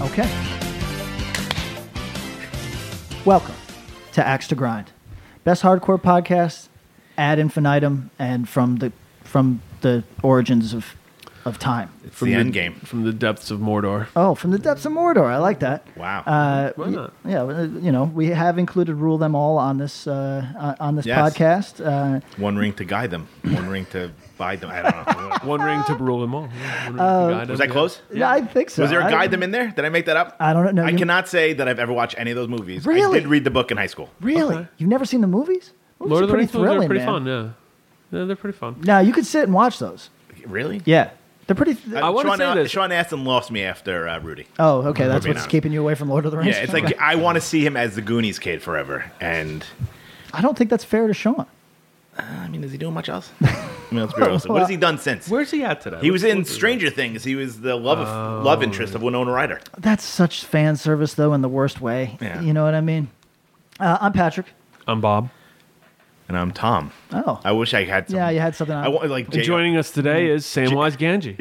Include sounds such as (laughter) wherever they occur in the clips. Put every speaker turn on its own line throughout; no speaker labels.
Okay. Welcome to Axe to Grind, best hardcore podcast ad infinitum and from the from the origins of of time.
From the end
the-
game.
From the depths of Mordor.
Oh, from the depths of Mordor. I like that.
Wow.
Uh,
Why not?
Yeah, well, uh, you know, we have included rule them all on this uh, on this
Yes.
podcast. Uh,
One ring to guide them. One ring to guide them.
(laughs)
I don't know.
One ring to rule them all.
Oh.
Yeah, one ring to guide
Was that
them, yeah.
close?
yeah, I think so.
Was there a
I-
guide them in there? Did I make that up?
I don't know.
I
You-
cannot say that I've ever watched any of those movies. I
Really?
did read the book in high school.
(laughs) Really?
Okay.
You've never seen the movies? Movies
Lord
are
of the
pretty
Rings movies are
thrilling,
pretty
man.
fun, yeah. Yeah, they're pretty fun.
Now you could sit and watch those.
Really?
Yeah, they're pretty.
Uh,
I wanna
Sean,
say
uh,
this.
Sean Astin lost me after uh, Rudy.
oh, okay. That's
being
what's
honest.
keeping you away from Lord of the Rings.
Yeah, it's like I want to see him as the Goonies kid forever. And
I don't think that's fair to Sean.
I mean, is he doing much (laughs) else? I mean, let's be realistic. What has he done since?
Where's he at today?
he was
What's-
in
what's his-
Stranger Things. He was the love of, love interest
Oh.
of Winona Ryder.
That's such fan service, though, in the worst way.
Yeah.
You know what I mean? Uh, I'm Patrick.
I'm Bob.
And I'm Tom.
Oh,
I wish I had. Some,
yeah, you had something on.
I want like
And joining us today
Mm-hmm.
is Samwise Ganji.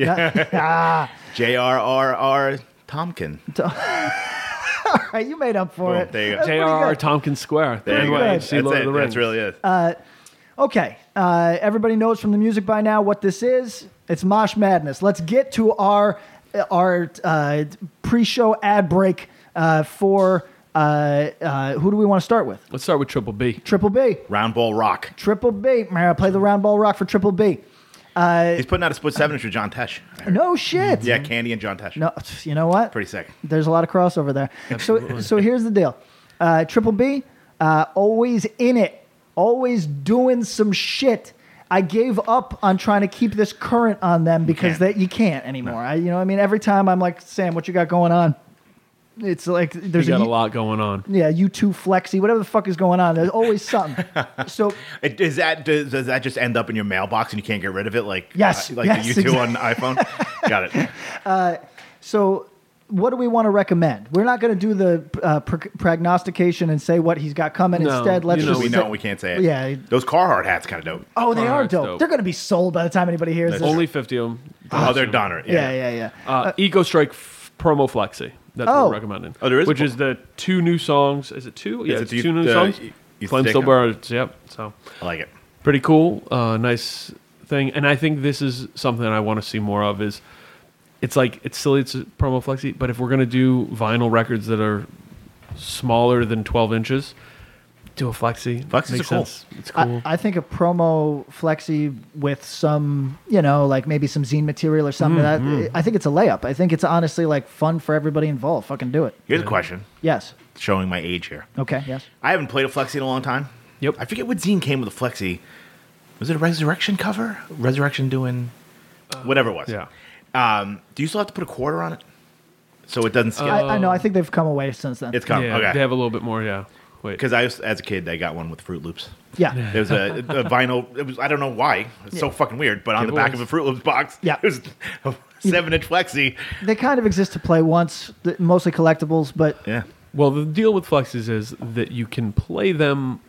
ah,
J.R.R.R. Tompkin.
all right, (laughs) you made up for
Boom,
it.
there you go.
That's pretty
J.R.R.
good.
Tompkins Square.
There you go.
Anyway,
That's
see Lord
it.
of the Rings.
That's really it.
Uh, Okay, uh, everybody knows from the music by now what this is. It's Mosh Madness. Let's get to our our uh, pre-show ad break uh, for uh, uh, who do we want to start with?
Let's start with Triple B.
Triple B.
Round ball rock.
Triple B. Man, I play the round ball rock for Triple B. uh,
He's putting out a split seven inch with John Tesh. I heard.
No shit.
Yeah, Candy and John Tesh.
Mm-hmm. No, you know what?
Pretty sick.
There's a lot of crossover there. So, so here's the deal. Uh, Triple B, uh, always in it, always doing some shit. I gave up on trying to keep this current on them because
can't.
that you can't anymore. I, you know, what I mean, every time I'm like, Sam, what you got going on? It's like
We
there's
got a
U-
lot going on.
Yeah, you two flexy, whatever the fuck is going on. There's always something. so
It- Is that does, does that just end up in your mailbox and you can't get rid of it? Like
Yes,
uh, like
yes,
the U2 on
(laughs)
iPhone. Got it.
So, what do we want to recommend? We're not going to do the uh, pr- prognostication and say what he's got coming.
No,
Instead, let's
you know
just
we
say-
know we can't say it.
Yeah.
those Carhartt hats kind of dope.
Oh, they are
Carhartt's
dope.
dope.
They're going to be sold by the time anybody hears this.
Only 50 of them.
Uh-huh.
Oh, they're Donner.
yeah, yeah, yeah.
Uh, Eco Strike f- Promo Flexi. That's what
Oh.
we're recommending.
Oh, there is a
Which
pro-
is the two new songs. Is it two? Yeah,
it
it's
the-
two new
the-
songs.
y- you
Flame
stick
Still
up.
Burns. Yep. So
I like it.
pretty cool. Uh, nice thing. And I think this is something I want to see more of. Is it's like it's silly. It's a promo flexi, but if we're gonna do vinyl records that are smaller than 12 inches, do a flexi.
Flexis
Makes
are cool.
sense. It's cool.
I, I think a promo flexi with some, you know, like maybe some zine material or something. to
Mm-hmm.
That, I think it's a layup. I think it's honestly like fun for everybody involved. Fucking do it.
Here's a question
Yes.
showing my age here.
Okay. Yes.
I haven't played a flexi in a long time.
Yep.
I forget what zine came with a flexi. Was it a Resurrection cover? Resurrection doing whatever it was.
yeah.
Um, do you still have to put a quarter on it so it doesn't skip?
I, I know. I think they've come away since then.
Um, it's come.
yeah,
okay.
They have a little bit more. Yeah. Wait.
because I was as a kid, I got one with Fruit Loops.
yeah.
There was a,
(laughs)
a vinyl. It was I don't know why. It's so fucking weird. But on the back of a Fruit Loops box,
Yeah.
it was a seven inch flexi.
They kind of exist to play once, th- mostly collectibles, but
Yeah,
Well, the deal with flexes is that you can play them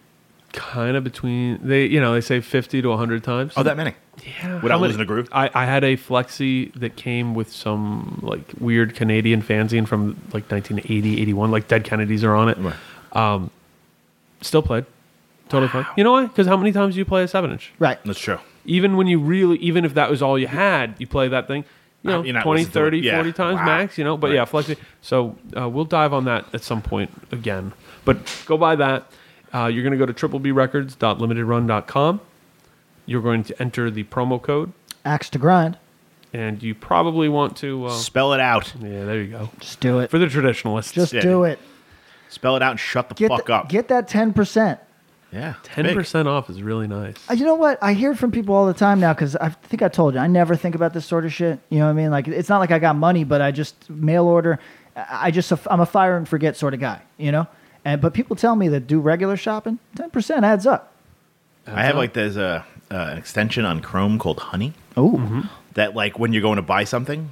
kind of between they you know they say 50 to 100 times
oh that many.
yeah
without
How many-
losing the groove?
I, I had a flexi that came with some like weird canadian fanzine from like 1980 81 like dead kennedys are on it
Right.
um still played totally played you know why because how many times do you play a seven inch
right.
That's true.
even when you really even if that was all you had you play that thing you know
Uh, You're not
20
listening to
30
it. Yeah.
40 times
Wow.
max you know but
Right.
yeah flexi so uh, we'll dive on that at some point again but go buy that uh, you're going to go to triplebrrecords.limitedrun.com you're going to enter the promo code
Axe to grind.
and you probably want to uh,
Spell it out.
yeah there you go
Just do it.
for the traditionalists
Just
Yeah,
do it.
Spell it out and shut the
Get
fuck
th-
up.
Get that ten percent.
Yeah. it's
Ten percent off is really nice.
Uh, You know what? I hear it from people all the time now because I think I told you I never think about this sort of shit. You know what I mean? Like it's not like I got money, but I just mail order. I I just I'm a fire and forget sort of guy. You know. And but people tell me that do regular shopping, ten percent adds up.
big. I have like there's a uh, an extension on Chrome called Honey
Oh,
that like when you're going to buy something,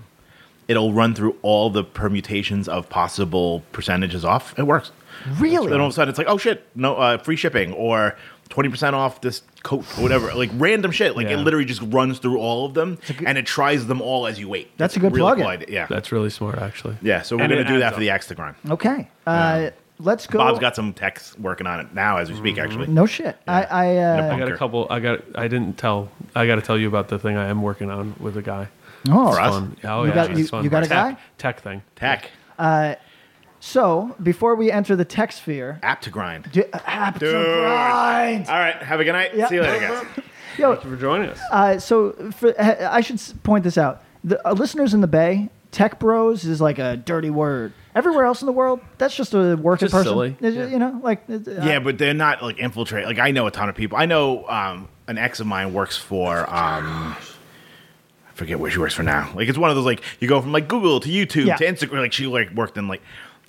it'll run through all the permutations of possible percentages off. It works.
really?
Then all of a sudden it's like, oh shit, no uh, free shipping or twenty percent off this coat or whatever. Like random shit. Like
Yeah.
it literally just runs through all of them
good-
and it tries them all as you wait.
That's
It's
a good
really
plugin.
cool idea. Yeah.
That's really smart, actually.
yeah. So we're
And
gonna
it
do that
adds
for the Axtagron.
Okay. Uh, Let's go.
Bob's got some techs working on it now as we speak, actually.
no shit. I I
No
uh,
I got a
Bunker.
couple. I got. I didn't tell. I got to tell you about the thing I am working on with a guy.
oh,
For us?
Fun. Oh,
You
yeah,
got-
it's
you-
fun.
you got a
tech,
guy?
Tech thing.
Tech.
So before we enter the tech sphere,
App to grind.
do, ah, app to
Dude.
grind.
All right. Have a good night.
Yeah.
See you later, guys.
Yo,
Thank you for joining us.
Uh, so for, uh, I should s- point this out. The uh, listeners in the Bay, tech bros is like a dirty word. Everywhere else in the world, that's just a working
Just
person.
silly.
It's-
Yeah.
You know, like it- uh,
Yeah, but they're not like infiltrate. Like I know a ton of people. I know um, an ex of mine works for. Um, I forget where she works for now. Like it's one of those like you go from like Google to YouTube
Yeah.
to Instagram. Like she like worked in like,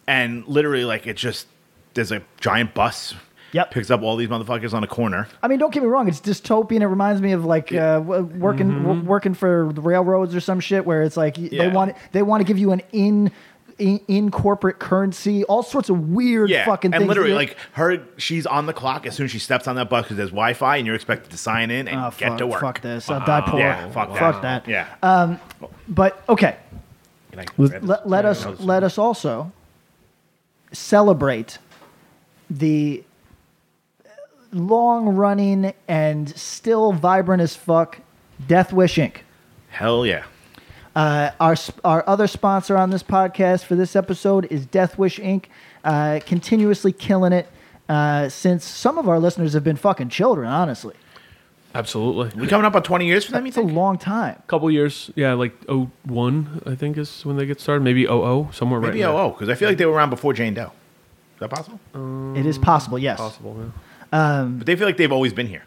and literally like it just there's a giant bus.
Yep.
Picks up all these motherfuckers on a corner.
I mean, don't get me wrong. It's dystopian. It reminds me of like uh, w- working
Mm-hmm.
w- working for the railroads or some shit, where it's like y they
Yeah.
want they want to give you an in. In, in corporate currency, all sorts of weird
Yeah,
fucking
and
things.
literally
that-
like her, she's on the clock as soon as she steps on that bus because there's Wi-Fi and you're expected to sign in and
oh,
get
fuck,
to work.
Fuck this. I'll
Uh-huh.
die poor.
Yeah, fuck,
fuck
that.
that.
Yeah.
But okay,
Can I grab this?
let, let us
that was-
let us also celebrate the long running and still vibrant as fuck Death Wish Inc.
Hell yeah.
Uh, our sp- our other sponsor on this podcast for this episode is Death Wish Inc. Uh, continuously killing it uh, since some of our listeners have been fucking children. Honestly,
Absolutely.
We coming up on 20 years for them, you
it's a
think?
long time.
Couple years. Yeah, like 01, I think is when they get started. Maybe 00, somewhere
Maybe
right. in there.
oh, because I feel like they were around before Jane Doe. Is that possible?
Um,
It
Mm,
is possible. Yes.
Possible. Yeah.
But they feel like they've always been here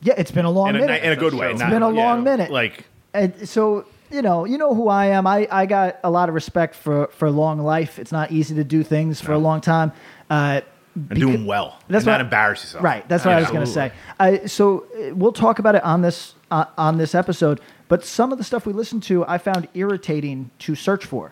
Yeah, it's been a long
in a,
minute.
in a good way.
It's
not-
been a long minute.
Like
And so you know, you know who I am. I, I got a lot of respect for for long life. It's not easy to do things for a long time. Uh,
and doing well.
That's
That's and
what-
not embarrass yourself.
right. That's what I was going to say. I, so uh, we'll talk about it on this uh, on this episode. But some of the stuff we listened to, I found irritating to search for,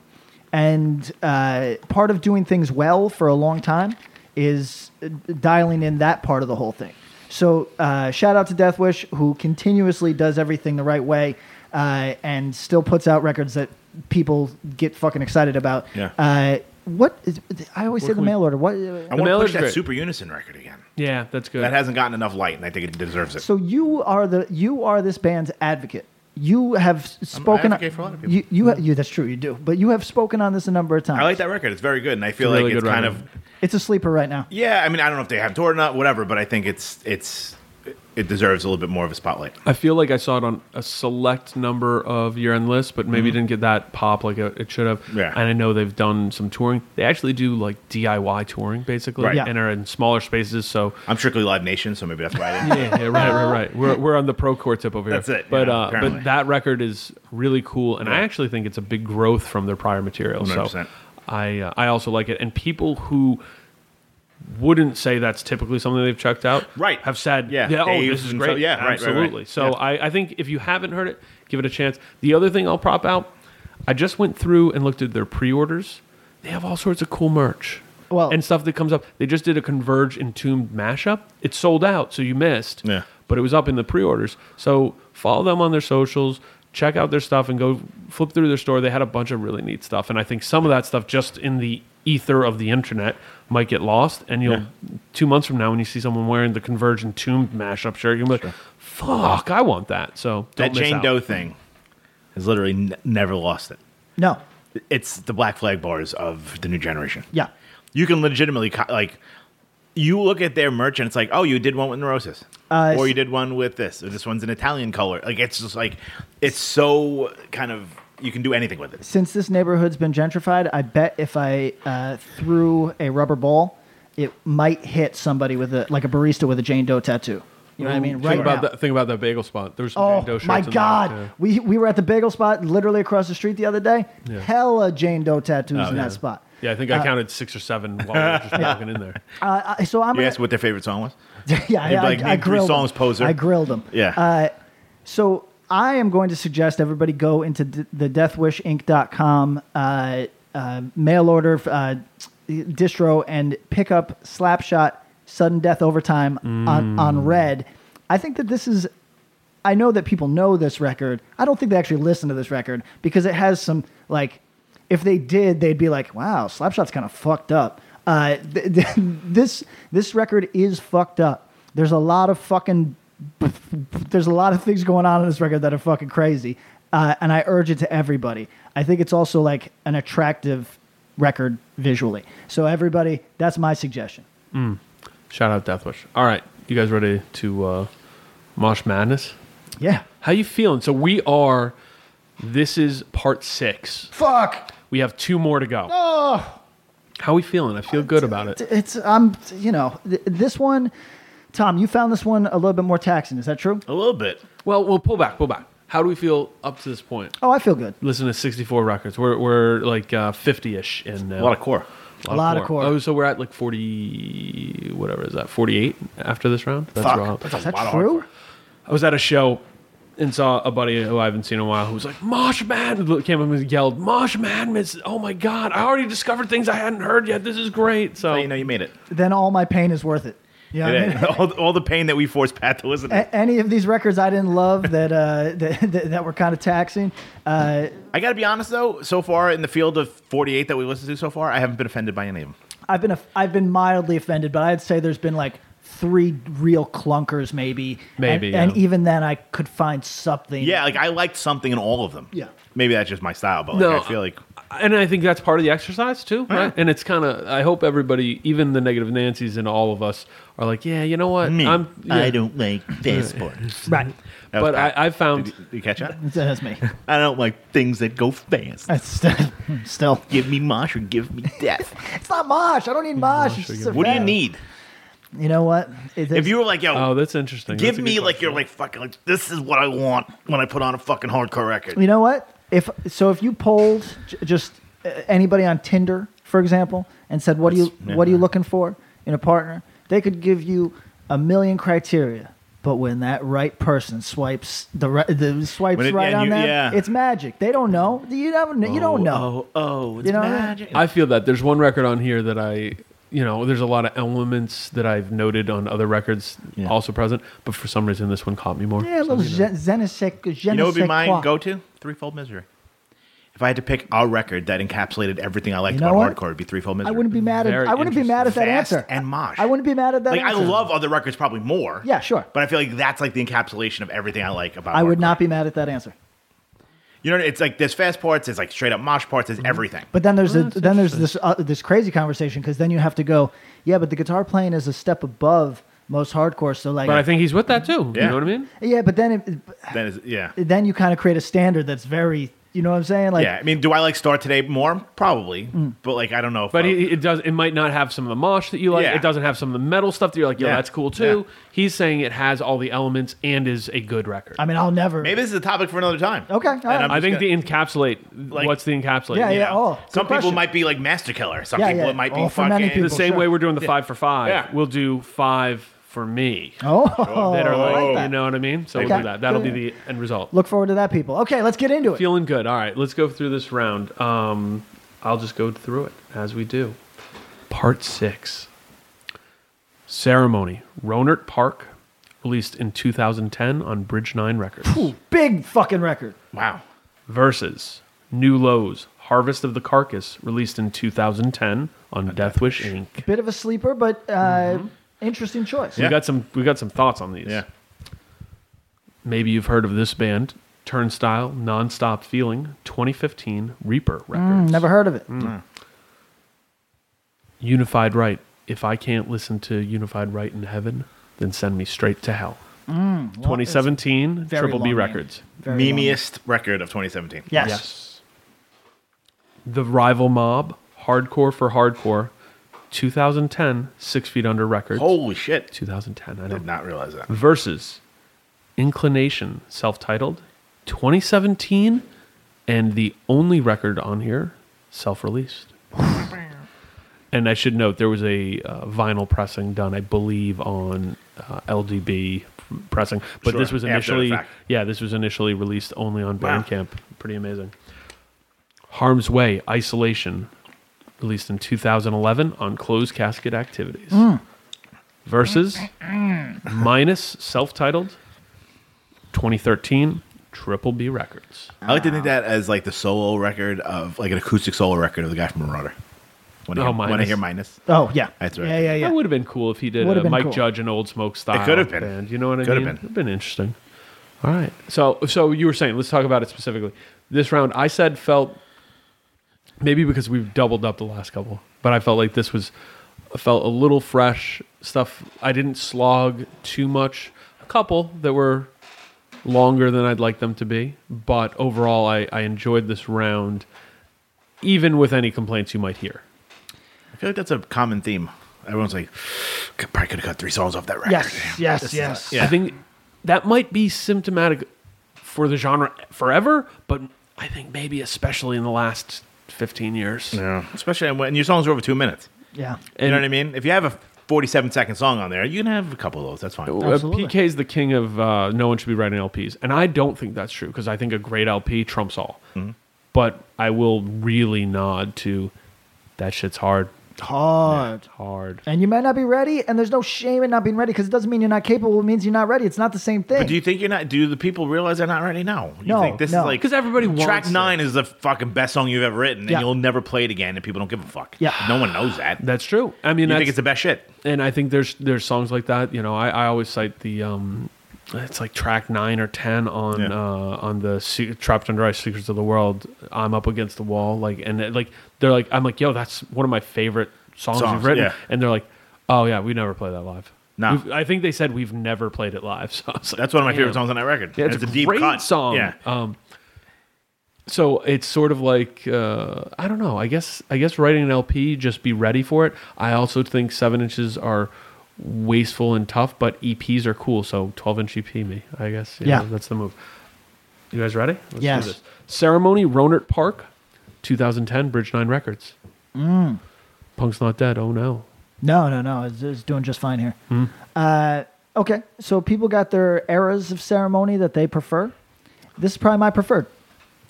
and uh, part of doing things well for a long time is uh, dialing in that part of the whole thing. So uh, shout out to Deathwish, who continuously does everything the right way, uh, and still puts out records that people get fucking excited about.
Yeah.
Uh, what is, I always say the
can we-
mail order. What
I
The
want to
mail
push
is
that
great.
Super Unison record again.
Yeah, that's good.
That hasn't gotten enough light, and I think it deserves it.
So you are the you are this band's advocate. You have s- spoken.
advocate for a lot of people.
You, you, ha- you that's true. You do, but you have spoken on this a number of times.
I like that record. It's very good, and I feel
It's a
like
really
it's
good
kind
record.
of
It's a sleeper right now.
yeah. I mean, I don't know if they have toured or not, whatever. But I think it's it's it deserves a little bit more of a spotlight.
I feel like I saw it on a select number of year-end lists, but maybe didn't get that pop like it it should have.
Mm-hmm. Yeah.
And I know they've done some touring. They actually do like DIY touring, basically,
Right.
Yeah.
and are in smaller
(laughs)
spaces. So
I'm strictly Live Nation, so maybe that's why. I didn't.
(laughs) yeah, yeah, right, right, right. We're, we're on the pro court tip over here.
That's it,
But
yeah,
uh,
apparently.
but that record is really cool, and I
Yeah.
actually think it's a big growth from their prior material. So
100%.
I uh, I also like it, and people who wouldn't say that's typically something they've checked out.
Right.
Have said, yeah,
Yeah,
oh,
Dave
this is
and
great.
so- yeah, right, right, right.
absolutely. So
Yeah.
I, I think if you haven't heard it, give it a chance. The other thing I'll prop out, I just went through and looked at their pre-orders. They have all sorts of cool merch.
Well-
and stuff that comes up. They just did a Converge Entombed mashup. It sold out, so you missed.
Yeah.
But it was up in the pre-orders. So follow them on their socials, check out their stuff, and go flip through their store. They had a bunch of really neat stuff, and I think some of that stuff just in the ether of the internet might get lost. And you'll two months from now when you see someone wearing the Converge Entombed mashup shirt, you'll be like, "Fuck, I want that." So
That
don't miss
Jane
out.
Doe thing has literally n- never lost it.
No.
it's the black flag bars of the new generation.
Yeah.
You can legitimately co- like you look at their merch and it's like, oh, you did one with neurosis,
Uh,
or you did one with this, or this one's an Italian color. Like it's just like it's so kind of you can do anything with it.
Since this neighborhood's been gentrified, I bet if I uh, threw a rubber ball it might hit somebody with a like a barista with a Jane Doe tattoo. You know what I mean?
Think
Right
about
now.
that. Think about that bagel spot. There's some Jane Doe
Oh
shirts
my
in there,
God!
too.
We we were at the bagel spot literally across the street the other day.
Yeah. Oh,
Hella Jane Doe tattoos in
yeah.
that spot.
Yeah, I think I counted six or seven while we were
(laughs)
just walking in there.
Uh, I, so I'm
You
gonna-
asked what their favorite song was.
(laughs) yeah, I,
They'd be like,
I, I
"Name three
grilled
songs,
them.
poser."
I grilled them.
Yeah.
Uh, so I am going to suggest everybody go into d- the deathwishinc.com uh, uh, mail order uh, distro and pick up Slapshot Sudden Death Overtime on, on Red. I think that this is I know that people know this record. I don't think they actually listen to this record because it has some like. If they did, they'd be like, "Wow, Slapshot's kind of fucked up." Uh, th- (laughs) th- this this record is fucked up. There's a lot of fucking. There's a lot of things going on in this record that are fucking crazy, uh, and I urge it to everybody. I think it's also like an attractive record visually. So everybody, that's my suggestion.
Shout out Deathwish. All right, you guys ready to uh, mosh madness?
Yeah.
How you feeling? So we are. This is part six.
Fuck.
We have two more to go.
Ah.
How we feeling? I feel good about it.
It's I'm you know th- this one, Tom. You found this one a little bit more taxing. Is that true?
A little bit.
Well, we'll pull back. Pull back. How do we feel up to this point?
Oh, I feel good.
Listen to 64 records. We're, we're like uh, 50-ish in now.
A lot of core.
A
lot of core.
Oh, so we're at like 40, whatever is that, 48 after this round? That's
Fuck.
wrong.
That's a
Is that
lot of
true?
hardcore.
I was at a show and saw a buddy who I haven't seen in a while who was like, Mosh Madness. Came up and yelled, Mosh Madness. Oh my God. I already discovered things I hadn't heard yet. This is great. So,
Well, you know, you made it.
Then all my pain is worth it. Yeah. I Eh. mean,
(laughs) all, all the pain that we forced Pat to listen to.
a- any of these records I didn't love that uh, (laughs) that, that, that were kind of taxing. Uh,
I got to be honest though. So far in the field of 48 that we listened to so far, I haven't been offended by any of them.
I've been a, I've been mildly offended, but I'd say there's been like three real clunkers, maybe.
Maybe,
And, and
yeah.
even then, I could find something.
Yeah, like I liked something in all of them.
Yeah.
Maybe that's just my style, but like,
No,
I feel like
and I think that's part of the exercise too, right? And it's kind of, I hope everybody, even the negative Nancy's and all of us, are like, yeah, you know what? I'm, yeah.
don't
(laughs)
like this sport.
Right.
But I, I found.
Did you, did you catch that?
That's me.
I don't like things that go fast.
That's still, (laughs) still.
Give me mosh or give
(laughs)
me death.
It's not mosh. I don't need mosh. It's just a
what do you
fact.
need?
You know what? It-
If you were like, yo,
Oh, that's interesting.
give
That's a good
me like
question.
you're like fucking like this is what I want when I put on a fucking hardcore record.
You know what? If so, if you polled j- just uh, anybody on Tinder, for example, and said, "What do you
That's-
what are you
yeah.
looking for in a partner?" They could give you a million criteria, but when that right person swipes the ri- the swipes
When it-
right
yeah,
on
you-
that,
yeah.
it's magic. They don't know. You don't know. You don't know.
Oh, oh, it's
You know what I mean?
Magic.
I feel that there's one record on here that I, you know, there's a lot of elements that I've noted on other records
Yeah.
also present, but for some reason this one caught me more.
Yeah, a little
So, you know.
je, je ne sais- je
You
ne
know what would
sais
be my
quoi.
go to? Threefold Misery. If I had to pick a record that encapsulated everything I liked
You know
about
what?
hardcore, it'd be Threefold Misery.
I wouldn't be mad at.
Very
I wouldn't be mad at that
Fast
answer.
and mosh.
I wouldn't be mad at that.
like
answer.
I love other records probably more.
Yeah, sure.
But I feel like that's like the encapsulation of everything I like about.
I would
hardcore.
not be mad at that answer.
You know, it's like there's fast parts, there's like straight up mosh parts,
Mm-hmm.
there's everything.
But then there's a, then there's this uh, this crazy conversation because then you have to go, yeah, but the guitar playing is a step above most hardcore. So like,
But I think he's with that too. You
Yeah.
know what I mean?
yeah, but then
Then is yeah.
it, then you kind of create a standard that's very, you know what I'm saying? Like, Mm.
yeah, I mean, do I like Star Today more? Probably, but like I don't know. If
But
I-
it, it does. It might not have some of the mosh that you like.
Yeah.
It doesn't have some of the metal stuff that you're like, yo,
Yeah.
that's cool too.
Yeah.
He's saying it has all the elements and is a good record.
I mean, I'll never.
maybe this is a topic for another time.
Okay, all
And
right. (laughs)
I'm
I
just
think
gonna-
the encapsulate.
Like-
what's the encapsulate?
Yeah,
you
yeah.
know,
Oh, good
some people
question.
might be like Master Killer. Some
Yeah,
people
yeah.
it might be
Oh, for
fucking.
many
The
people.
same
Sure.
way we're doing the five for five.
Yeah.
We'll do five for me.
oh,
that are
I like
like, oh.
that.
you know what I mean? So
Okay.
we'll do that. That'll
Yeah.
be the end result.
look forward to that, people. Okay, let's get into it.
Feeling good. All right, let's go through this round. Um, I'll just go through it as we do. Part six Ceremony, Ronert Park, released in 2010 on Bridge Nine Records.
Ooh, big fucking record.
Wow.
Versus New Lows, Harvest of the Carcass, released in 2010 on Deathwish Inc.
Bit of a sleeper, but uh,
Mm-hmm.
interesting choice.
We got some. We got some thoughts on these.
Yeah.
Maybe you've heard of this band, Turnstile, Nonstop Feeling, 2015 Reaper Records.
Mm, Never heard of it.
Mm.
Unified Right. If I can't listen to Unified Right in heaven, then send me straight to hell.
Mm,
2017
very
Triple B
long name.
Records.
Very long.
Memeiest record of 2017.
Yes.
The Rival Mob, Hardcore for Hardcore, 2010 Six Feet Under record.
Holy shit!
2010. I
Did
know.
not realize that.
Versus Inclination, self-titled, 2017, and the only record on here
(laughs)
self-released. and I should note there was a uh, vinyl pressing done, I believe, on uh, LDB pressing, but this
Sure,
was
after the
initially
fact.
yeah, this was initially released only on
Wow.
Bandcamp. Pretty amazing. Harm's Way, Isolation, released in 2011 on Closed Casket Activities. Versus Minus self titled 2013 Triple B Records.
I like to think that as like the solo record of like an acoustic solo record of the guy from Marauder. When I,
Oh,
hear, when I
Minus.
hear minus,
Oh yeah,
That's right. Oh,
Yeah, yeah, yeah.
That would have been cool if he did
Would've
a
been
Mike
cool.
Judge and Old Smoke style.
could have been.
Band. You know what I
Could have been.
mean? It'd been interesting. All right. So so you were saying, let's talk about it specifically. This round, I said felt maybe because we've doubled up the last couple, but I felt like this was felt a little fresh stuff. I didn't slog too much. A couple that were longer than I'd like them to be, but overall, I, I enjoyed this round, even with any complaints you might hear.
I feel like that's a common theme. Everyone's like, "Could- probably could have cut three songs off that record.
Yes, yes,
This is
yes.
a- yeah.
I think that might be symptomatic for the genre forever, but I think maybe especially in the last 15 years.
Yeah. Especially when your songs are over two minutes.
yeah.
You know
And-
what I mean? If you have a 47 second song on there, you can have a couple of those. That's fine.
Uh,
Absolutely.
PK is the king of uh, no one should be writing LPs, and I don't think that's true because I think a great LP trumps all.
Mm-hmm.
But I will really nod to that shit's hard,
Hard.
hard.
And you might not be ready, and there's no shame in not being ready because it doesn't mean you're not capable. It means you're not ready. It's not the same thing.
But do you think you're not? Do the people realize they're not ready? No. You
No,
think this
no.
is like
'Cause everybody
track
wants it.
nine is the fucking best song you've ever written, and
Yeah.
you'll never play it again, and people don't give a fuck.
Yeah.
No one knows that.
That's true. I mean,
you
that's,
think it's the best shit.
and I think there's there's songs like that. You know, I, I always cite the um, it's like track nine or ten on
Yeah.
uh, on the Se- Trapped Under Ice Secrets of the World. I'm up against the wall, like and it, like they're like I'm like yo, that's one of my favorite songs,
Songs,
you've written,
yeah.
and they're like, oh yeah, we never play that live.
No.
We've- I think they said we've never played it live. (laughs) So I was like,
That's one of my
damn.
favorite songs on that record.
Yeah,
And
it's, a, great
cut.
song.
Yeah.
Um, so it's sort of like uh, I don't know. I guess I guess writing an LP just be ready for it. I also think seven inches are wasteful and tough, but EPs are cool. So twelve inch EP me. I guess
Yeah.
yeah, that's the move. You guys ready? Let's
Yes.
Ceremony, Ronert Park, 2010, Bridge Nine Records. Punk's not dead. Oh no.
no, no, no. It's, it's doing just fine here.
Hmm.
Uh, okay, so people got their eras of ceremony that they prefer. This is probably my preferred.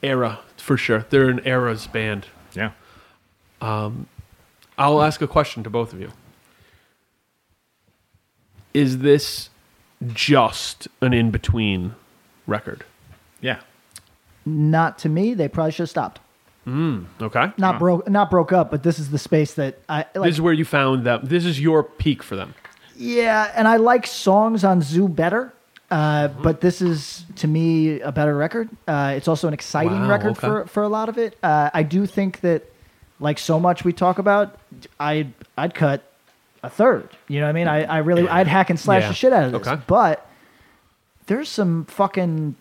Era for sure. They're an eras band.
yeah.
I'll ask a question to both of you. Is this just an in between record?
Yeah.
Not to me. They probably should have stopped.
Okay.
Not broke. Not broke up. But this is the space that I like.
this is where you found that this is your peak for them.
Yeah, and I like songs on Zoo better. Uh,
Mm-hmm.
But this is, to me, a better record. Uh, it's also an exciting
Wow,
record
okay.
for, for a lot of it. Uh, I do think that, like so much we talk about, I I'd cut a third. You know what I mean? I, I really I'd hack and slash
Yeah.
the shit out of this.
Okay.
But there's some fucking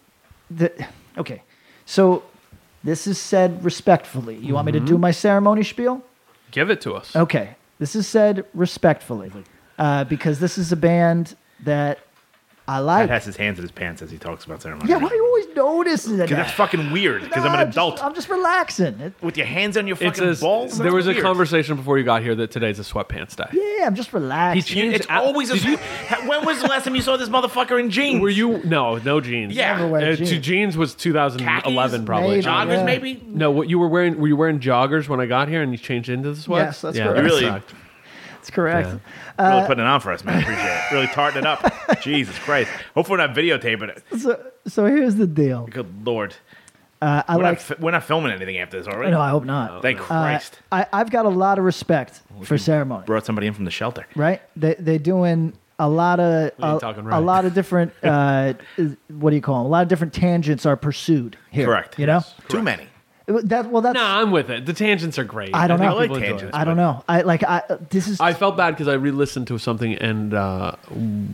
the, okay. So this is said respectfully. You want me to
Mm-hmm.
do my ceremony spiel?
Give it to us.
Okay. This is said respectfully uh, because this is a band that I
Pat
Oh.
like.
has his hands in his pants as he talks about ceremony.
yeah, why are you always noticing that?
Because that's fucking weird. Because I'm
Nah,
an
just-
adult
I'm just relaxing. It-
with your hands on your fucking
a,
balls.
there
That's
was a
weird.
conversation before you got here that today's a sweatpants day.
yeah, I'm just relaxing.
changed
It's
out-
always a. when was the last time you saw this motherfucker in jeans?
Were you no no jeans?
Yeah. Never
wear
Uh,
jeans.
to jeans was 2011
Khakis,
probably.
maybe.
Jog-
joggers?
Yeah.
Maybe.
No, what you were wearing? Were you wearing joggers when I got here and you changed into the sweat?
Yes, that's
yeah,
correct.
that
You really-
sucked.
That's correct.
Yeah.
really
Uh,
putting it on for us, man. Appreciate it. Really tarting
(laughs)
it up. Jesus Christ. Hopefully, we're not videotaping it.
So, so here's the deal.
Good lord.
Uh, I
We're,
like.
not, fi- we're not filming anything after this, all right?
no, I hope not.
Oh, Thank
Uh,
Christ. Oh,
I, I've got a lot of respect for ceremony.
Brought somebody in from the shelter.
Right? They they doing a lot of
ain't
a,
talking
a
right.
lot of
(laughs)
different uh, what do you call them? A lot of different tangents are pursued here.
Correct.
You
Too many.
know that. Well, that's
No, I'm with it. The tangents are great.
I don't
think
know. I like
people enjoy
tangents.
it.
I don't know. I like I this is
I felt bad because I re-listened to something, and uh,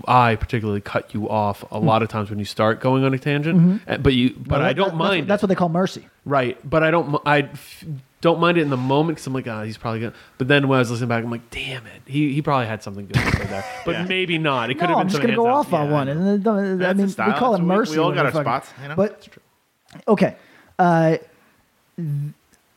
I particularly cut you off a lot of times when you start going on a tangent. Uh, But you, but
Hmm. Mm-hmm.
I
that-
don't
that's-
mind.
That's what they call mercy.
right. But I don't. mi- I f- Don't mind it in the moment because I'm like, ah, he's probably gonna. But then when I was listening back, I'm like, damn it, he he probably had something good to say
(laughs)
there, but
Yeah.
maybe not. It could
No,
have
I'm
been
just
something
gonna go
hands
off
up.
on
Yeah,
one,
I know.
and then, don't- I mean,
That's the
we
style.
call it
That's- we- we
mercy.
all
when
got our
fucking-
spots, you know?
But
That's true.
okay, uh,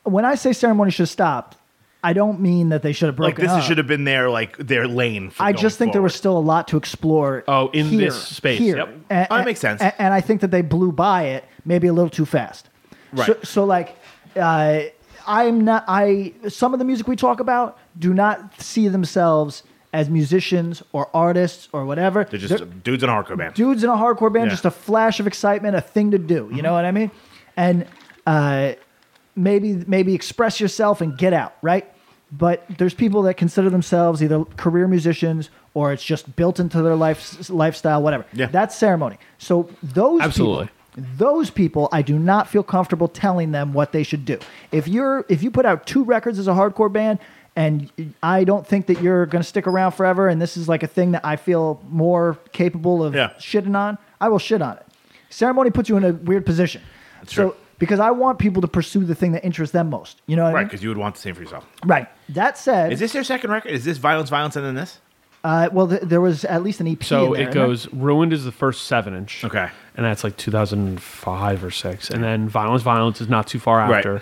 when I say ceremony should have stopped, I don't mean that they should have
Like
broken
this
up.
should have been their like their lane. For
I
going
just think there was
forward.
still a lot to explore.
Oh, in
here,
this space,
here.
yep.
A-
Oh, that
a-
makes sense.
a- and I think that they blew by it maybe a little too fast.
Right.
So, so like, uh, I'm not. I some of the music we talk about do not see themselves as musicians or artists or whatever.
They're just dudes in a hardcore band.
dudes in a hardcore band,
Yeah.
just a flash of excitement, a thing to do. You know what I mean? And uh, maybe maybe express yourself and get out, right? But there's people that consider themselves either career musicians or it's just built into their life lifestyle, whatever.
Yeah.
That's ceremony. So those
Absolutely.
people- those people, I do not feel comfortable telling them what they should do. If you're if you put out two records as a hardcore band. And I don't think that you're going to stick around forever. And this is like a thing that I feel more capable of
Yeah.
shitting on, I will shit on it. Ceremony puts you in a weird position. so
true.
because I want people to pursue the thing that interests them most. You know what
Right,
I mean?
because you would want the same for yourself.
Right. That said,
Is this their second record? Is this Violence, Violence, and then this?
uh, well, th- there was at least an EP. in
So
there,
it
isn't
goes ruined is the first seven inch.
Okay.
And that's like 2005 or six. And then violence, violence is not too far
Right.
after.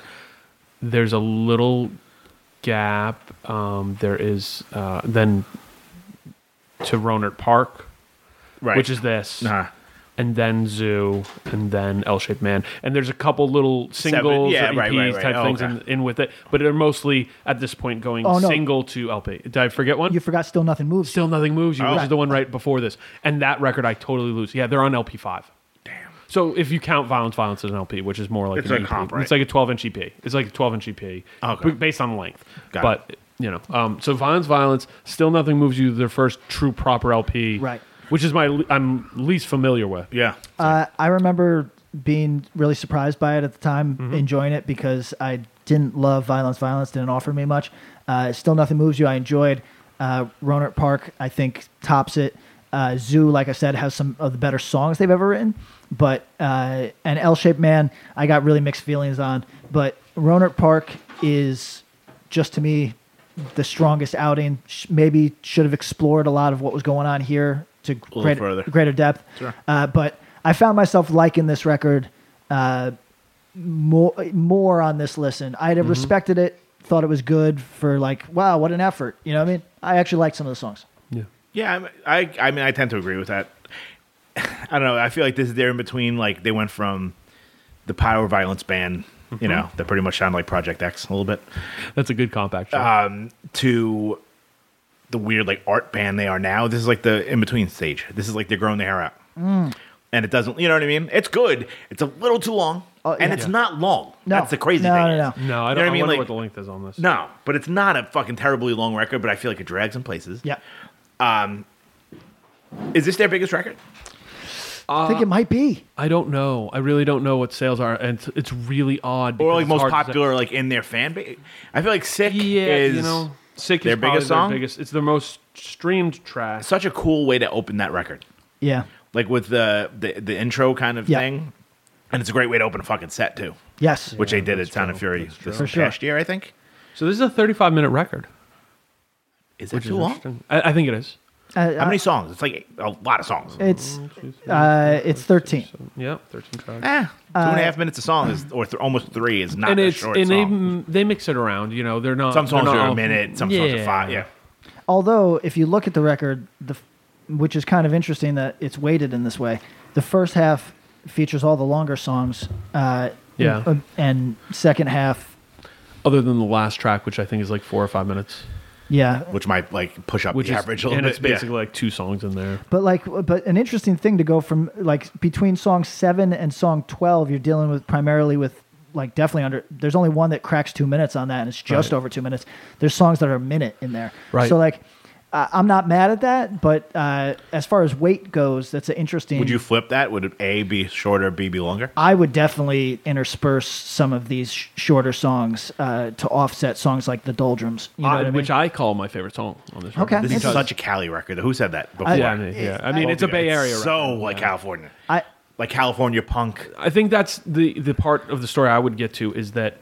There's a little gap. Um, there is uh, then to Ronert Park,
Right.
which is this,
Uh-huh.
and then Zoo, and then L Shaped Man. And there's a couple little singles
yeah,
or EPs
right, right, right.
type
Oh,
things
okay.
in, in with it, but they're mostly at this point going
Oh, no.
single to LP. Did I forget one?
You forgot Still Nothing Moves.
Still Nothing Moves You, which
Right.
is the one right before this. And that record I totally lose. Yeah, they're on LP5. Damn. So if you count Violence, Violence as an LP, which is more like
It's
an
like
EP.
comp, right?
It's like a 12 inch EP. It's like a 12 inch EP
Okay.
b- based on length.
Got
but, you know, um, so Violence, Violence, Still Nothing Moves You, their first true proper LP.
Right.
Which is my le- I'm least familiar with.
Yeah.
Uh, I remember being really surprised by it at the time, enjoying it because I didn't love Violence. Violence didn't offer me much. Uh, Still Nothing Moves You, I enjoyed. Uh, Ronert Park, I think, tops it. Uh, Zoo, like I said, has some of the better songs they've ever written. But uh, and L Shaped Man, I got really mixed feelings on. But Ronert Park is just to me the strongest outing. Sh- Maybe should have explored a lot of what was going on here to greater,
further.
greater depth.
Sure.
Uh, but I found myself liking this record uh, more more on this listen. I had
Mm-hmm.
respected it, thought it was good for like, wow, what an effort. You know what I mean? I actually liked some of the songs.
Yeah.
Yeah, I'm- I, I mean, I tend to agree with that. (sighs) I don't know. I feel like this is there in between. Like they went from the power violence band,
Mm-hmm.
you know, that pretty much sounded like Project X a little bit,
That's a good comp, actually.
um, to the weird like art band they are now. This is like the in between stage. This is like they're growing their hair out,
Mm.
and it doesn't. You know what I mean? It's good. It's a little too long,
Oh,
and
yeah.
it's not long.
No.
That's the crazy
No,
thing.
no, no.
is.
no, I
You know
don't
what
I
I mean?
wonder
Like-
what the length is on this.
No, but it's not a fucking terribly long record. But I feel like it drags in places.
Yeah.
Is this their biggest record? Uh,
I think it might be.
I don't know. I really don't know what sales are. And it's, it's really odd.
or
because
like
it's
most
hard to say.
popular like in their fan base. I feel like sick
Yeah,
is
you know, sick
their
is probably
biggest song?
Their biggest, it's their most streamed track.
such a cool way to open that record,
Yeah.
like with the the, the intro kind of
Yeah.
thing, and it's a great way to open a fucking set too,
Yes.
which they did at
that's
Town of
true.
Fury
That's true.
this
For sure.
past year, I think.
So this is a 35 minute record.
Is that too long?
Interesting. I, I think it is.
Uh,
How many songs? It's like a lot of songs. Eh,
It's uh, it's thirteen.
Yeah, 13
Ah,
tracks.
Eh, two and a half minutes a song is, or th- almost three is not
And
a
it's
short
and they,
song.
m- they mix it around. You know, they're not
Some songs
they're
are
not
a
all-
minute, some songs are five. Yeah,
Although, if you look at the record, the f- which is kind of interesting that it's weighted in this way, the first half features all the longer songs. Uh,
Yeah.
and, and second half,
Other than the last track, which I think is like four or five minutes,
yeah.
which might like push up
which
the
is
average a little
and
bit.
it's basically
yeah.
like two songs in there.
But like, but an interesting thing to go from like between song seven and song twelve, you're dealing with primarily with like definitely under. There's only one that cracks two minutes on that, and it's just
Right.
over two minutes. There's songs that are a minute in there,
Right.
So like, I I'm not mad at that, but uh, as far as weight goes, that's an interesting.
Would you flip that? Would A be shorter, B be longer?
I would definitely intersperse some of these sh- shorter songs uh, to offset songs like the Doldrums. You know
I-
what I mean?
which I call my favorite song on this.
Okay.
record.
This is
Because-
such a Cali record. Who said that before?
Yeah, I mean, yeah. I mean, it's a Bay Area.
So
record.
like
Yeah.
California,
I-
like California punk.
I think that's the the part of the story I would get to is that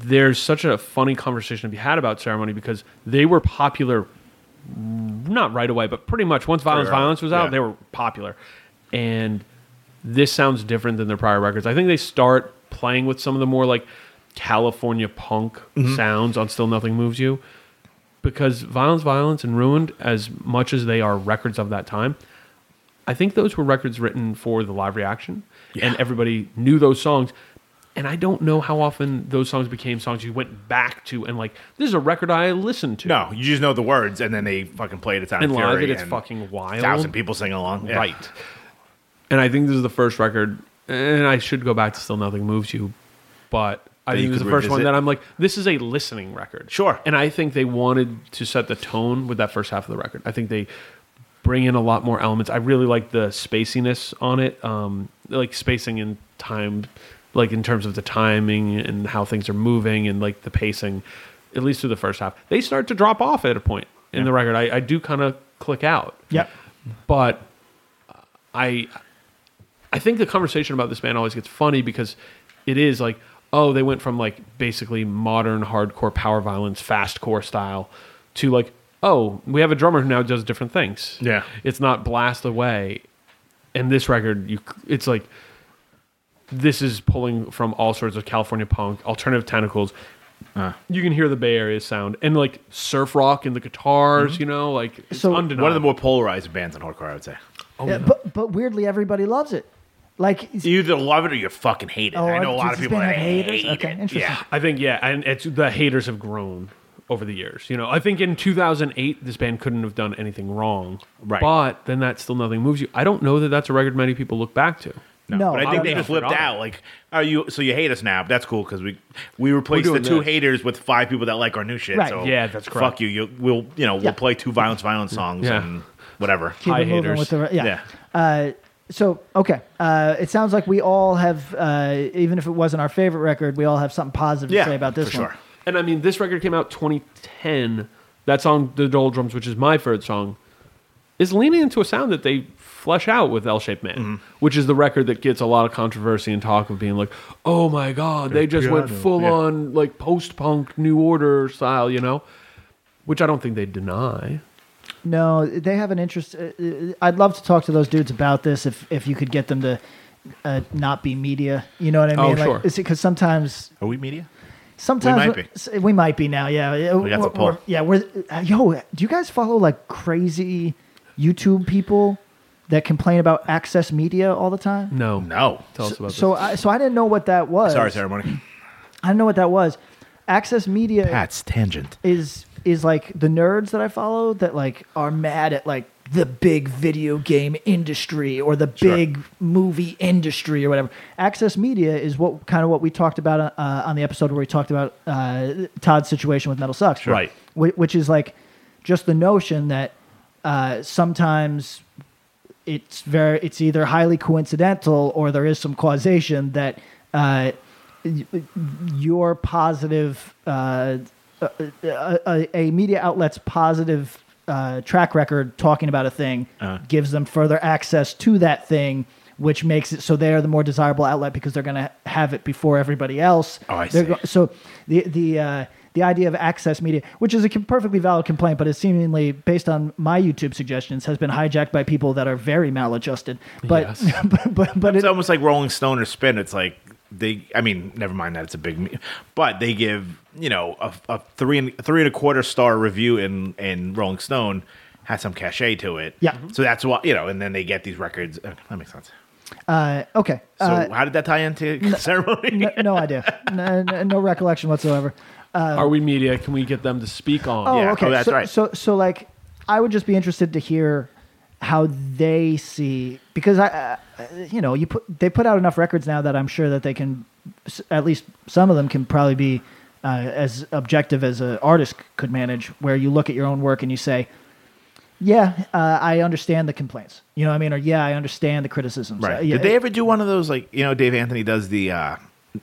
there's such a funny conversation to be had about ceremony because they were popular not right away, but pretty much once Violence
Pretty early,
Violence was out,
yeah.
they were popular. And this sounds different than their prior records. I think they start playing with some of the more like California punk sounds on Still Nothing Moves You because Violence Violence and Ruined, as much as they are records of that time, I think those were records written for the live reaction, and everybody knew those songs. And I don't know how often those songs became songs you went back to and like, this is a record I listened to.
No, you just know the words, and then they fucking play it at Town
And
of
live
Fury
it, it's
and
fucking wild.
Thousand people singing along, Yeah.
Right. And I think this is the first record, and I should go back to Still Nothing Moves You, but I
That
think
you
it was the
could
first one
revisit?
that I'm like, this is a listening record.
Sure.
And I think they wanted to set the tone with that first half of the record. I think they bring in a lot more elements. I really like the spaciness on it, um, like spacing in time, like in terms of the timing and how things are moving and like the pacing, at least through the first half. They start to drop off at a point in the record. I, I do kind of click out
Yep.
but I I think the conversation about this band always gets funny because it is like oh they went from like basically modern hardcore power violence fastcore style to like oh we have a drummer who now does different things
Yeah.
it's not blast away and this record you c- it's like this is pulling from all sorts of California punk alternative tentacles.
Uh.
you can hear the Bay Area sound and like surf rock and the guitars, you know, like it's
So- One of
undeniable.
Mm-hmm. One of the more polarized bands in hardcore, I would say.
Oh,
Yeah, but but weirdly, everybody loves it. Like
You either love it or you fucking hate it.
Oh,
I know a lot
does
of
this
people
band
that
have haters?
hate
Okay,
it.
interesting.
Yeah.
I think yeah, and it's the haters have grown over the years. You know, I think in 2008 this band couldn't have done anything wrong.
Right.
But then that still nothing moves you. I don't know that that's a record many people look back to.
no,
but I think they
no.
flipped out. Like, are you? So you hate us now? but That's cool because we we replaced the
We're doing
two
this.
haters with five people that like our new shit.
Right.
So
Yeah, that's correct.
Fuck you. You we'll you know
Yeah.
we'll play two violence violence songs
Yeah.
and whatever.
keep
Hi,
it moving
haters.
with the re- yeah.
Yeah.
Uh, so okay, uh, it sounds like we all have, uh, even if it wasn't our favorite record, we all have something positive
Yeah,
to say about this
for
one.
sure.
And I mean, this record came out 2010. That song, The Doldrums, which is my favorite song, is leaning into a sound that they flesh out with L Shaped Man, which is the record that gets a lot of controversy and talk of being like, oh my God, they just went full on like post punk New Order style, you know? Which I don't think they deny.
No, they have an interest. Uh, uh, I'd love to talk to those dudes about this if if you could get them to uh, not be media. You know what I
Oh,
mean? like,
sure.
Is it because sometimes
Are we media?
sometimes
might be.
s- we might be now. Yeah, yeah,
We got the poll.
yeah, we're uh, yo. Do you guys follow like crazy YouTube people that complain about access media all the time?
No.
No.
Tell us about
So
this.
I so I didn't know what that was.
Sorry, ceremony.
I didn't know what that was. Access media
Pat's tangent.
is is like the nerds that I follow that like are mad at like the big video game industry or the
Sure.
big movie industry or whatever. Access media is what kind of what we talked about uh, on the episode where we talked about uh, Todd's situation with Metal Sucks,
Sure. Right.
Wh- Which is like just the notion that uh, sometimes it's very it's either highly coincidental or there is some causation that uh, y- y- your positive uh, a, a, a media outlet's positive uh, track record talking about a thing
Uh-huh.
gives them further access to that thing which makes it so they are the more desirable outlet because they're going to have it before everybody else
Oh, I
They're
see.
go- so the the uh, the idea of access media, which is a com- perfectly valid complaint, but is seemingly based on my YouTube suggestions, has been hijacked by people that are very maladjusted. But
Yes.
(laughs) but but, but it,
It's almost like Rolling Stone or Spin. It's like they. I mean, never mind that it's a big, me- but they give you know a, a three and three and a quarter star review in in Rolling Stone has some cachet to it. Mm-hmm.
Yeah. Mhm.
So that's why you know, and then they get these records. Okay, that makes sense.
uh, okay.
So
uh,
how did that tie into (laughs) ceremony?
no, no idea. No, no, no recollection whatsoever.
Are we media? Can we get them to speak on?
Oh,
Yeah,
okay.
oh, that's
so,
right.
So, so like, I would just be interested to hear how they see because I, uh, you know, you put they put out enough records now that I'm sure that they can, s- at least some of them can probably be uh, as objective as an artist c- could manage, where you look at your own work and you say. Yeah, uh, I understand the complaints. You know what I mean? Or yeah, I understand the criticisms.
Right.
Uh, yeah,
Did they ever do one of those like you know Dave Anthony does the uh,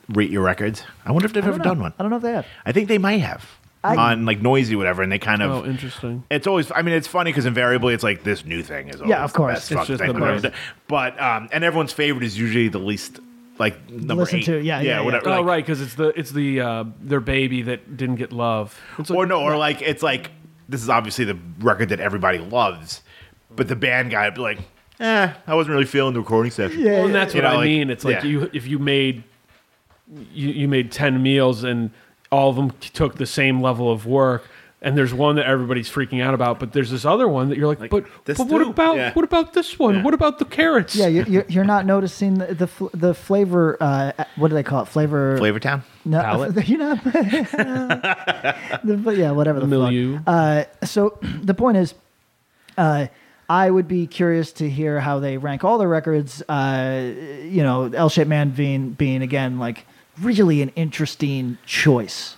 rate your records? I wonder if they've
I don't
ever
know.
done one.
I don't know if they have.
I think they might have on like noisy whatever, and they kind of.
Oh, interesting.
It's always. I mean, it's funny because invariably it's like this new thing is. Always
of course.
The best
It's
fucking
just
thing
the
I've ever
best.
done. But um, and everyone's favorite is usually the least like number
Listen
eight.
to, yeah, yeah, yeah.
whatever.
oh
like-
right, because it's the it's the uh, their baby that didn't get love. It's like-
or no, or like it's like this is obviously the record that everybody loves, but the band guy would be like, eh, I wasn't really feeling the recording session.
Yeah.
Well, and that's
You
what
know,
I
like-
mean. It's like
yeah.
you if you made you, you made ten meals and all of them took the same level of work. And there's one that everybody's freaking out about, but there's this other one that you're like,
Like,
but,
this
but what
too?
about
Yeah.
what about this one?
Yeah.
What about the carrots?
Yeah, you're, you're, you're not noticing the the, fl- the flavor. Uh, what do they call it? Flavor.
Flavor Town.
No, (laughs)
palate?
you're not. The- but yeah, whatever the
Milieu.
fuck. Uh, so (clears throat) the point is, uh, I would be curious to hear how they rank all the records. Uh, you know, L Shaped Man being being again like really an interesting choice.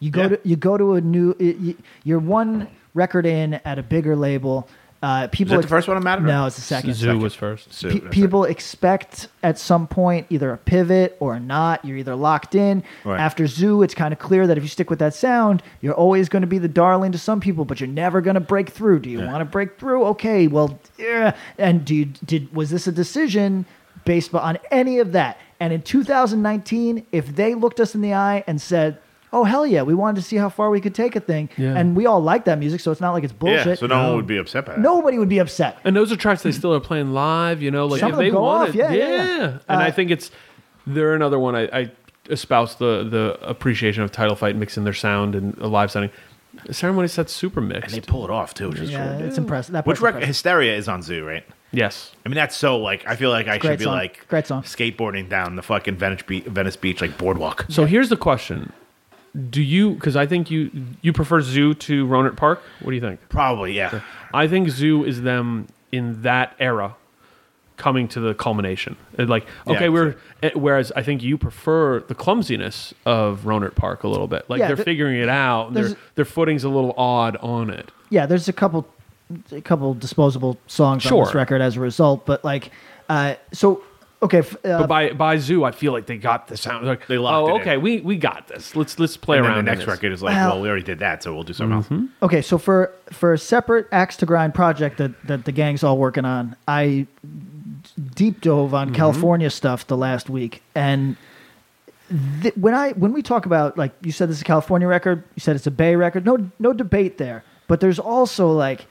You go
Yeah.
to you go to a new. y- y- You're one record in at a bigger label. Uh, people
that the first one I'm at, or-
No, it's the second.
Zoo was first.
So,
Pe-
that's right.
people expect at some point either a pivot or not. You're either locked in.
Right.
After Zoo, it's kind of clear that if you stick with that sound, you're always going to be the darling to some people, but you're never going to break through. Do you want to break through? Okay, well, yeah. and do you, did was this a decision based on any of that? And in 2019, if they looked us in the eye and said, "Oh hell yeah, we wanted to see how far we could take a thing,"
Yeah.
and we all like that music, so it's not like it's bullshit.
Yeah, so no, one would be upset by that.
Nobody would be upset.
And those are tracks they still are playing live, you know, like
Some
if
of them
they
go
want
off,
it.
yeah, yeah, yeah.
And
Uh,
I think it's they're another one I, I espouse the the appreciation of Title Fight mixing their sound and a live sounding. Ceremony sets super mixed.
and they pull it off too, which is
Yeah,
cool.
it's impressive. That
Which
part's
record?
impressive.
Hysteria is on Zoo, right?
yes.
I mean, that's so like I feel like I
great
should be
song.
like
Great song.
skateboarding down the fucking Venice Beach, Venice Beach like boardwalk.
So here's the question. Do you cuz I think you you prefer Zoo to Ronert Park? What do you think?
Probably, yeah.
I think Zoo is them in that era coming to the culmination. And Like,
Yeah,
okay, we're eh, whereas I think you prefer the clumsiness of Ronert Park a little bit. Like
Yeah,
they're
th-
figuring it out. and Their
there's-
their footing's a little odd on it.
yeah, there's a couple, a couple disposable songs on this
Sure.
record as a result. But like, uh, so okay, f- uh,
But by by Zoo, I feel like they got the sound. Like,
They locked
oh,
it in.
okay, we we got this. Let's let's play
And then
around.
the
in
next
this.
record is like,
Well- Mm-hmm.
well, we already did that, so we'll do something (laughs) else.
okay, so for for a separate axe to grind project that that the gang's all working on, I d- deep dove on California stuff the last week, and th- when I when we talk about like you said this is a California record, you said it's a Bay record. No no debate there. But there's also like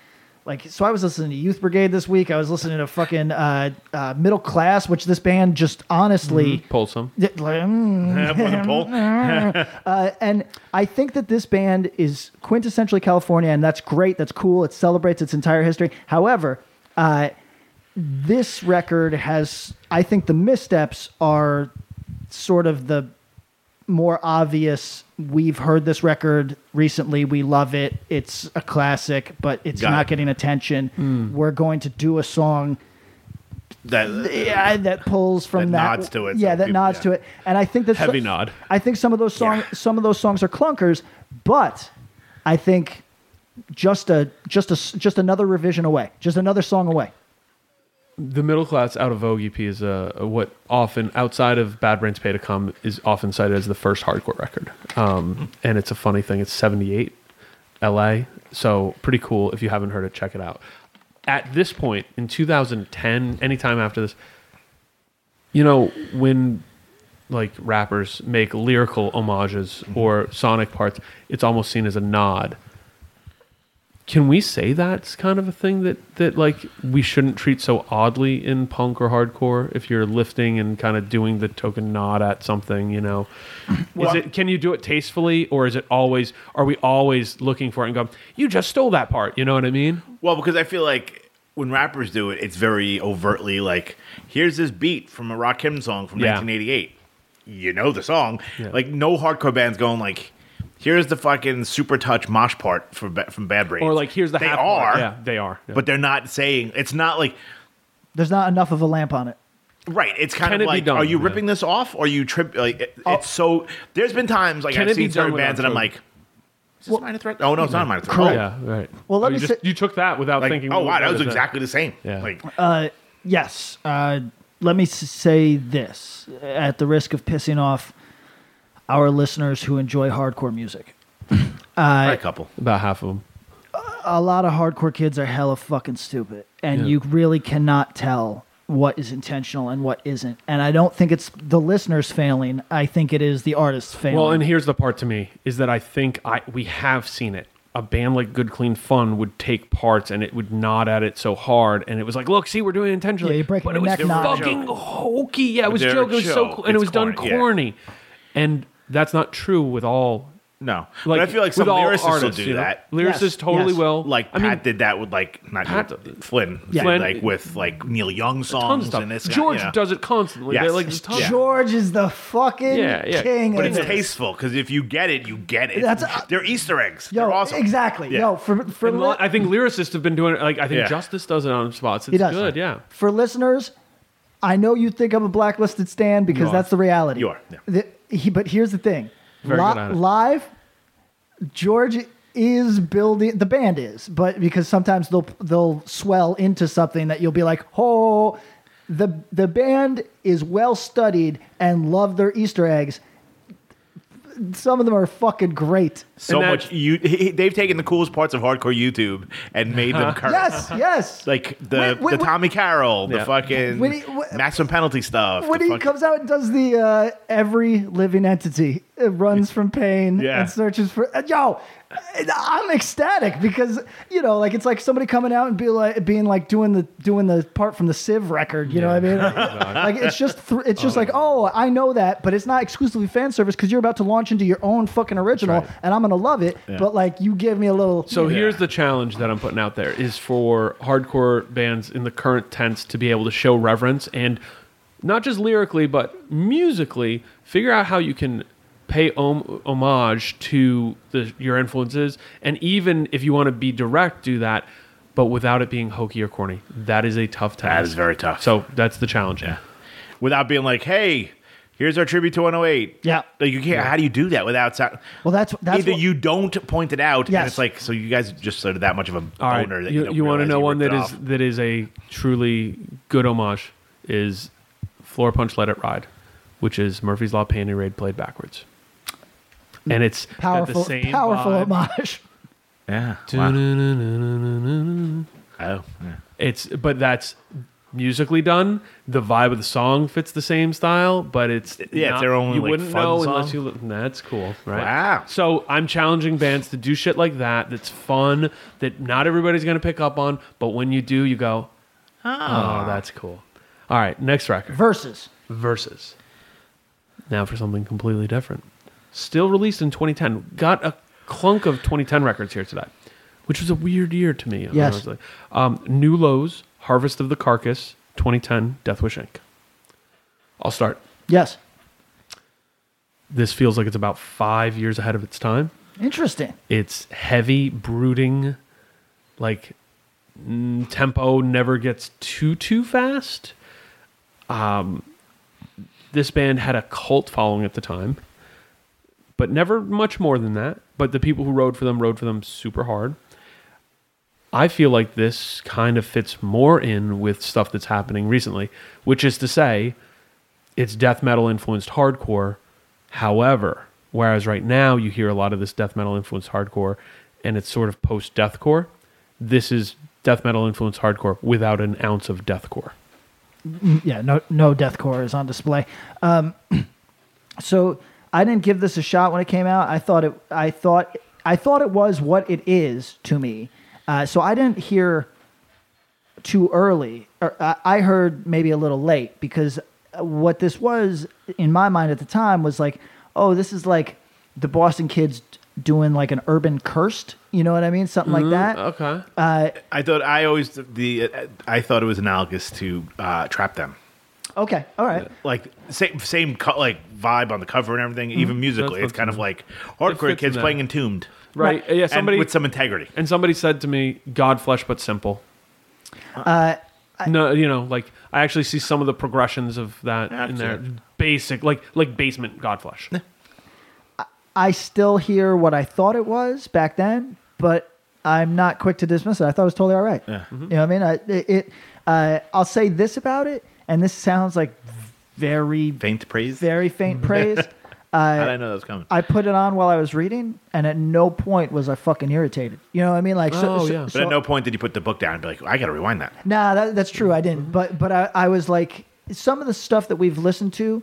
like so I was listening to Youth Brigade this week. I was listening to fucking uh, uh, Middle Class, which this band just honestly
Pull some.
Yeah, like, mm.
Yeah, with a pole.
Uh, and I think that this band is quintessentially California, and that's great. That's cool. It celebrates its entire history. However, uh, this record has, I think, the missteps are sort of the more obvious. We've heard this record recently. We love it. It's a classic, but it's
Got
not
it. Hmm.
getting attention. We're going to do a song
That
(laughs) yeah, that pulls from
That
that,
nods to it,
Yeah,
so
that
people-
nods
yeah.
to it, and I think that's
Heavy nod.
I think some of those song
Yeah.
some of those songs are clunkers, but I think just a just a s- just another revision away, just another song away.
The middle class out of Vogue EP is uh, what often outside of Bad Brains Pay to Come is often cited as the first hardcore record. Um, and it's a funny thing. It's 78 LA. So pretty cool. If you haven't heard it, check it out. At this point in 2010, anytime after this, you know, when like rappers make lyrical homages or sonic parts, it's almost seen as a nod. Can we say that's kind of a thing that that like we shouldn't treat so oddly in punk or hardcore if you're lifting and kind of doing the token nod at something, you
(clears throat)
know?
Well-
is it can you do it tastefully or is it always are we always looking for it and go, You just stole that part, you know what I mean?
Well, because I feel like when rappers do it, it's very overtly like, here's this beat from a rock hymn song from
Yeah.
1988. You know the song.
Yeah.
Like, no hardcore band's going like, here's the fucking super touch mosh part for, Ba- from Bad Brains.
Or like here's the
They
half
are,
part. Yeah, they are. Yeah.
but they're not saying, it's not like,
There's not enough of a lamp on it.
Right, it's kind
Can
of
it be
like,
done?
are you
Yeah. Oh.
ripping this off? Or are you trip? Like, it- it's so. There's been times like
Can
I've
it be
seen certain
done without
bands and I'm
drugs?
like, is this minor threat? Oh no, it's not a minor threat.
Correct.
Oh,
Yeah, right.
Well, let
Oh,
me
you, just,
say-
you took that without
Like,
thinking.
oh
what
wow, that was
other thing.
exactly the same.
Yeah.
Like,
Uh, yes, uh, let me s- say this at the risk of pissing off our listeners who enjoy hardcore music.
right, couple.
about half of them.
a lot of hardcore kids are hella fucking stupid, and
Yeah.
you really cannot tell what is intentional and what isn't. And I don't think it's the listeners failing. I think it is the artists failing.
Well, and here's the part to me is that I think I we have seen it. A band like Good Clean Fun would take parts and it would nod at it so hard, and it was like, "Look, see, we're doing it intentionally."
Yeah, you're breaking
but
the
it was
neck nod.
fucking hokey. Yeah, it was
They were
joking. It was so,
joke.
cl- and it
It's
was done
corny, yeah.
corny, and that's not true with all.
No,
Like,
but I feel like some
with all
lyricists
artists,
will do
you know?
that.
Lyricists
Yes,
totally
yes.
will.
Like
I
Pat
mean,
did that with like not
Pat-
Pat, Flynn,
Yeah.
Flynn-
like with like Neil Young
tons
songs
of stuff.
and this. guy,
George
you know.
does it constantly.
Yes.
They're like, tons-
Yeah.
George is the fucking
Yeah, yeah.
king.
But
of
it's
this.
tasteful because if you get it, you get it.
That's- uh,
They're Easter eggs.
Yo,
They're awesome.
exactly.
Yeah.
Yo, for for
And
li-
li- I think lyricists have been doing it. Like I think
Yeah.
Justice does it on spots. It's
He does.
good. Yeah.
for listeners, I know you think I'm a blacklisted stand because
are.
that's the reality.
You are, yeah.
The- he, but here's the thing:
Very
Li-
good at it.
live, George is building the band is, but because sometimes they'll they'll swell into something that you'll be like, oh, the the band is well studied and love their Easter eggs. Some of them are fucking great.
So
And that-
much you. He, he- they've taken the coolest parts of hardcore YouTube and made
Uh-huh.
them current.
Yes, yes.
Like the
Wait, wait,
the
wait.
Tommy Carroll, the
Yeah.
fucking
When he- wh-
maximum penalty stuff.
when
the
he
fucking-
comes out and does the uh, every living entity it runs from pain
Yeah.
and searches for uh, yo i'm ecstatic because you know like it's like somebody coming out and be like being like doing the doing the part from the civ record you know what i mean like it's just th- it's just like oh i know that but it's not exclusively fan service because you're about to launch into your own fucking original
right.
and i'm gonna love it but like you give me a little
So
Yeah.
here's the challenge that I'm putting out there is for hardcore bands in the current tense to be able to show reverence and not just lyrically but musically figure out how you can pay om- homage to the, your influences and even if you want to be direct do that but without it being hokey or corny. That is a tough task.
is very tough.
So that's the challenge. Yeah.
without being like, hey, here's our tribute to 108.
Yeah.
Like you can't. How do you do that without? Sound-
well that's that's
Either
what-
you don't point it out, and
Yes.
it's like so you guys just sort of that much of a
All right.
boner that
you,
don't
you want to
realize
know
you
one that
ripped it
is
off.
that is a truly good homage is floor punch let it ride, which is Murphy's Law Panty Raid played backwards, and it's got
powerful
the same
powerful
vibe.
homage
yeah. wow.
Du-nu-nu-nu-nu-nu-nu.
Oh, yeah.
It's but that's musically done. The vibe of the song fits the same style, but it's
Yeah, it's
not-
their own,
You
like,
wouldn't
fun
know
song.
unless you. li- That's cool, right?
Wow.
So I'm challenging bands to do shit like that. That's fun. That not everybody's gonna pick up on, but when you do, you go, oh, that's cool. All right, next record
versus
versus. Now for something completely different. Still released in 2010. Got a clunk of 2010 records here today, which was a weird year to me.
Yes.
honestly. Um, New Lows, Harvest of the Carcass, 2010, Death Wish Inc. I'll start.
yes
This feels like it's about five years ahead of its time.
interesting
It's heavy, brooding, like mm, tempo never gets too too fast. Um, this band had a cult following at the time, but never much more than that. But the people who rode for them rode for them super hard. I feel like this kind of fits more in with stuff that's happening recently, which is to say, it's death metal influenced hardcore. However, whereas right now you hear a lot of this death metal influenced hardcore and it's sort of post deathcore, this is death metal influenced hardcore without an ounce of deathcore.
yeah, no, no deathcore is on display. Um, (clears throat) so I didn't give this a shot when it came out. I thought it, I thought, I thought it was what it is to me. Uh, so I didn't hear too early. Or I I heard maybe a little late because uh, what this was in my mind at the time was like, oh, this is like the Boston kids doing like an urban cursed. You know what I mean? Something like that.
Okay.
Uh,
I thought I always the uh, I thought it was analogous to uh, Trap Them.
okay, all right.
like same same co- like vibe on the cover and everything, even musically.
Mm-hmm. That's
It's kind of like
what's- It
hardcore
fits
kids
in
playing
there.
entombed,
Right. Yeah,
and
somebody and,
with some integrity.
somebody said to me, God flesh but simple.
Uh,
no, you know, like I actually see some of the progressions of that in there.
Absolutely.
Basic like like basement
(laughs)
God flesh.
I still hear what I thought it was back then, but I'm not quick to dismiss it. I thought it was totally all right.
Mm-hmm.
You know what I mean? I, it. it, Uh, I'll say this about it, and this sounds like very,
Faint praise.
(laughs)
very faint praise. Uh,
How did I know that was coming?
Uh,
I put it on while I was reading, and at no point was I fucking irritated. You know what I mean? Like, so,
Oh,
so-
yeah.
but
so-
at no point did you put the book down and be like, I got to rewind that.
Nah, that, that's true. I
Mm-hmm.
didn't. But but I, I was like, some of the stuff that we've listened to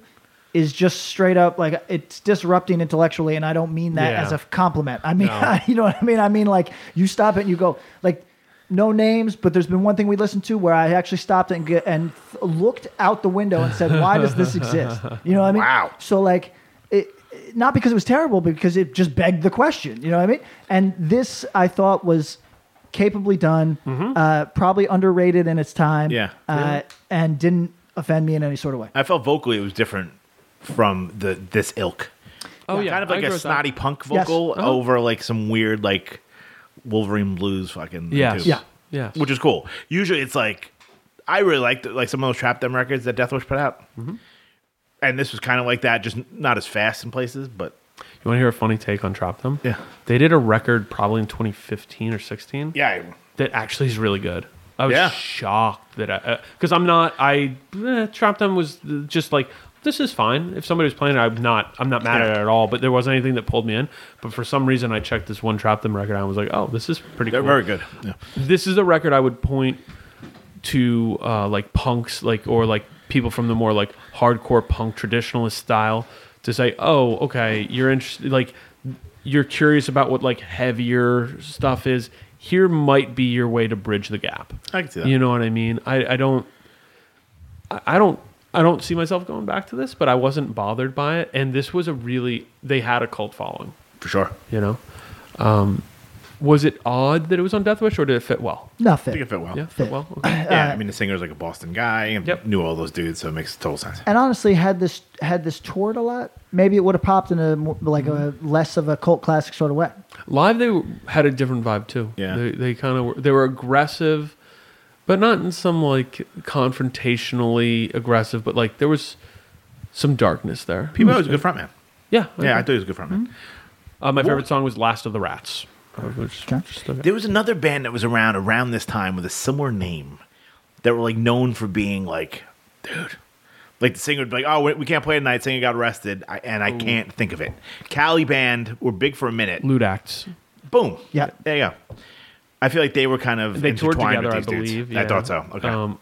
is just straight up like it's disrupting intellectually, and I don't mean that
Yeah.
as a compliment. I mean,
No.
(laughs) you know what I mean. I mean like you stop it and you go like. No names, but there's been one thing we listened to where I actually stopped and get, and th- looked out the window and said, "Why does this exist?" You know what I mean?
Wow.
So like, it, it- not because it was terrible, but because it just begged the question. You know what I mean? And this I thought was capably done,
Mm-hmm.
uh, probably underrated in its time.
Yeah.
Uh, and didn't offend me in any sort of way.
I felt vocally it was different from the this ilk.
Oh, yeah.
kind of
I
like
agree
a
with that. Uh-huh.
snotty punk
Yes.
vocal over like some weird like Wolverine blues fucking
Yes.
tubes.
Yeah. Yes.
which is cool. Usually it's like I really liked like some of those Trap Them records that Deathwish put out, and this was kind of like that, just not as fast in places, but
You want to hear a funny take on Drop Them?
Yeah.
They did a record probably in 2015 or 16
yeah, I-
that actually is really good. I was
Yeah.
shocked that I, because I'm not, I, eh, Drop Them was just like, this is fine. If somebody was playing it, I'm not, I'm not mad at it at all, but there wasn't anything that pulled me in. But for some reason, I checked this one Drop Them record and I was like, oh, this is pretty
they're
cool.
very good. Yeah.
This is a record I would point to uh, like punks like or like people from the more like hardcore punk traditionalist style to say oh okay you're interested like you're curious about what like heavier stuff is here might be your way to bridge the gap
I can see that.
you know what i mean i, I don't I, I don't i don't see myself going back to this but i wasn't bothered by it and this was a really they had a cult following
for sure.
you know um, was it odd that it was on death wish or did it fit well
I think
Nothing.
it fit well.
yeah
Yeah,
fit well okay.
I mean the singer's like a Boston guy and
Yep.
knew all those dudes, so it makes total sense.
And honestly, had this had this toured a lot, maybe it would have popped in a more, like a
Mm-hmm.
less of a cult classic sort of way.
Live, they had a different vibe too.
Yeah.
they, they kind of were, they were aggressive, but not in some like confrontationally aggressive. But like there was some darkness there.
People was a good frontman.
Yeah,
Yeah, I
agree.
thought he was a good Hmm? frontman.
uh, my favorite song was "Last of the Rats." Uh, which-
Okay.
just, okay.
There was another band that was around around this time with a similar name that were like known for being like, dude, like the singer would be like, oh, we- we can't play tonight. Singer got arrested, I, and I can't think of it. Cali band were big for a minute.
Lewd Acts.
Boom.
Yeah.
There you go. I feel like they were kind of
They toured
intertwined
together, I
with these dudes.
believe.
I
yeah.
thought so. Okay.
Um,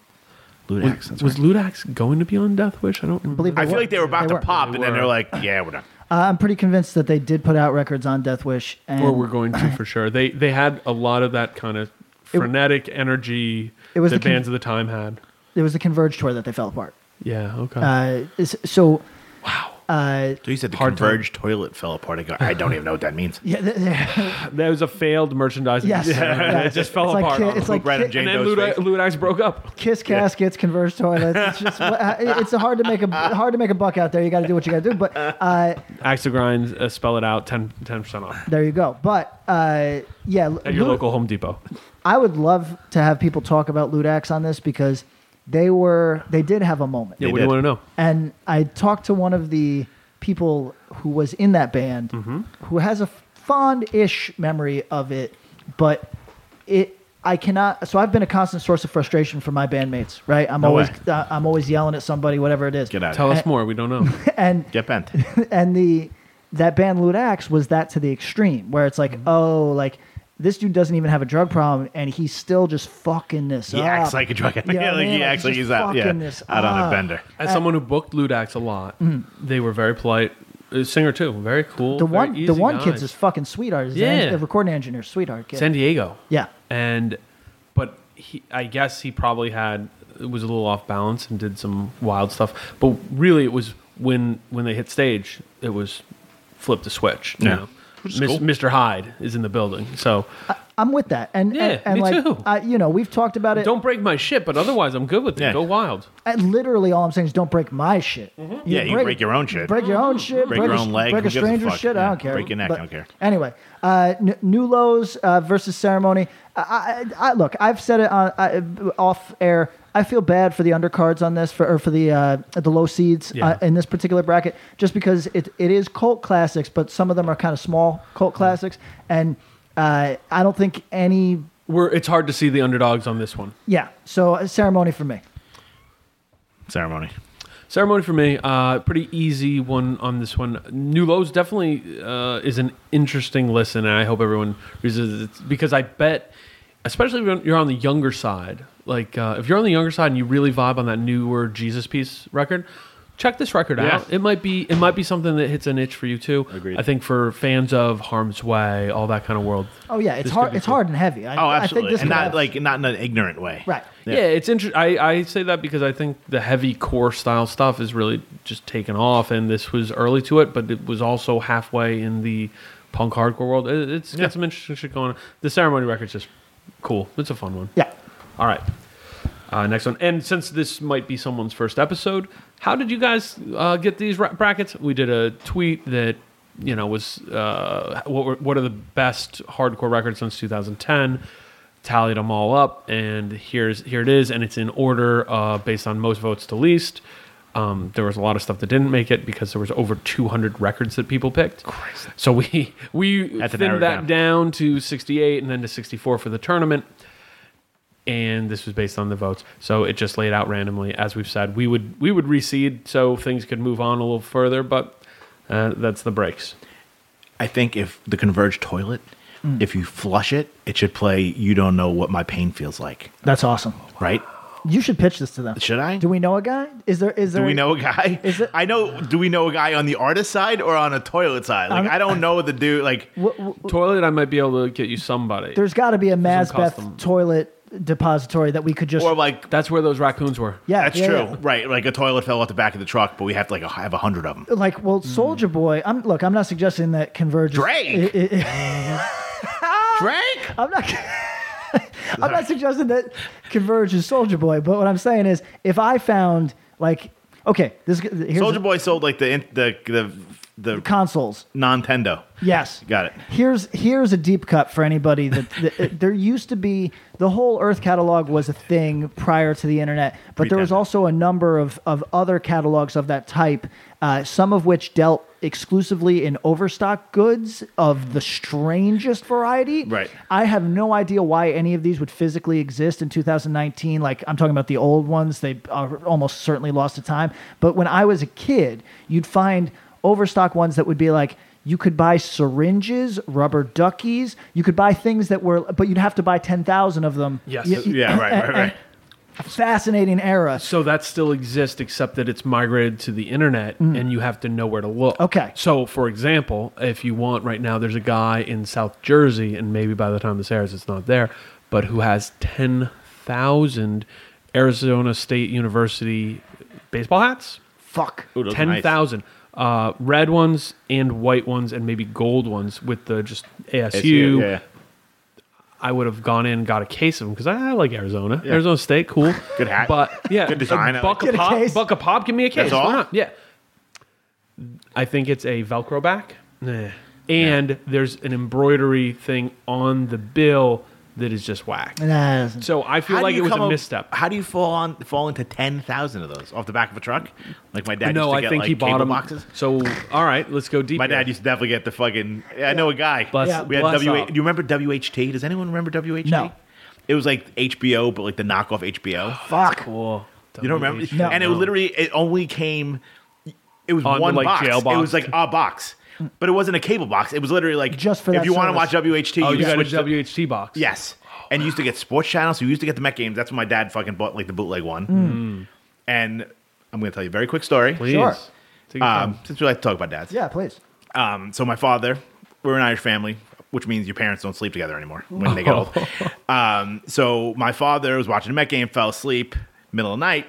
Ludax. that's
was
right.
Ludax going to be on Death Wish? I don't remember.
believe
I
They
feel
were-
like they were about
they
to
were.
pop, and then
were.
they're like, yeah, we're done.
Uh, I'm pretty convinced that they did put out records on Death Wish, and
or we're going to for sure. They they had a lot of that kind of frenetic energy
It was the
that
con-
bands of the time had.
it was the Converge tour that they fell apart.
Yeah. Okay.
Uh, is- so
wow.
uh,
So you said the
Hard time.
converged toilet fell apart. I go, I don't even know what that means.
yeah, th- th-
That was a failed
(laughs)
merchandising.
yes,
Yeah, it just fell
it's
apart.
Like, ki- it's like
Brad
ki-
and Jane
and then
Doe's
Luda,
face.
Ludax broke up.
kiss caskets, converge toilets. It's just
(laughs)
uh, it's hard to make a hard to make a buck out there. You got to do what you got to do. But uh,
Axe grind, uh, spell it out, 10 percent off
there you go. But uh, yeah,
at your
Lu-
local Home Depot.
I would love to have people talk about Ludax on this because they were they did have a moment.
Yeah,
They
what do you
did.
want to know?
And I talked to one of the people who was in that band
Mm-hmm.
who has a fond ish memory of it, but it. I cannot. So I've been a constant source of frustration for my bandmates. Right, I'm
No
always
way.
uh, I'm always yelling at somebody, whatever it is.
Get out.
Tell
of
Uh,
us more. We don't know.
(laughs) And
here. Get
(laughs)
bent.
and the that band Ludax was that to the extreme, where it's like,
Mm-hmm.
oh, like this dude doesn't even have a drug problem, and he's still just fucking this
He
up.
acts like a drug addict.
You know
Yeah,
what I
(laughs) like
mean?
he
Like,
acts like
just
he's out, yeah,
fucking this
out on
up.
a bender.
As someone who booked Ludax a lot, they were very polite. Uh, singer too, very cool.
Mm. the
very
one, the
easy
one
guy.
kid's this fucking sweetheart. He's
Yeah.
yeah, a recording engineer, sweetheart kid.
San Diego.
yeah,
and but he i guess he probably had was a little off balance and did some wild stuff but really it was when when they hit stage it was flip the switch you
Yeah.
know?
Which is
Mis-
cool.
mr hyde is in the building so
I'm with that. And
Yeah,
and, and
me
like,
too.
I, you know, we've talked about it.
don't break my shit but otherwise i'm good with it
Yeah.
go wild
and literally, all I'm saying is, don't break my shit.
Mm-hmm.
Yeah, you break your own shit.
Break your own shit.
Break your
a-
own leg.
Break
Who
a
gives a
stranger's
fuck?
shit. I
Yeah,
don't care.
break your neck, I
But
don't care.
Anyway, uh, N- New Lows uh, versus Ceremony. I, I, I, look, I've said it on I, off air. I feel bad for the undercards on this, for or for the uh, the low seeds
Yeah.
uh, in this particular bracket, just because it, it is cult classics, but some of them are kind of small cult classics, and uh, I don't think any.
we're it's hard to see the underdogs on this one
Yeah, so uh, ceremony for me.
Ceremony.
Ceremony for me, uh, pretty easy one on this one. New Lows definitely uh, is an interesting listen, and I hope everyone reads it because I bet, especially when you're on the younger side, like uh, if you're on the younger side and you really vibe on that newer Jesus piece record, check this record
Yeah.
out. It might be it might be something that hits a niche for you too.
Agreed.
I think for fans of Harm's Way, all that kind of world.
Oh yeah, it's
This could
hard.
be
It's
cool.
hard and heavy. I,
Oh,
I
absolutely,
think this
and
could
not
have-
like not in an ignorant way.
right.
Yeah,
Yeah.
it's interesting. I say that because I think the heavy core style stuff is really just taken off, and this was early to it, but it was also halfway in the punk hardcore world. It, has got
Yeah.
some interesting shit going on. The ceremony record's just cool. It's a fun one.
Yeah.
All right. Uh, next one. And since this might be someone's first episode, how did you guys uh, get these ra- brackets? We did a tweet that you know was uh, what were, what are the best hardcore records since 2010. Tallied them all up, and here's here it is, and it's in order uh, based on most votes to least. Um, there was a lot of stuff that didn't make it because there was over 200 records that people picked. So we we
Had to narrow
thinned
it
that
down.
down to 68 and then to 64 for the tournament and this was based on the votes. So it just laid out randomly, as we've said. We would we would reseed so things could move on a little further, but uh, that's the breaks.
I think if the converged toilet,
Mm.
if you flush it, it should play. You don't know what my pain feels like,
That's awesome.
right?
You should pitch this to them.
Should I?
Do we know a guy? Is there? Is there?
Do we know a guy?
Is it-
I know. Do we know a guy on the artist side or on a toilet side? Like
I'm-
I'm, I do not know the dude. Like
What, what,
Toilet, I might be able to get you somebody.
there's got to be a
Doesn't cost them.
Mazbeth toilet depository that we could just.
or like
that's where those raccoons were.
yeah,
that's
yeah,
true,
yeah.
right? Like a toilet fell off the back of the truck, but we have to like have a hundred of them.
Like, well,
Hmm.
Soldier Boy. I'm look. I'm not suggesting that Converge. is-
Drake!
i- i- Ah!
Drake.
(laughs) I'm not. (laughs) I'm not suggesting that Converge is Soldier Boy, but what I'm saying is, if I found like, okay, this here's
Soldier Boy sold like the in- the the the
consoles.
Nintendo.
Yes,
Got it.
Here's here's a deep cut for anybody that, that there used to be the whole Earth catalog was a thing prior to the internet, but there was
Pre-internet.
also a number of of other catalogs of that type, uh, some of which dealt exclusively in overstock goods of the strangest variety.
Right.
I have no idea why any of these would physically exist in 2019. Like I'm talking about the old ones, they are almost certainly lost to time. But when I was a kid, you'd find overstock ones that would be like you could buy syringes, rubber duckies. You could buy things that were, but you'd have to buy 10,000 of them.
Yes.
Y- y-
Yeah, right, right, right.
Fascinating era.
So that still exists, except that it's migrated to the internet, and you have to know where to look.
Mm. Okay.
So, for example, if you want right now, there's a guy in South Jersey, and maybe by the time this airs, it's not there, but who has ten thousand Arizona State University baseball hats.
Fuck.
Ooh, those are
Ten
nice.
thousand. Uh, red ones and white ones and maybe gold ones with the just ASU.
Yeah.
I would have gone in and got a case of them because I, I like Arizona. Arizona State, cool.
(laughs) Good hat.
But yeah,
Good design.
A buck a,
Get a
pop,
case.
buck a pop, give me a case.
That's all?
Why not? Yeah. I think it's a Velcro back. Nah. And there's an embroidery thing on the bill that is just whack.
Nah,
So I feel
How do
like
you
it was
come
a
up-
misstep.
How do you fall on fall into ten thousand of those off the back of a truck? Like my dad.
no,
used to
I
get,
think
like,
he bought
cable
them.
boxes.
So all right, let's go deep.
My
here.
dad used to definitely get the fucking. I know a guy.
Bless-
Yeah.
we had
bless
WH.
up.
Do you remember WHT? Does anyone remember WHT?
No.
It was like HBO, but like the knockoff
(gasps)
HBO.
fuck.
Cool.
You don't remember?
WH.
No.
And it literally, it only came. It was
On the,
one
like,
box.
jail box.
It was like a box, but it wasn't a cable box. It was literally like
Just for
If
that
you want to
service.
watch WHT,
Oh,
you,
you got a
switch to-
WHT box.
Yes. And you used to get sports channels. So you used to get the Met games. That's when my dad fucking bought like the bootleg one. And I'm going to tell you a very quick story.
Hmm. Please.
Sure.
Take your time.
Um, since we like to talk about dads.
Yeah, please.
Um, so my father, we're an Irish family, which means your parents don't sleep together anymore when they get
(laughs)
old.
Oh.
Um, so my father was watching a Met game, fell asleep, middle of the night.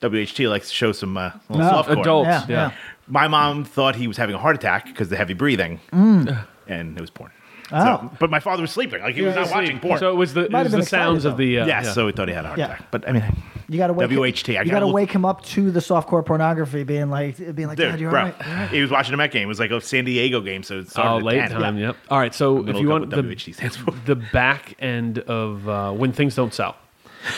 WHT likes to show some uh, little
No.
softcore.
Ah, Adult.
Yeah,
Yeah.
yeah.
My mom thought he was having a heart attack because the heavy breathing,
Mm.
and it was porn. So-
Oh.
but my father was sleeping; like he was not watching porn.
So it was the, it
Might have
was
been
the
excited,
sounds
though.
of the. Uh,
yes,
yeah.
so he thought he had a heart
Yeah.
attack. But I mean,
You gotta wake
WHT. I
you
gotta
gotta
look-
wake him up to the softcore pornography, being like, being like,
dude,
"Dad, you're
bro,
all right."
he was watching a Met game. It was like a San Diego game, so it started
Oh,
at
late
10.
time. Yep. All right. So if
gonna
you
look
want
up
the,
what WHT stands for.
the back end of uh, when things don't sell,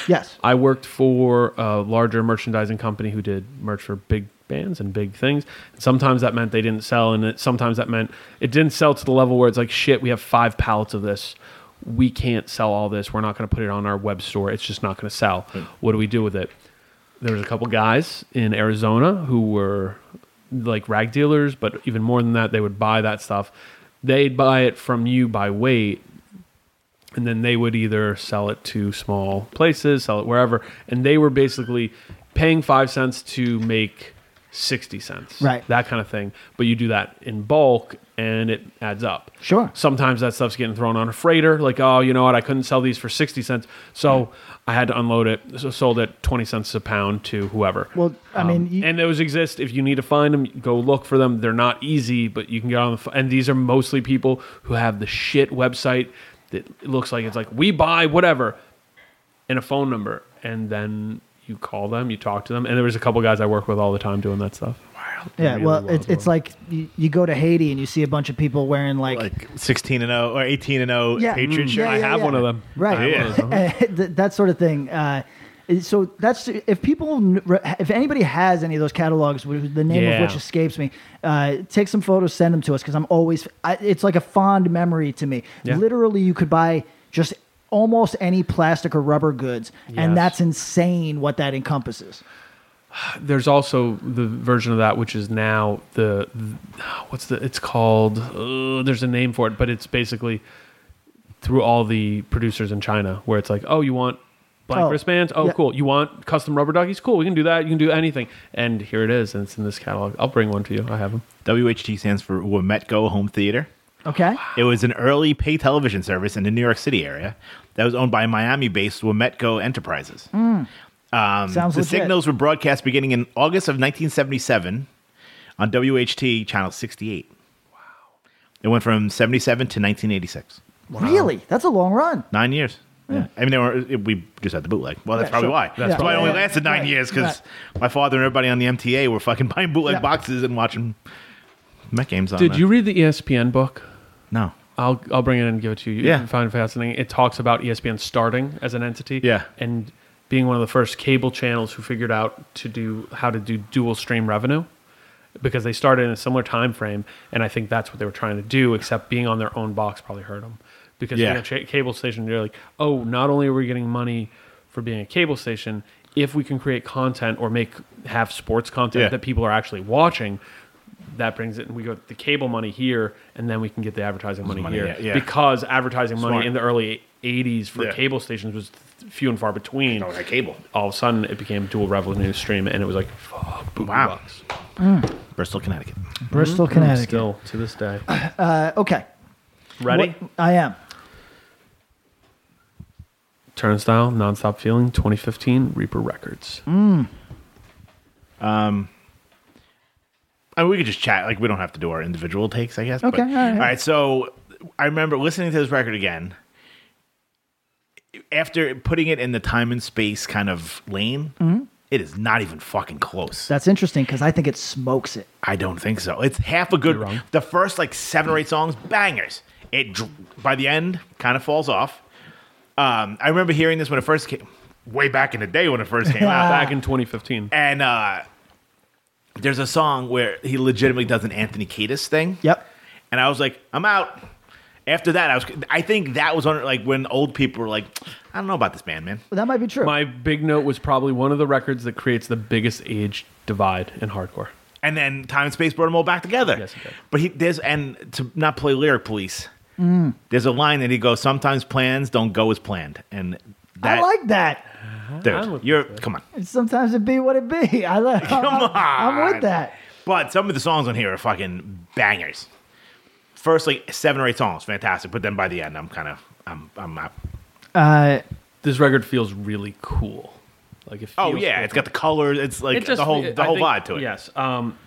Yes.
I worked for a larger merchandising company who did merch for big bands and big things. And sometimes that meant they didn't sell, and it, sometimes that meant it didn't sell to the level where it's like, shit, we have five pallets of this. We can't sell all this. We're not going to put it on our web store. It's just not going to sell. What do we do with it? there was a couple guys in Arizona who were like rag dealers, but even more than that, they would buy that stuff. They'd buy it from you by weight, and then they would either sell it to small places, sell it wherever, and they were basically paying five cents to make sixty cents,
Right.
That kind of thing. But you do that in bulk, and it adds up.
Sure.
Sometimes that stuff's getting thrown on a freighter, like oh, you know what, I couldn't sell these for sixty cents, so I had to unload it, so sold at twenty cents a pound to whoever.
Well, I mean, you-
Um, and those exist. If you need to find them, go look for them. They're not easy, but you can get on the. ph- And these are mostly people who have the shit website that it looks like it's like we buy whatever, and a phone number, and then you call them, you talk to them, and there was a couple guys I work with all the time doing that stuff.
Yeah,
Really
well,
wild
it's, it's
one.
like you, you go to Haiti and you see a bunch of people wearing like,
like 16 and 0 or 18 and 0
Yeah.
Patriot
Mm.
shirt.
Yeah,
I
yeah,
have
yeah.
one of them.
Right.
I have one of
(laughs)
them.
Th- that sort of thing. Uh, so that's if people, kn- if anybody has any of those catalogs, wh- the name
Yeah.
of which escapes me, uh, take some photos, send them to us because I'm always. I, it's like a fond memory to me.
Yeah.
Literally, you could buy just almost any plastic or rubber goods,
Yes.
and that's insane what that encompasses.
there's also the version of that which is now the, the- what's the it's called uh, there's a name for it but it's basically through all the producers in China where it's like oh you want blank
Oh,
wristbands oh
yeah.
cool you want custom rubber duckies cool we can do that you can do anything and here it is and it's in this catalog I'll bring one to you I have them
WHT stands for Wemetco Home Theater.
Okay.
It was an early pay television service in the New York City area that was owned by Miami based Wemetco Enterprises. Um,
Mm. Sounds
the
legit.
signals were broadcast beginning in August of 1977 on WHT Channel 68. Wow. It went from 77 to 1986.
Really, that's a long run.
Nine years. Yeah. I mean, they were, it- we just had the bootleg. Well, that's
Yeah,
probably
sure.
why.
That's
That's
probably-
why it only
yeah,
lasted nine
right,
years because my father and everybody on the MTA were fucking (laughs) buying bootleg
Yeah.
boxes and watching Met games on.
did
there.
you read the E ESPN book
No.
I'll I'll bring it in and give it to you. You
Yeah.
can find it fascinating. It talks about E ESPN starting as an entity.
Yeah.
And being one of the first cable channels who figured out to do how to do dual stream revenue because they started in a similar time frame and I think that's what they were trying to do except being on their own box probably hurt them because
Yeah.
being a cha- cable station they're like oh not only are we getting money for being a cable station if we can create content or make have sports content
Yeah.
that people are actually watching that brings it and we go the cable money here and then we can get the advertising money,
Money,
here
yeah, yeah.
because advertising
Smart.
money in the early 80s for
Yeah.
cable stations was few and far between
Oh, that cable.
all of a sudden it became dual revenue stream and it was like fuck, boo-boo
Wow.
bucks.
Bristol, Connecticut.
Bristol, Connecticut.
Mm-hmm. still to
(coughs)
this day
Uh, okay.
ready
What- I am.
turnstile nonstop feeling 2015 reaper records
Mm. I mean, we could just chat. Like, we don't have to do our individual takes, I guess.
Okay, all right.
all right. So I remember listening to this record again after putting it in the time and space kind of lane.
Mm-hmm.
it is not even fucking close.
That's interesting because I think it smokes it.
I don't think so. It's half a good.
You're wrong.
The first like seven or eight songs, bangers. It dr- by the end kind of falls off. Um, I remember hearing this when it first came, way back in the day when it first came
(laughs)
out.
back in 2015
And uh, there's a song where he legitimately does an Anthony Kiedis thing.
Yep.
And I was like, I'm out. After that, I was. I think that was on like when old people were like, I don't know about this band, man.
Well, that might be true.
my big note was probably one of the records that creates the biggest age divide in hardcore
and then time and space brought them all back together.
Yes, it did.
But he there's and to not play lyric police. There's a line that he goes, "Sometimes plans don't go as planned," and that
I like that.
I'm
dude,
with
you're
you.
come on.
Sometimes it be what it be. (laughs) I
(laughs)
like. Come I'm, I'm with that.
But some of the songs on here are fucking bangers. First, like seven or eight songs, fantastic. But then by the end, I'm kind of I'm I'm not.
Uh,
this record feels really cool like it
Oh
feels
yeah,
cool.
it's got the colors. It's like
It just-
the whole
it-
the
I
whole
think-
vibe to it.
Yes. Um,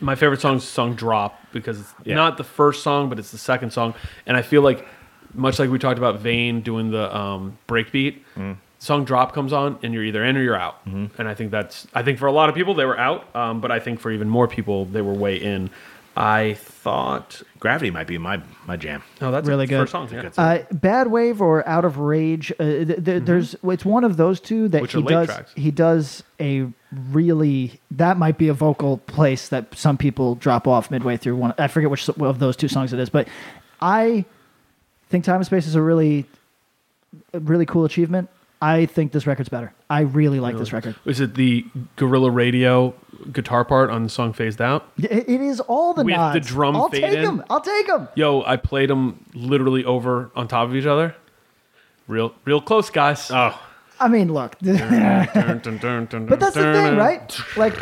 my favorite song is the song "Drop" because it's
Yeah.
not the first song, but it's the second song, and I feel like much like we talked about Vane doing the um, breakbeat,
Mm.
song "Drop" comes on, and you're either in or you're out.
Mm-hmm.
And I think that's I think for a lot of people they were out, um, but I think for even more people they were way in. I thought,
Gravity might be my my jam.
no, that's
Really
it.
good.
First song, yeah.
Good song.
uh, Bad Wave or Out of Rage. Uh, th- th- There's it's one of those two that
Mm-hmm. Which
he
are late
does.
tracks.
He does a really that might be a vocal place that some people drop off midway through one. I forget which of those two songs it is, but I think Time and Space is a really, a really cool achievement. I think this record's better. I really like this record.
Was it the Gorilla Radio guitar part on the song Phased Out?
Y- It it is all the
With the
nods.
drum
I'll
fade
take
in?
them. I'll take them.
Yo, I played them literally over on top of each other. Real, real close, guys.
Oh,
I mean, look, (laughs) but
but
that's the thing, right? Like,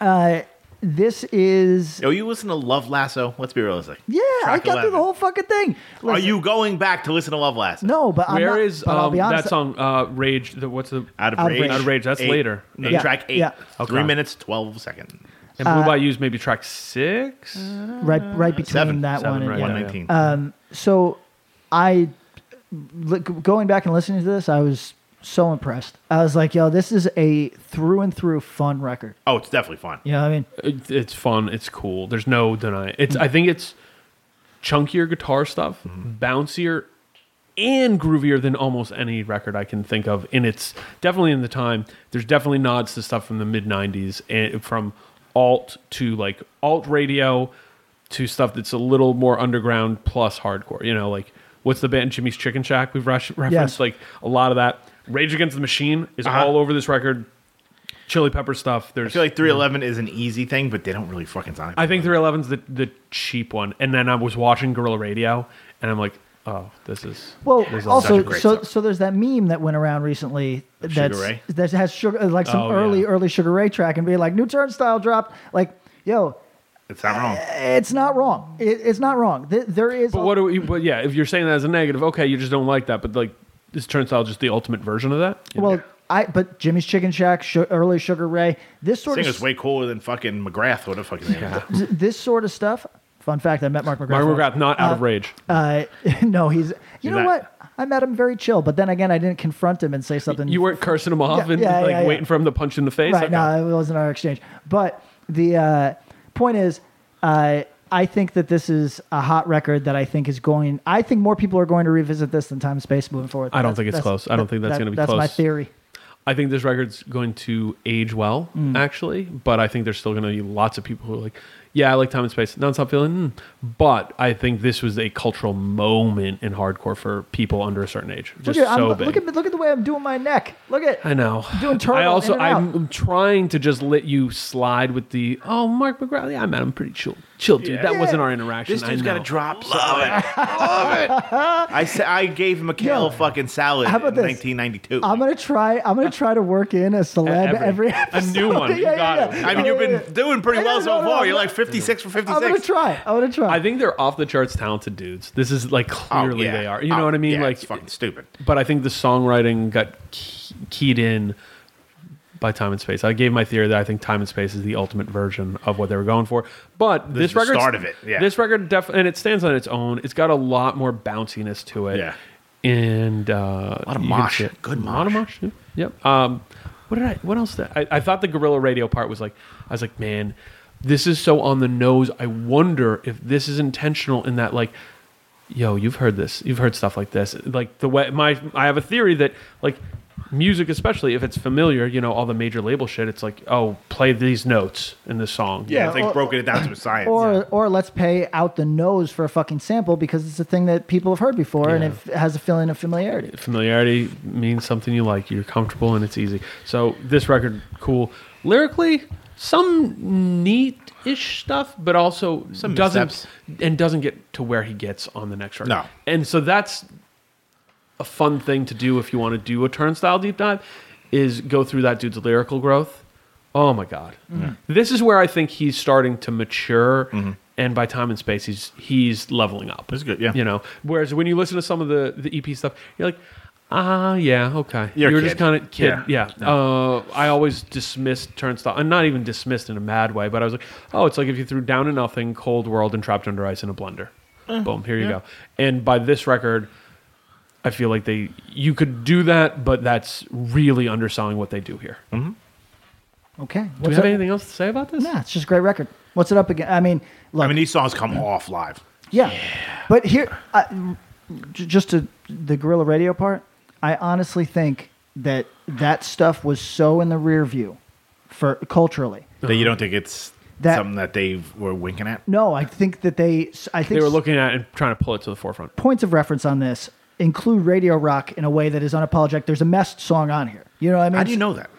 uh, this is
yo, you listen to Love Lasso? Let's be realistic.
yeah. I
Track
got through the
11.
whole fucking thing.
Are
Listen,
you going back to listen to Love Lasso?
No, but I'm
Where
not,
is
but I'll
um,
be honest,
that song? Uh, Rage. The, what's the?
Out of
Out of
Rage.
Rage. Out
of Rage, that's
Eight-
later.
No,
Yeah,
Track eight.
yeah.
Three
Okay.
minutes, 12 seconds.
And
Uh,
Blue Bayou's maybe track six.
right, right between
Seven.
that
Seven,
one and
right,
yeah.
119.
So I, li- going back and listening to this, I was so impressed. I was like, yo, this is a through and through fun record.
oh, it's definitely fun.
You know what I mean?
It- it's fun. It's cool. There's no denying. It's. I think it's chunkier guitar stuff, bouncier, and groovier than almost any record I can think of. And it's definitely in the time. There's definitely nods to stuff from the mid '90s and from alt to like alt radio to stuff that's a little more underground plus hardcore. You know, like what's the band Jimmy's Chicken Shack? We've rush- referenced
Yes.
like a lot of that. Rage Against the Machine is
Uh-huh.
all over this record. Chili Pepper stuff.
I
There's
feel like 311 is an easy thing, but they don't really fucking sign.
I think 311's the the cheap one. And then I was watching Gorilla Radio, and I'm like, oh, this is
Well,
this is
also,
such a great
so
song.
so there's that meme that went around recently that's,
Ray?
that has sugar uh, like some
Oh, yeah.
early early Sugar Ray track and be like new Turnstile dropped. Like, yo,
It's not wrong.
it's not wrong. It, it's not wrong. Th- There is.
But what do we? But yeah, if you're saying that as a negative, okay, you just don't like that. But like, this turnstile just the ultimate version of that. You know?
well, I but Jimmy's Chicken Shack, su- early Sugar Ray. This sort
Singer's
of
way cooler than fucking McGrath. What the fuck is yeah.
(laughs) this sort of stuff. Fun fact: I met Mark McGrath.
Mark
once.
McGrath not out of rage.
Uh, (laughs) no, he's. You
You're
know
not-
what? I met him very chill, but then again, I didn't confront him and say something.
You weren't cursing him off
Yeah,
and
yeah,
like
yeah, yeah.
waiting for him to punch you in the face.
right?
Okay.
No, it wasn't our exchange. But the uh, point is, uh, I think that this is a hot record that I think is going. I think more people are going to revisit this than Time and Space moving forward.
I
That's-
don't think it's
that's-
close. I don't think that's gonna be
That's my
close.
theory.
I think this record's going to age well,
Mm.
actually, but I think there's still going to be lots of people who are like, yeah, I like Time and Space, Nonstop Feeling, mm. but I think this was a cultural moment in hardcore for people under a certain age. Just
look at,
so
I'm,
big.
look at look at the way I'm doing my neck. Look at
I know.
doing turtle
I also,
in and out.
I'm I'm trying to just let you slide with the, oh, Mark McGrath, yeah, I met him pretty chill. Chill, dude. That wasn't our interaction.
This dude's
I
got to
know.
drop. Love it. Love it. I sa- I gave him a kale fucking salad
how about
in
this?
1992.
I'm gonna try. I'm gonna try to work in a celeb every,
every- a
episode.
new
(laughs)
one.
Yeah,
You
yeah,
got
yeah.
it.
I mean,
Yeah,
you've
yeah,
been
yeah.
doing pretty
I
well
know,
so
no, no,
far.
no,
You're
no.
like 56 for 56.
(laughs) I'm gonna try. I'm gonna try.
I think they're off the charts talented dudes. This is like
Oh,
clearly
yeah.
they are. You know
Oh,
what I mean?
yeah,
like
it's fucking stupid.
but I think the songwriting got key- keyed in by time and space. I gave my theory that I think time and space is the ultimate version of what they were going for. But
This
this,
is the
record,
start of it, yeah.
This record definitely, and it stands on its own. It's got a lot more bounciness to it.
Yeah.
and uh, a
lot of mosh. Good
A lot of
mosh.
mosh. yeah. Yep. Um, what did I? What else? Did I, I thought the gorilla radio part was like. I was like, man, this is so on the nose. I wonder if this is intentional in that like yo, you've heard this. You've heard stuff like this. Like the way my I have a theory that like music especially if it's familiar, you know, all the major label shit, it's like, oh, play these notes in this song.
Yeah, it's
Yeah,
like
or-
broken it down to a science.
or or let's pay out the nose for a fucking sample because it's a thing that people have heard before and it has a feeling of familiarity.
Familiarity means something you like, you're comfortable and it's easy. So this record cool. Lyrically, some neat ish stuff, but also
Some
doesn't
missteps.
and doesn't get to where he gets on the next record.
No.
And so that's a fun thing to do if you want to do a turnstile deep dive is go through that dude's lyrical growth. Oh my god.
Mm-hmm.
This is where I think he's starting to mature and by time and space he's he's leveling up.
That's Mm-hmm. good, yeah.
You know, whereas when you listen to some of the the EP stuff, you're like Ah, yeah, okay.
You're a
were
kid.
just kind of kid,
Yeah.
yeah. Uh, I always dismissed Turnstile, and not even dismissed in a mad way, but I was like, oh, it's like if you threw Down to Nothing, Cold World, and Trapped Under Ice in a blender.
Uh,
Boom, here you go. And by this record, I feel like they you could do that, but that's really underselling what they do here.
Okay. Hmm? What's
Do we have
up?
anything else to say about this?
Nah, it's just a great record. What's it up again? I mean, look,
I mean, these songs come off live.
yeah. But here, I, j- just to the guerrilla radio part, I honestly think that that stuff was so in the rear view for culturally.
That you don't think it's
That-
something that they were winking at?
No, I think that they. I think
They were looking at it and trying to pull it to the forefront.
points of reference on this include radio rock in a way that is unapologetic. There's a Mest song on here. You know what I mean?
How do you know that?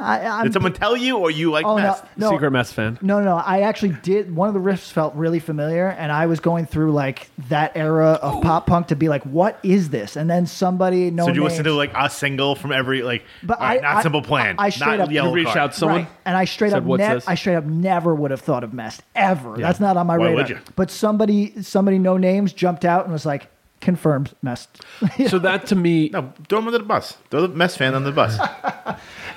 I, I'm-
Did someone tell you, or you like
Oh, no,
mess?
no.
Secret
(laughs)
Mess fan.
No, no, no. I actually did. One of the riffs felt really familiar, and I was going through like that era of pop punk to be like, what is this? And then somebody, no,
So did you
names,
listen to like a single from every like?
But
all right,
I-
not
I-
simple plan.
I- I straight
not
up-
yellow
You reached
card.
out someone.
Right. And I straight
said,
up,
"What's
ne-
this?"
I straight up never would have thought of Mest ever. That's not on my
Why would
radar.
you?
But somebody, somebody, no names, jumped out and was like, confirmed Mest.
So that to me,
No, throw them under the bus. Throw the mess fan under the
(laughs)
bus.
(laughs)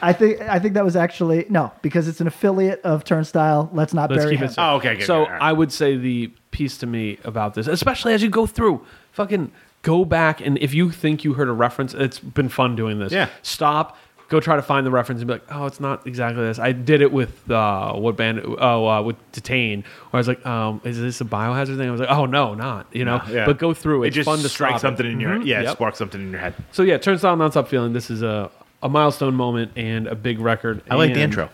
I think, I think that was actually no, because it's an affiliate of Turnstile. Let's not
Let's
bury
keep
him.
it. simple.
Oh, okay, good,
so
good, all right.
I would say the piece to me about this, especially as you go through, fucking go back and if you think you heard a reference, it's been fun doing this.
Yeah.
Stop. Go try to find the reference and be like, oh, it's not exactly this. I did it with uh, what band? Oh, uh, with Detain. Where I was like, um, is this a biohazard thing? I was like, oh no, not. You know.
Yeah.
But go through it.
It just
fun to
strikes
stop it. Mm-hmm.
something in your yeah,
Yep.
spark something in your head.
So yeah, Turnstile Nonstop Feeling. This is a a milestone moment and a big record.
I like the
and-
intro.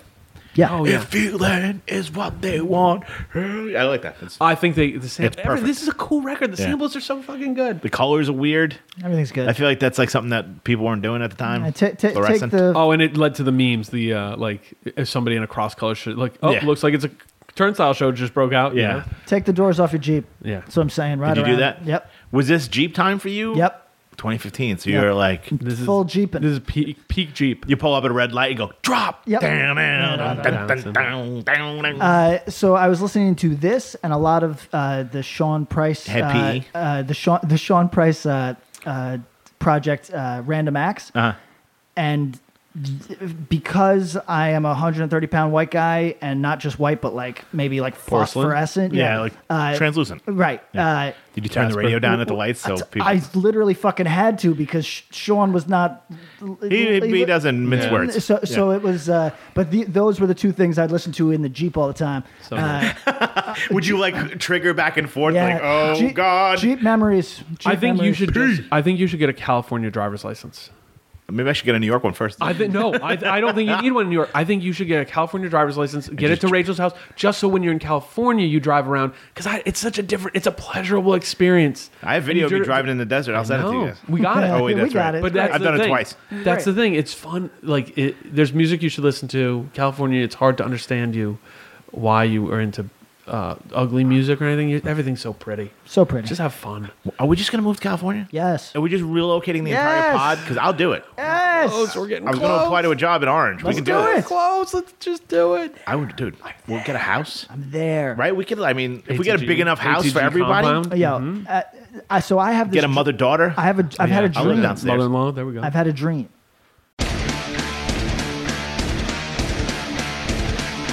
Yeah.
Oh yeah.
If feeling is what they want, I like that. It's-
I think they the sam-
It's
every-
perfect.
This is a cool record. The
Yeah.
samples are so fucking good.
the colors are weird.
Everything's good.
I feel like that's like something that people weren't doing at the time.
Uh, ta- ta- take
Fluorescent.
the
Oh, and it led to the memes. The uh, like, if somebody in a cross color shirt, like, oh,
Yeah.
looks like it's a turnstile show just broke out. you
Yeah.
know?
take the doors off your Jeep.
Yeah.
That's what I'm saying. Right
Did you
around-
do that?
Yep.
Was this Jeep time for you?
Yep.
2015. So
Yep.
you're like,
This is
Full Jeepin'.
This is peak peak Jeep.
you pull up at a red light, you go drop.
Yep.
Down, down, down, down, down, down, down.
Uh, so I was listening to this and a lot of uh, the Sean Price,
Happy.
Uh, uh, the Sean the Sean Price uh, uh, project, uh, Random Acts,
Uh-huh.
and because I am a 130 pound white guy and not just white, but like maybe like
Porcelain?
phosphorescent,
Yeah, like translucent.
Uh, right? Uh,
Did you turn the
Casper.
radio down at the lights so people?
I literally fucking had to because Sh- Sean was not.
he, he doesn't mince
Yeah.
words.
So, so it was, uh, but the, those were the two things I'd listen to in the Jeep all the time. Uh,
So
Uh, Would you like trigger back and forth?
Yeah.
Like, oh
Jeep-
God.
Jeep memories. Jeep
I think you
memories.
should just. I think you should get a California driver's license.
Maybe I should get a New York one first.
I think no. I, I don't think you need one in New York. I think you should get a California driver's license. Get it to Rachel's house, just so when you're in California, you drive around because it's such a different. It's a pleasurable experience.
I have
And you
video of me
dri-
driving in the desert. I'll send it to you
No,
guys.
we got it.
Oh
(laughs)
wait,
Yeah, we
that's
got
right.
it.
But that's
I've
the
done it
thing.
twice.
That's the thing. It's fun. Like it, there's music you should listen to. California, it's hard to understand you why you are into uh, ugly music or anything. You- Everything's so pretty.
so pretty.
Just have fun.
Are we just gonna move to California?
yes.
Are we just relocating the entire
Yes.
pod? Because I'll do it.
Yes.
we're getting.
I was gonna apply to a job in Orange.
Let's
we can
do
do
it.
it.
Close. Let's just do it.
I would, dude. We'll get a house,
I'm there.
right? We could. I mean, if we get a
ATG
big enough house for everybody,
compound.
Yo, uh, I, so I have this
get a mother daughter.
I have a. I've had a
I live
dream.
downstairs.
Mother-in-law. There we go.
I've had a dream.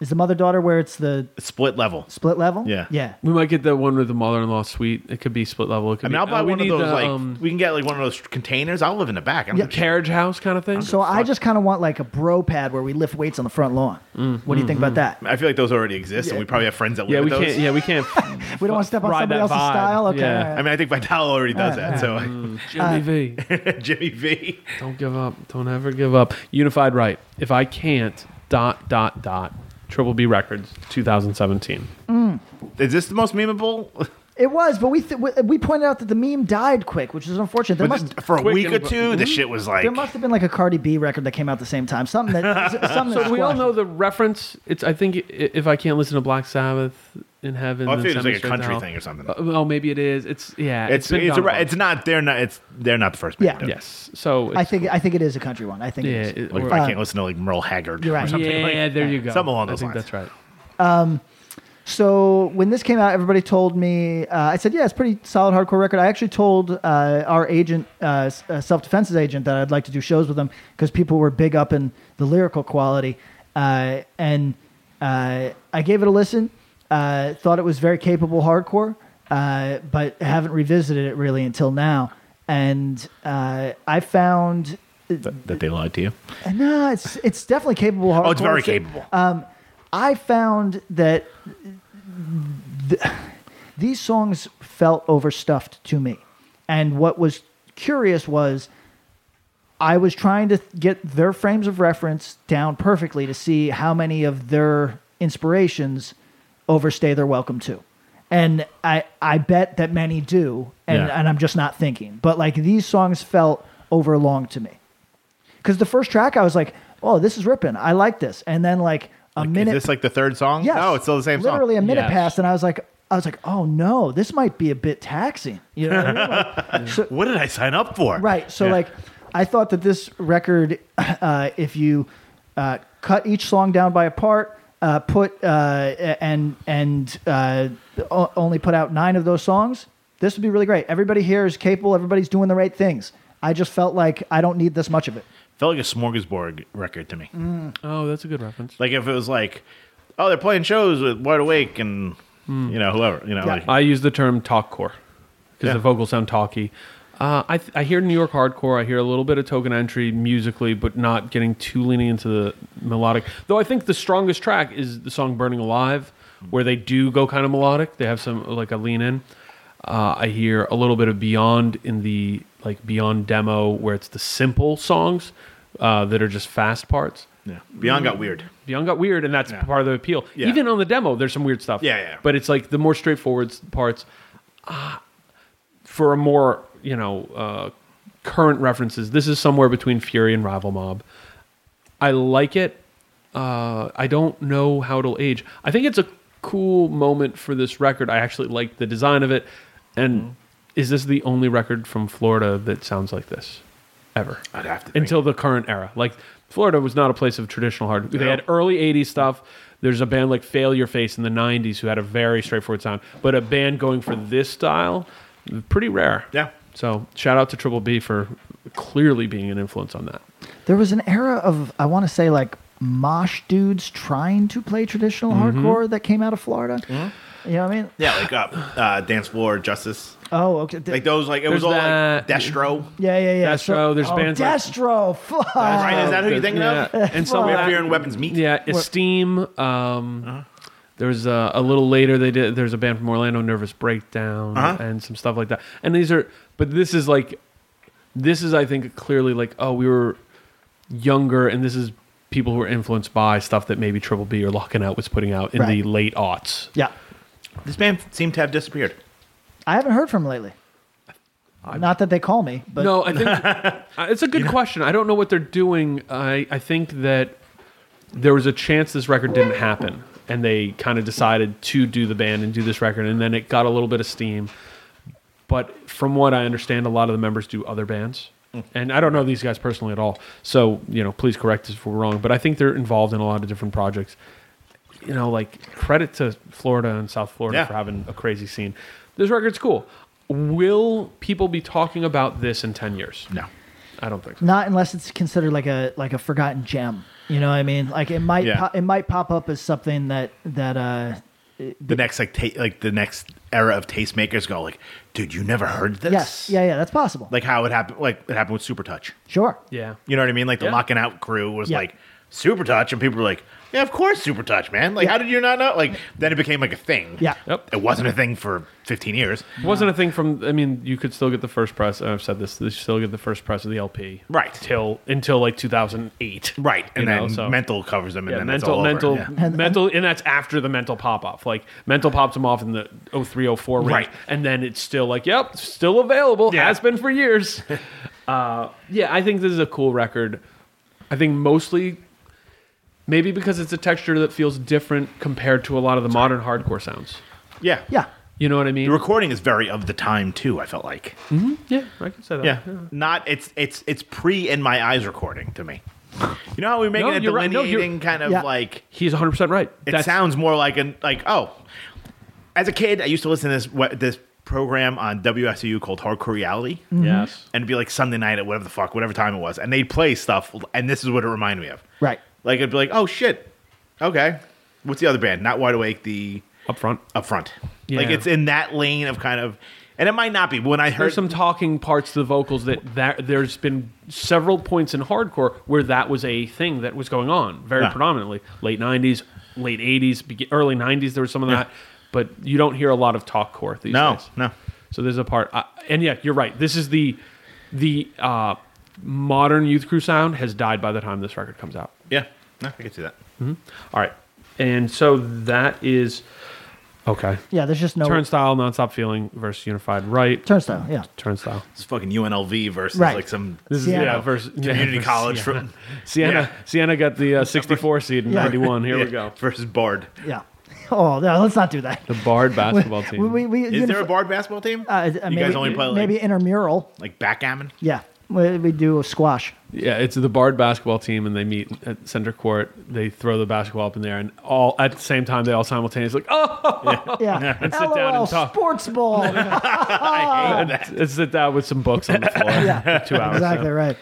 Is the mother daughter where it's the
Split level.
split level?
Yeah.
Yeah.
We might get that one with the mother-in-law suite. It could be split level. It could
I mean,
be,
I'll buy
oh, we
one of
need
those
the,
like
um,
we can get like one of those containers. I'll live in the back. I don't
Yeah.
give a shit.
carriage house kind of thing.
So I just kind of want like a bro pad where we lift weights on the front lawn.
Mm.
what do you think about
Mm-hmm.
that?
I feel like those already exist, and we probably have friends that live
yeah,
at
we
those.
can't. Yeah, we can't.
(laughs) We don't want to step on
Ride
somebody
that
else's
vibe.
style. Okay.
Yeah.
all right.
I mean, I think Vital already does that. So
Jimmy
Uh,
V.
(laughs) Jimmy V.
Don't give up. Don't ever give up. Unified right. If I can't, dot, dot, dot. Triple B Records, 2017.
Is this the most memeable?
It was, but we th- we- we pointed out that the meme died quick, which is unfortunate. There
But
must
for a
Quick Mm-hmm.
week or
and-
two, the shit was like.
there must have been like a Cardi B record that came out at the same time. Something
(laughs)
that something. that
So we all
squashed
know
it.
the reference. It's I think i- if I can't listen to Black Sabbath in heaven,
Oh, I
then
figured it was like
send me
a
straight to
country
hell.
thing or something.
Uh, oh, maybe it is. It's yeah.
it's
been
it's,
done
a,
a
it's
bunch.
not they're not it's they're not the first band.
Yeah.
to do it.
yes. So it's,
I think I think it is a country one. I think
yeah.
it is.
it-
Like if
or-
I can't listen to like Merle
Uh,
Haggard
You're
or
right.
something.
yeah,
like,
there you go.
Something along those
I think
lines.
that's right.
So when this came out, everybody told me. Uh, I said, "Yeah, it's a pretty solid hardcore record." I actually told uh, our agent, uh, s- uh, self defense's agent, that I'd like to do shows with them because people were big up in the lyrical quality. Uh, and uh, I gave it a listen. Uh, thought it was very capable hardcore, uh, but haven't revisited it really until now. And uh, I found
That, that they lied to you.
no, it's it's definitely capable hardcore.
Oh, it's very capable.
uh, I found that th- these songs felt overstuffed to me. And what was curious was I was trying to get their frames of reference down perfectly to see how many of their inspirations overstay their welcome to. And I, I bet that many do, and,
Yeah.
and I'm just not thinking. But like these songs felt overlong to me. Because the first track, I was like, oh, this is ripping. I like this. And then like a
Like,
minute.
Is this like the third song?
Yes.
No, it's still the same song.
Literally a minute
Yes.
passed, and I was like, I was like, oh no, this might be a bit taxing. You know, what I mean?
(laughs)
Like,
What did I sign up for?
right? So
Yeah.
like, I thought that this record, uh, if you uh, cut each song down by a part. Uh, put uh, and and uh, o- only put out nine of those songs. This would be really great. Everybody here is capable. Everybody's doing the right things. I just felt like I don't need this much of it.
felt like a smorgasbord record to me.
Mm-hmm.
Oh, that's a good reference.
Like if it was like, oh, they're playing shows with Wide Awake and
Mm.
you know whoever you know.
Yeah.
Like,
I use the term talk core because
Yeah.
the vocals sound talky. Uh, I, th- I hear New York hardcore. I hear a little bit of token entry musically, but not getting too leaning into the melodic. Though I think the strongest track is the song "Burning Alive," where they do go kind of melodic. They have some like a lean in. Uh, I hear a little bit of Beyond in the like Beyond demo, where it's the simple songs uh, that are just fast parts.
yeah. Beyond got weird.
Beyond got weird, and that's
Yeah.
part of the appeal.
Yeah.
Even on the demo, there's some weird stuff.
Yeah, yeah.
But it's like the more straightforward s- parts, uh, for a more you know uh, current references. This is somewhere between Fury and Rival Mob. I like it. Uh, I don't know how it'll age. I think it's a cool moment for this record. I actually like the design of it. And
Mm-hmm.
is this the only record from Florida that sounds like this ever?
I'd have to think.
until the current era. Like Florida was not a place of traditional hard. They
No.
had early '80s stuff. There's a band like Failure Face in the '90s who had a very straightforward sound, but a band going for this style, pretty rare.
Yeah.
So shout out to Triple B for clearly being an influence on that.
There was an era of I want to say like mosh dudes trying to play traditional
Mm-hmm.
hardcore that came out of Florida. You know what I mean?
Yeah, like uh, uh, Dance Floor Justice,
Oh, okay. Th-
like those. Like it was
There's
all
that-
like Destro.
yeah, yeah, yeah.
Destro, there's
oh,
bands like-
Destro, fuck.
Right? Is that who you're thinking
yeah.
(laughs) of?
And some of
Where
that-
Fear and Weapons meet.
Yeah, Esteem. Um, There's a, a little later they did. There's a band from Orlando, Nervous Breakdown,
Uh-huh.
and some stuff like that. And these are, but this is like, this is I think clearly like, oh, we were younger, and this is people who were influenced by stuff that maybe Triple B or Locking Out was putting out in the
Right.
late aughts.
Yeah,
This band seemed to have disappeared.
I haven't heard from him lately. Not that they call me, but
no, I think uh, it's a good question. I don't know what they're doing. I, I think that there was a chance this record didn't happen, and they kind of decided to do the band and do this record, and then it got a little bit of steam. But from what I understand, a lot of the members do other bands, and I don't know these guys personally at all. So you know, please correct us if we're wrong. But I think they're involved in a lot of different projects. You know, like credit to Florida and South Florida
Yeah.
for having a crazy scene. This record's cool. Will people be talking about this in ten years?
No.
I don't think so.
Not unless it's considered like a like a forgotten gem. You know what I mean? Like it might
Yeah.
po- it might pop up as something that that uh
the next like ta- like the next era of tastemakers go like, dude, you never heard this?
yes yeah yeah that's possible.
Like how it happened, like it happened with Super Touch.
sure.
Yeah.
You know what I mean? Like the
Yeah.
locking out crew was
Yeah.
like Super Touch, and people were like, yeah, of course Super Touch, man. Like, how did you not know? Like, then it became like a thing.
Yeah.
Yep.
It wasn't a thing for 15 years.
It wasn't a thing from. I mean, you could still get the first press. and I've said this. You still get the first press of the LP,
Right.
Till until like 2008,
Right. And
You
then
know, so-
mental covers them, and
Yeah,
then it's all
mental,
over.
mental,
Yeah.
mental, and that's after the mental pop off. Like mental pops them off in the 03, 04 range,
Right.
and then it's still like, yep, still available.
Yeah.
Has been
(laughs)
for years. uh, yeah, I think this is a cool record. I think mostly, maybe because it's a texture that feels different compared to a lot of the modern hardcore sounds.
Yeah.
Yeah.
You know what I mean?
The recording is very of the time too. I felt like,
yeah, I can say that.
yeah, (laughs) not it's it's it's pre in my eyes recording to me. You know how we make
No,
it a
you're right. No, you're-
delineating kind of
Yeah.
like
He's 100 percent right.
it sounds more like an like oh as a kid i used to listen to this what this program on wsu called hardcore reality
Mm. yes.
and it'd be like sunday night at whatever the fuck whatever time it was and they'd play stuff and this is what it reminded me of
Right.
like it'd be like oh shit okay what's the other band not wide awake the
Up front,
up front like
Yeah.
it's in that lane of kind of and it might not be but when i heard
there's some talking parts to the vocals that, that there's been several points in hardcore where that was a thing that was going on very
Yeah.
predominantly late 90s late 80s beg- early 90s there was some of that but you don't hear a lot of talk core these
no
days
no
so there's a part uh, and yeah you're right this is the the uh, modern youth crew sound has died by the time this record comes out
yeah no, i could see that
all right and so that is okay
Yeah. There's just no
turnstile nonstop feeling versus unified right
Turnstile. Yeah.
turnstile
it's fucking unlv versus
Right.
like some (laughs)
This is
Sienna.
yeah, (laughs) versus
community
yeah, versus
college
Sienna.
from
(laughs) Sienna,
Yeah.
Sienna got the (laughs) uh, 64 seed in
Yeah.
91. Here we
yeah,
go.
versus bard
Yeah. Oh no, let's not do that.
The Bard basketball team.
We, we, we,
Is
unif-
there a Bard basketball team?
Uh,
you
uh,
guys
maybe-
only play like,
maybe intramural.
like backgammon.
Yeah. We, we do a squash.
yeah, it's the Bard basketball team, and they meet at center court. They throw the basketball up in there, and all at the same time, they all simultaneously like, (laughs) oh,
Yeah.
And sit down and
LOL,
talk.
sports ball.
I hate that.
and sit down with some books on the
(laughs)
floor
Yeah.
for two hours.
exactly right.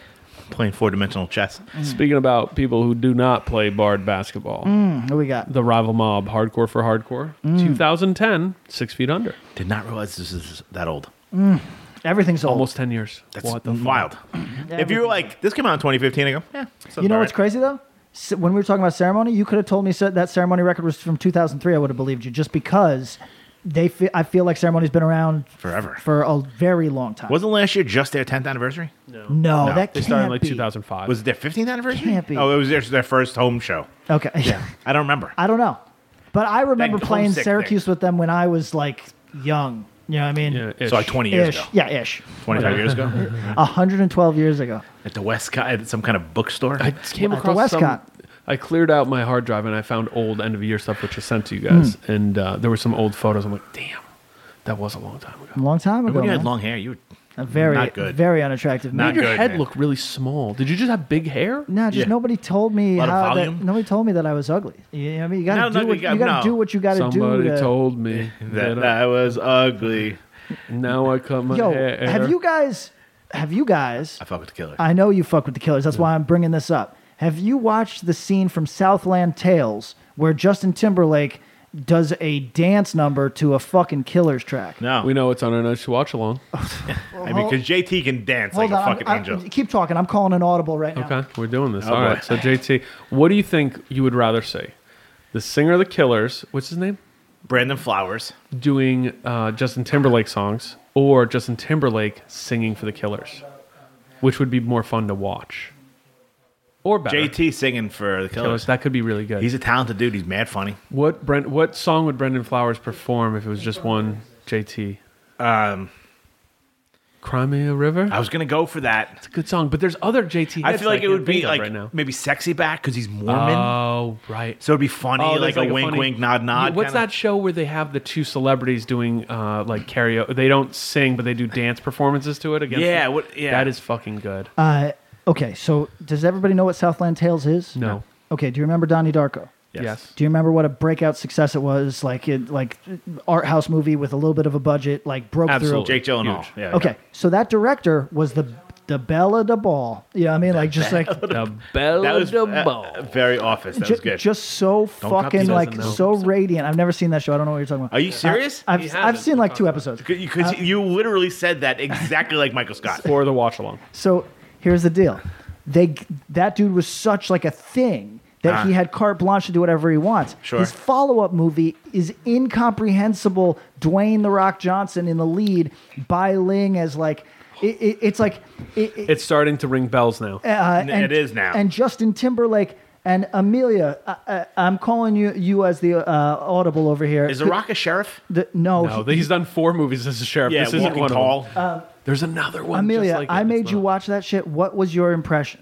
Playing four dimensional chess.
Speaking about people who do not play Bard basketball,
Who we got?
the rival mob, hardcore for hardcore,
Mm.
2010, six feet under,
Did not realize this is that old.
Everything's old.
almost 10 years.
That's
what the
wild.
(clears throat)
if you were like, this came out in 2015, I go, yeah.
You know what's crazy though? S- When we were talking about ceremony, you could have told me so- that ceremony record was from 2003. I would have believed you, just because they. Fe- I feel like ceremony's been around
Forever.
for a very long time.
Wasn't last year just their 10th anniversary? No.
no,
No.
that
They
can't
started in like
be.
2005.
Was it their 15th anniversary?
Can't be.
Oh, it was their, their first home show.
Okay, yeah,
I don't remember.
I don't know, but I remember
That
playing
homesick
Syracuse with them when I was like young. You know what I mean?
Yeah,
so like 20 years
ish.
ago.
Yeah, ish.
25 years
(laughs)
ago.
112 years ago.
At the Westcott, at some kind of bookstore.
I just came
At the
across
Westcott.
some. I cleared out my hard drive and I found old end of year stuff which I sent to you guys, and uh, there were some old photos. I'm like, damn, that was a long time
A
ago.
long time ago.
when you had
man.
long hair, you were
A very,
not good.
very unattractive. man.
Not
Your
good,
head
man.
looked really small. Did you just have big hair?
No, just
Yeah.
nobody told me
Lot of
how that,
volume.
nobody told me that I was ugly. You know what I mean? You
No,
gotta do
no, you
what you,
got-
gotta
no.
do what you gotta
Somebody
do. to-
told me
that,
(laughs) that.
I was ugly.
I, now I cut my
Yo,
hair.
have you guys have you guys
I fuck with the killer.
I know you fuck with the killers, that's why I'm bringing this up. Have you watched the scene from Southland Tales where Justin Timberlake does a dance number to a fucking killers track?
no.
We know it's on our nice to watch along.
I mean, because JT can dance
Hold
like a
on,
fucking
I'm- I'm-
angel.
keep talking. I'm calling an audible right now.
Okay, we're doing this.
Oh,
All
boy.
right. So JT, what do you think you would rather see? The singer of the Killers, what's his name?
Brandon Flowers.
Doing uh, Justin Timberlake songs, or Justin Timberlake singing for the Killers, which would be more fun to watch, or better.
JT singing for the
Killers,
Killers.
that could be really good.
He's a talented dude. He's mad funny.
what Brent? What song would Brendan Flowers perform if it was just one JT?
Um,
Cry Me a River.
I was gonna go for that.
It's a good song, but there's other JT.
I
hits
feel
that
like it
can't
would be
think of
like
right now.
maybe sexy back because he's Mormon.
Oh right.
so it'd be funny,
Oh,
like,
there's
a wink,
funny-
wink, nod,
Yeah,
nod.
What's
kinda.
that show where they have the two celebrities doing uh, like karaoke? They don't sing, but they do dance performances to it. Against
Yeah,
them?
what- yeah.
That is fucking good.
Uh, okay, so does everybody know what Southland Tales is?
No.
Okay, do you remember Donnie Darko?
yes.
Do you remember what a breakout success it was? Like it, like art house movie with a little bit of a budget, like broke
Absolutely.
through.
Jake Gyllenhaal.
Huge.
Yeah,
Okay,
yeah.
so that director was the the bella the ball. You know what I mean? Like just like
The Bella
That was
de
uh,
Ball.
uh, very office. That
ju-
was good.
just so fucking
these
like
doesn't know.
so radiant. I've never seen that show. I don't know what you're talking about.
Are you serious?
I've,
He hasn't.
I've seen like two episodes.
Because you literally said that exactly like Michael Scott.
uh, (laughs) for the watch along.
So here's the deal. They that dude was such like a thing that he
Ah.
had carte blanche to do whatever he wants.
Sure.
His follow-up movie is incomprehensible. Dwayne the Rock Johnson in the lead, Bai Ling as like it, it, it's like it, it-
It's starting to ring bells now.
uh,
N- it is now.
And Justin Timberlake and Amelia, I, I, I'm calling you you as the uh, audible over here.
Is The Rock a sheriff?
The- no,
No,
he-
he's done four movies as a sheriff.
Yeah,
this isn't
Walking
one
Tall.
of them. There's another one. just
Amelia,
like it.
I
It's
made
not-
you watch that shit. What was your impression?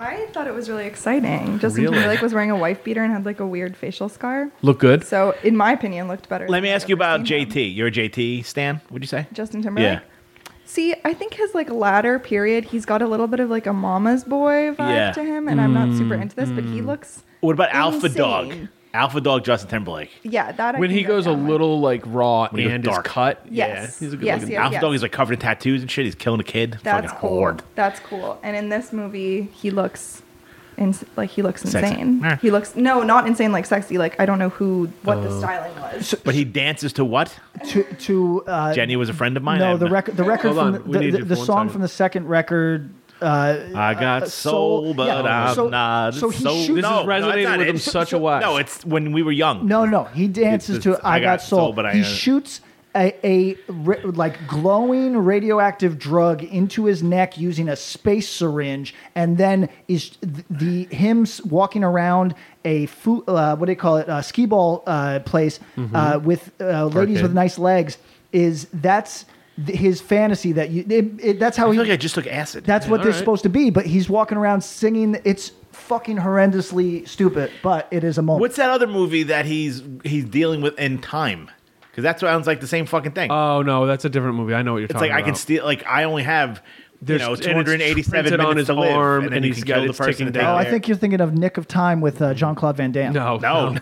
I thought it was really exciting. Justin
Really?
Timberlake was wearing a wife beater and had like a weird facial scar.
Look good.
So, in my opinion, looked better.
Let
than
me
I've
ask you
ever
about
seen him.
JT. You're a JT Stan, would you say?
Justin Timberlake. See, I think his like latter period, he's got a little bit of like a mama's boy vibe
Yeah. Mm-hmm.
to him, and I'm not super into this, but he looks.
What about Alpha
insane.
Dog? Alpha Dog Justin Timberlake.
Yeah, that. I
when
can
he
go
goes a
down with.
little like raw
he goes
and is
dark.
cut,
Yes.
yeah, he's a good
Yes,
looking.
yes.
Alpha Dog is like covered in tattoos and shit. He's killing a kid.
That's
Fucking
cool.
horde.
That's cool. And in this movie, he looks, ins- like he looks
Sexy.
insane.
Eh.
He looks no, not insane like sexy. Like I don't know who what
Uh,
the styling was.
But he dances to what?
To to uh,
Jenny was a friend of mine.
no
I'm
the
not-
record the record
Hold
from
on,
the,
we need
the,
you
the,
for one
song
second.
from the second record. Uh,
I got
uh,
soul,
soul-
but
yeah,
I'm
so-
not.
so he
soul.
shoots- This is
no,
resonating
no, that's not
with
it.
him such a
(laughs)
lot.
No, it's when we were young.
no, no, he dances
It's-
to
it's-
"I Got Soul."
but I-
he shoots a, a ra- like glowing radioactive drug into his neck using a space syringe, and then is th- the him s- walking around a food uh, what do they call it a skee ball uh, place
Mm-hmm.
uh, with uh, ladies
Arcade.
with nice legs is that's. th- His fantasy that you it, it, that's how
I
he
feel like I just took acid.
That's what
All
they're
right.
supposed to be, but he's walking around singing. It's fucking horrendously stupid, but it is a moment.
What's that other movie that he's he's dealing with in time? Because that sounds like the same fucking thing.
Oh no, that's a different movie. I know what you're
it's
talking
like
about.
I can steal. Like I only have you
There's-
know
and it's
287
printed
minutes
on his
to live,
arm,
and then
and
you
he's
can
got
kill the
it's
person.
ticking
and
down.
oh,
take
I
their-
think you're thinking of Nick of Time with uh, Jean Claude Van Damme.
No,
No,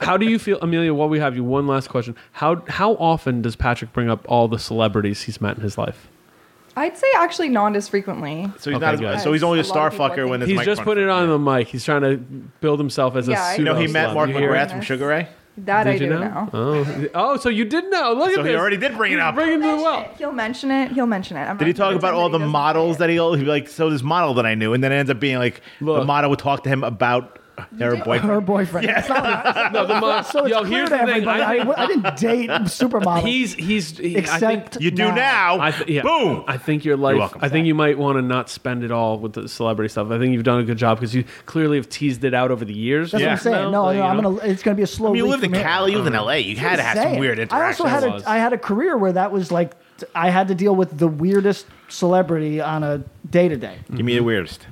How do you feel, Amelia? While we have you, one last question. How how often does Patrick bring up all the celebrities he's met in his life?
I'd say actually not as frequently.
so he's
Okay,
not.
good.
As, so he's only a
A lot
star
of people, I
fucker when
think.
his
he's just
microphone-
putting it on the mic. He's trying to build himself as
Yeah,
a
I
You
pseudo
know, he met
celeb.
Mark
You hear
McGrath
it?
from Sugar Ray.
That I
Did
do
you know?
know.
Oh. oh, so you did know. Look
So
at
he
this.
already did bring it up.
Bring him to the
Mention
well.
it. He'll mention it. He'll mention it. I'm
Did he talk about all the models that he'll, he'll be like? So this model that I knew, and then it ends up being like the
Look.
model would talk to him about her
Her
boyfriend.
boyfriend. It's
(laughs)
not-
No, the mom.
so it's
yo,
clear
here's
to
the thing.
everybody.
I,
I, I didn't
(laughs)
date supermodel.
he's he's. He,
except
I think
You do now.
I th- yeah.
Boom.
I think your life.
welcome.
I think you might want to not spend it all with the celebrity stuff. I think you've done a good job because you clearly have teased it out over the years.
That's what
Yeah.
I'm saying. No, no,
Like, you
I'm
know.
gonna. It's gonna be a slow.
I mean, you
leak
lived in
from here.
Cali, you lived in L.A. You had to have some
Saying.
weird interactions.
I also had
was.
a, I had a career where that was like t- I had to deal with the weirdest celebrity on a day to day.
Give me the weirdest,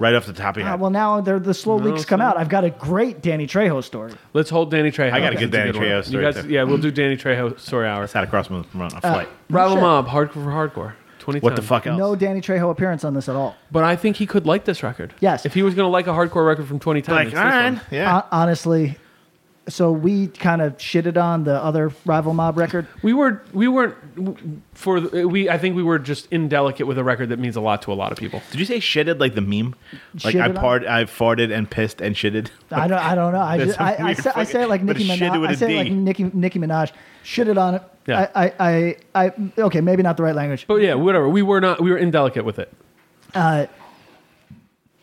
right off the top of your
Uh,
head.
Well, now they're, the slow leaks come
see.
out. I've got a great Danny Trejo story.
Let's hold Danny Trejo.
I gotta
That's
get Danny
good one.
Trejo story,
You guys,
too.
yeah, we'll do Danny Trejo story hour.
It's had a cross from from a flight.
Rival
shit.
Mob, hardcore for hardcore. 2010.
what the fuck else?
No Danny Trejo appearance on this at all.
But I think he could like this record.
Yes.
If he was going to like a hardcore record from 2010,
like,
it's
all
this
right,
one.
yeah.
Hon- honestly, so we kind of shitted on the other rival mob record.
we were we weren't w- for the- we. I think we were just indelicate with a record that means a lot to a lot of people.
Did you say shitted like the meme? Like I
Shitted on?
part, I farted and pissed and shitted. (laughs)
I don't. I don't know. I
That's
just.
a
I, I,
weird
say, I say it like
fucking-
Nicki
but shit
Minaj.
with
I
a
say it like
D.
Nicki Nicki Minaj. Shitted on it.
Yeah.
I, I, I, I. Okay, maybe not the right language.
But yeah, whatever. We were not. We were indelicate with it.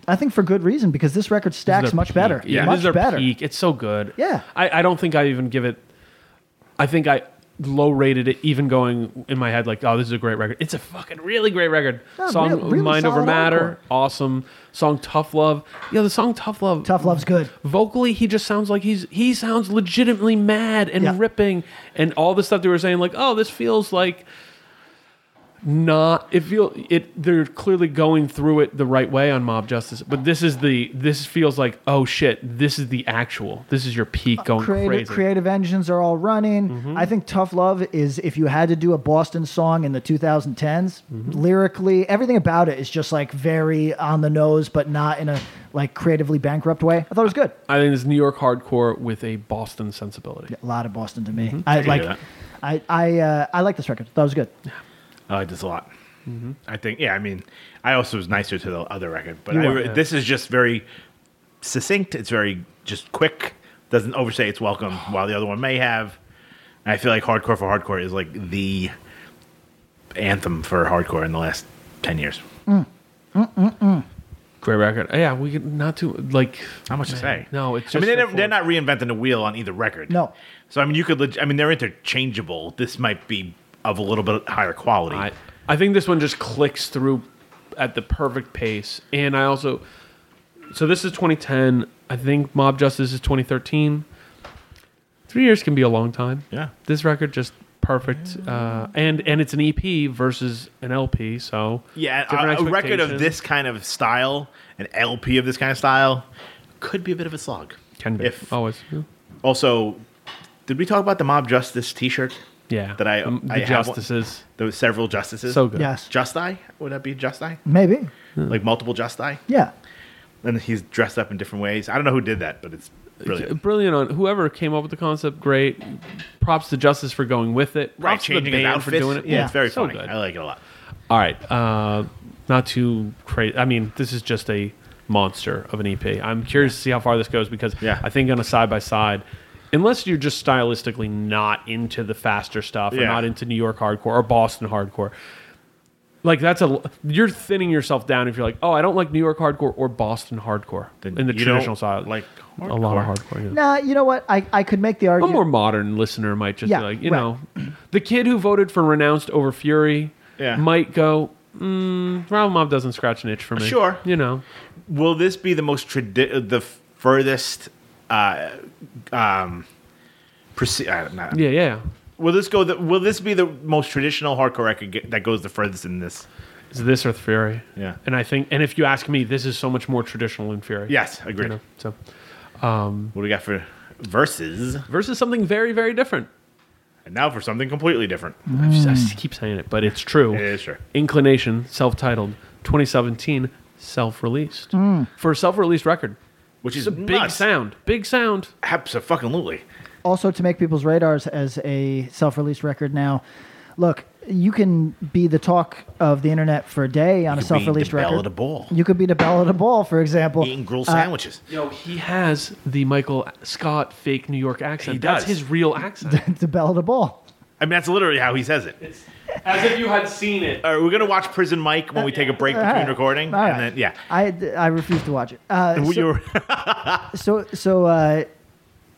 I think for good reason because this record stacks
This is their
much
peak.
better.
Yeah,
much
this is their
better.
peak. It's so good.
Yeah.
I, I don't think I even give it. I think I low rated it, even going in my head like, oh, this is a great record. It's a fucking really great record.
Yeah,
song
real- really
Mind Over
solid
Matter, awesome. Song Tough Love. Yeah, the song Tough Love.
Tough Love's good.
Vocally, he just sounds like he's he sounds legitimately mad and
Yeah.
ripping, and all the stuff they were saying like, oh, this feels like not it feel it they're clearly going through it the right way on mob justice but this is the this feels like oh shit this is the actual this is your peak going
Uh, creative
crazy
creative engines are all running.
Mm-hmm.
I think Tough Love is if you had to do a Boston song in the 2010s,
Mm-hmm.
lyrically, everything about it is just like very on the nose, but not in a like creatively bankrupt way. I thought it was good.
i think it's new york hardcore with a boston sensibility
A lot of Boston to me. I like.
Mm-hmm. that.
I I uh, I like this record. Thought it was good.
I like this Oh, a lot. Mm-hmm. I think, yeah, I mean, I also was nicer to the other record, but
You
I,
were, yeah.
this is just very succinct. It's very just quick. Doesn't overstay its welcome, while the other one may have. And I feel like hardcore for hardcore is like the anthem for hardcore in the last ten years.
Mm-mm-mm.
Great record. Yeah, we could not too like
how much to say?
No, it's. Just
I mean, they
the
never, they're
fourth.
not reinventing the wheel on either record.
No.
So I mean, you could. Leg- I mean, they're interchangeable. This might be of a little bit higher quality.
I think this one just clicks through at the perfect pace. And I also, so this is 2010. I think Mob Justice is 2013. Three years can be a long time.
Yeah.
This record just perfect. Uh, and and it's an EP versus an LP. So
yeah, a,
different
a record of
expectations.
this kind of style, an LP of this kind of style, could be a bit of a slog.
can be Oh.
if-
always.
Also, did we talk about the Mob Justice T-shirt?
Yeah.
that I,
Um, the
I have one-
Justices.
There was several justices.
So good. Hmm.
Yes.
Just I would that be Just I?
Maybe.
Like multiple Just I,
Yeah.
and he's dressed up in different ways. I don't know who did that, but it's
Uh,
brilliant.
Brilliant on whoever came up with the concept. Great. Props to Justice for going with it. Props
Right,
to the
changing his
band
outfits.
for doing it.
Yeah, it's very
so
funny.
good.
I like it a lot.
All right. Uh, not too crazy. I mean, this is just a monster of an EP. I'm curious to see how far this goes because
Yeah.
I think on a side by side, unless you're just stylistically not into the faster stuff or
Yeah.
not into New York hardcore or Boston hardcore, like that's a you're thinning yourself down if you're like, oh, I don't like New York hardcore or Boston hardcore
Then
in the
you
traditional
don't
side.
like
a lot of
hardcore.
hardcore. Yeah.
Nah, you know what? I, I could make the
A
argument.
more modern listener might just
Yeah,
be like, you
right.
know, the kid who voted for Renounced over Fury
Yeah.
might go, mm, Round Mob doesn't scratch an itch for me.
Sure.
You know,
Will this be the most tradi- uh, the furthest? Uh, um, proce- I don't know.
yeah, yeah.
Will this go? The, will this be the most traditional hardcore record get, that goes the furthest in this?
It's this or Fury.
Yeah.
And I think, and if you ask me, this is so much more traditional than Fury.
Yes, agreed.
You know, so
What do we got for verses?
versus something very, very different.
And now for something completely different.
Mm.
I, just, I just keep saying it, but it's true.
It is true.
Inclination, self-titled, 2017, self-released
Mm.
for a self-released record.
Which
It's
is
a big
nuts.
sound. Big sound.
Absolutely.
also to make people's radars as a self-release record now. Look, you can be the talk of the internet for a day on a
could be
self-released
the belle
record.
of the ball.
You could be the bell of the ball, for example.
Eating grilled
Uh,
sandwiches.
Yo, he has the Michael Scott fake New York accent.
He
That's
does.
his real
(laughs)
accent.
(laughs) the bell of the ball.
I mean, that's literally how he says it.
As if you had seen it.
All right, we're gonna watch Prison Mike when we take a break between
Alright.
recording,
All right.
and then yeah.
I, I refuse to watch it. Uh,
And we-
so-
you're-
so so uh,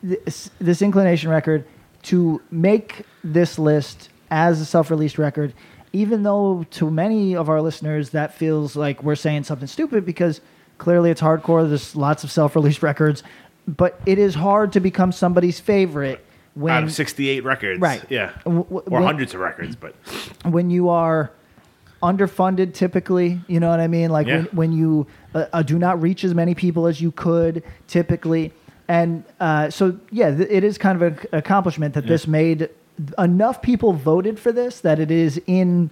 this, this inclination record to make this list as a self-released record even though to many of our listeners that feels like we're saying something stupid because clearly it's hardcore there's lots of self-released records but it is hard to become somebody's favorite when
out of 68 records.
Right.
Yeah.
W- w-
or
when-
hundreds of records, but
when you are underfunded typically you know what i mean like
Yeah.
when, when you uh, uh, do not reach as many people as you could typically and uh, so yeah th- it is kind of an accomplishment that this made enough people voted for this that it is in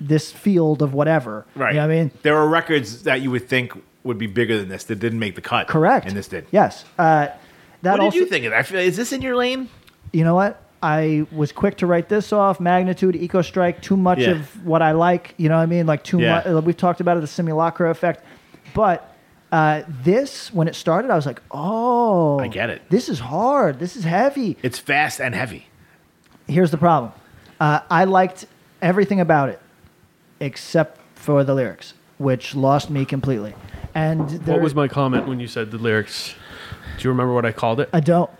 this field of whatever you
right.
know what i mean
there are records that you would think would be bigger than this that didn't make the cut.
correct
And this did.
yes uh, that
What did
also
you think of that? I feel- Is this in your lane?
you know what? I was quick to write this off. Magnitude, Eco Strike, too much
Yeah.
of what I like. You know what I mean? Like too
Yeah.
much. We've talked about it, the simulacra effect. But uh, this, when it started, I was like, oh,
I get it.
This is hard. This is heavy.
It's fast and heavy.
Here's the problem. Uh, I liked everything about it, except for the lyrics, which lost me completely. And there,
What was my comment when you said the lyrics? Do you remember what I called it?
I don't.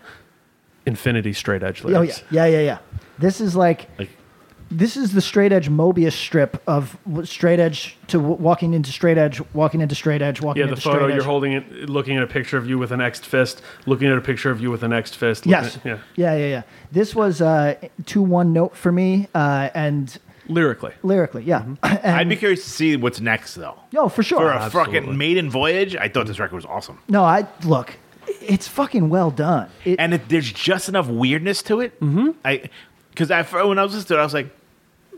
Infinity straight edge
Oh yeah,
lyrics.
yeah, yeah, yeah. This is like,
Like-
this is the straight edge Mobius strip of w- straight edge to w- walking into straight edge, walking into straight edge, walking
Yeah, the
into
photo
straight edge.
you're holding it, looking at a picture of you with an X fist, looking at a picture of you with an X fist. looking
yes,
at- yeah.
yeah, yeah, yeah. This was uh, two one note for me, uh, and
Lyrically.
lyrically, yeah.
Mm-hmm.
(laughs)
I'd be curious to see what's next, though.
no, for sure. Uh,
For a
Absolutely.
fucking maiden voyage, I thought this record was awesome.
no, I look, it's fucking well done. It,
And it, there's just enough weirdness to it. Mm-hmm. I because I when I was listening, to it, I was like,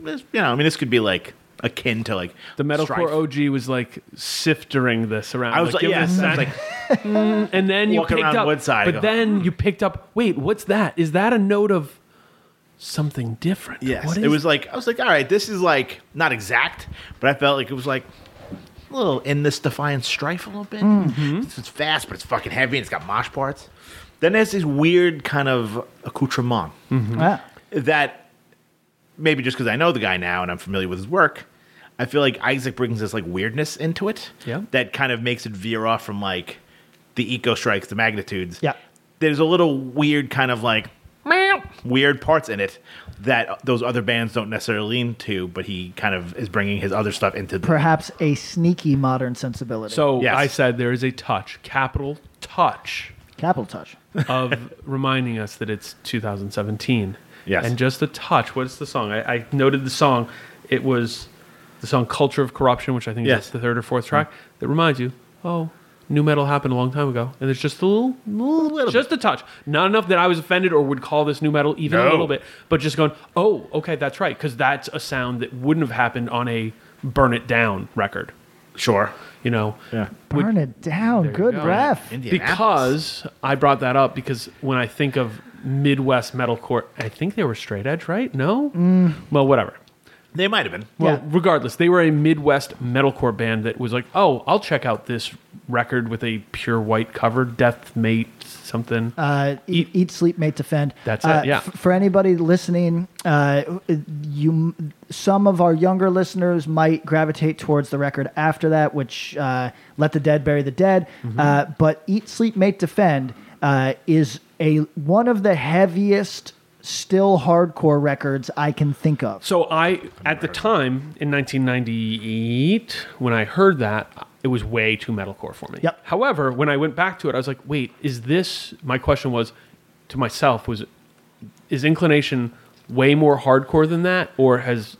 this, you know, I mean, this could be like akin to like
The
Strife.
metalcore OG was like siftering this around.
I was like,
give it a
yes, I was (laughs) like,
sec. and then you
Walking
picked
around
up
Woodside.
But then you picked up. Wait, what's that? Is that a note of something different.
Yes,
What
it
is-
was like I was like, all right, this is like not exact, but I felt like it was like a little in this defiant strife a little bit. It's, it's fast, but it's fucking heavy, and it's got mosh parts. Then there's this weird kind of accoutrement
Mm-hmm.
Ah.
that maybe just because I know the guy now and I'm familiar with his work, I feel like Isaac brings this like weirdness into it.
Yeah.
That kind of makes it veer off from like the eco strikes, the magnitudes.
Yeah.
There's a little weird kind of like meow, weird parts in it that those other bands don't necessarily lean to, but he kind of is bringing his other stuff into the
Perhaps a sneaky modern sensibility.
So
Yes.
I said there is a touch, capital touch,
capital touch.
of reminding us that it's 2017.
Yes.
And just a touch. What's the song? I, I noted the song. It was the song "Culture of Corruption," which I think
Yes.
is the third or fourth track that reminds you. Oh, new metal happened a long time ago, and there's just a little,
little
just a touch. Not enough that I was offended or would call this new metal even a
No.
little bit, but just going, oh, okay, that's right, because that's a sound that wouldn't have happened on a "Burn It Down" record.
Sure.
You know.
Yeah.
(laughs) Would-
Burn it down. Good
go.
ref.
Indianapolis.
because I brought that up because when I think of Midwest metalcore, I think they were straight edge, right? No, well, whatever.
they might have been.
Well,
Mm. Yeah.
regardless, they were a Midwest metalcore band that was like, oh, I'll check out this record with a pure white cover, Death Mate something.
Uh, eat, eat, sleep, mate, defend.
That's
Uh,
it, yeah.
f- for anybody listening, uh, you some of our younger listeners might gravitate towards the record after that, which uh, "Let the Dead Bury the Dead."
Mm-hmm.
Uh, but "Eat, Sleep, Mate, Defend" uh, is a one of the heaviest still hardcore records I can think of.
So I, at the time in 1998, when I heard that, it was way too metalcore for me.
Yep.
However, when I went back to it, I was like, wait, is this? My question was to myself was, is inclination way more hardcore than that, or has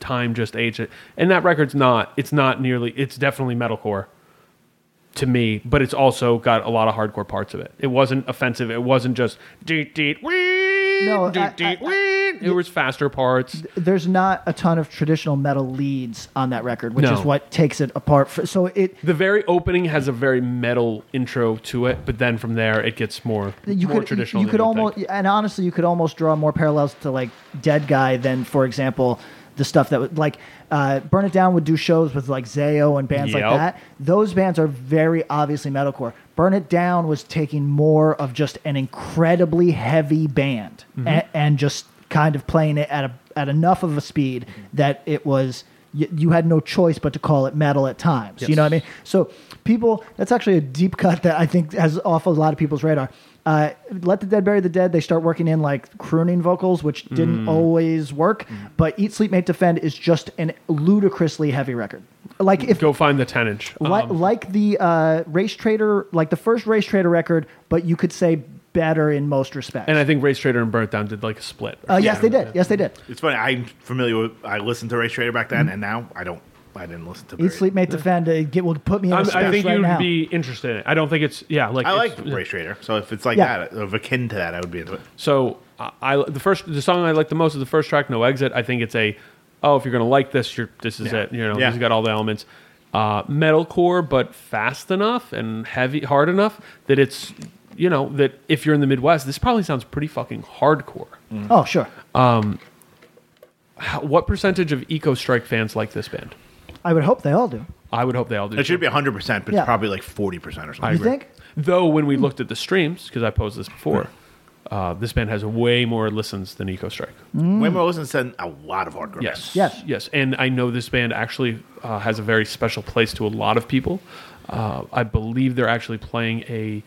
time just aged it? And that record's not. It's not nearly. It's definitely metalcore to me, but it's also got a lot of hardcore parts of it. It wasn't offensive. It wasn't just deet deet wee
No, I-
deet deet
I- I-
wee. It was faster parts.
There's not a ton of traditional metal leads on that record, which
No.
is what takes it apart. fr- so it
The very opening has a very metal intro to it, but then from there it gets more
you
more
could
traditional.
you
than
could
would
almost
think.
and honestly you could almost draw more parallels to like dead guy than for example the stuff that would like uh, burn it down would do shows with like zayo and bands
Yep.
like that those bands are very obviously metalcore burn it down was taking more of just an incredibly heavy band
Mm-hmm.
a- and, just kind of playing it at a at enough of a speed that it was you, you had no choice but to call it metal at times you know what i mean so people that's actually a deep (laughs) cut that i think has off a lot of people's radar uh, let the dead bury the dead. They start working in like crooning vocals, which
Mm.
didn't always work.
Mm-hmm.
But Eat, Sleep, Mate, Defend is just an ludicrously heavy record. Like if
go find the ten inch.
li-
Um,
like the uh, race trader, like the first race trader record, but you could say better in most respects.
and I think Race Trader and Burnt Down did like a split. or
uh, yes, they
something.
did. Yes, they did.
It's funny. I'm familiar with. I listened to Race Trader back then, and now I don't. I didn't listen to.
Eat,
Barry.
Mm-hmm. Sleep, Mate, Defend uh, get, will put me in a
I'm,
space
I think
right
you'd
now.
be interested in it. I don't think it's yeah. Like
I like
it's-
Race Trader, so if it's like
Yeah.
that, of akin to that, I would be into it.
So I, I the first the song I like the most is the first track, No Exit. I think it's a oh if you're gonna like this, you're this is
Yeah.
it. You know,
Yeah.
this has got all the elements. Uh, metalcore, but fast enough and heavy, hard enough that it's you know that if you're in the Midwest, this probably sounds pretty fucking hardcore.
Oh, sure.
How, what percentage of Eco Strike fans like this band?
I would hope they all do.
I would hope they all do.
It should
too.
be 100, percent but
Yeah.
it's probably like 40 percent or something.
You think? Hmm.
Though when we looked at the streams, because I posed this before, uh, this band has way more listens than Eco Strike.
Mm-hmm.
Way more listens than a lot of hardcore. bands.
Yes.
Yes.
Yes. And I know this band actually uh, has a very special place to a lot of people. Uh, I believe they're actually playing a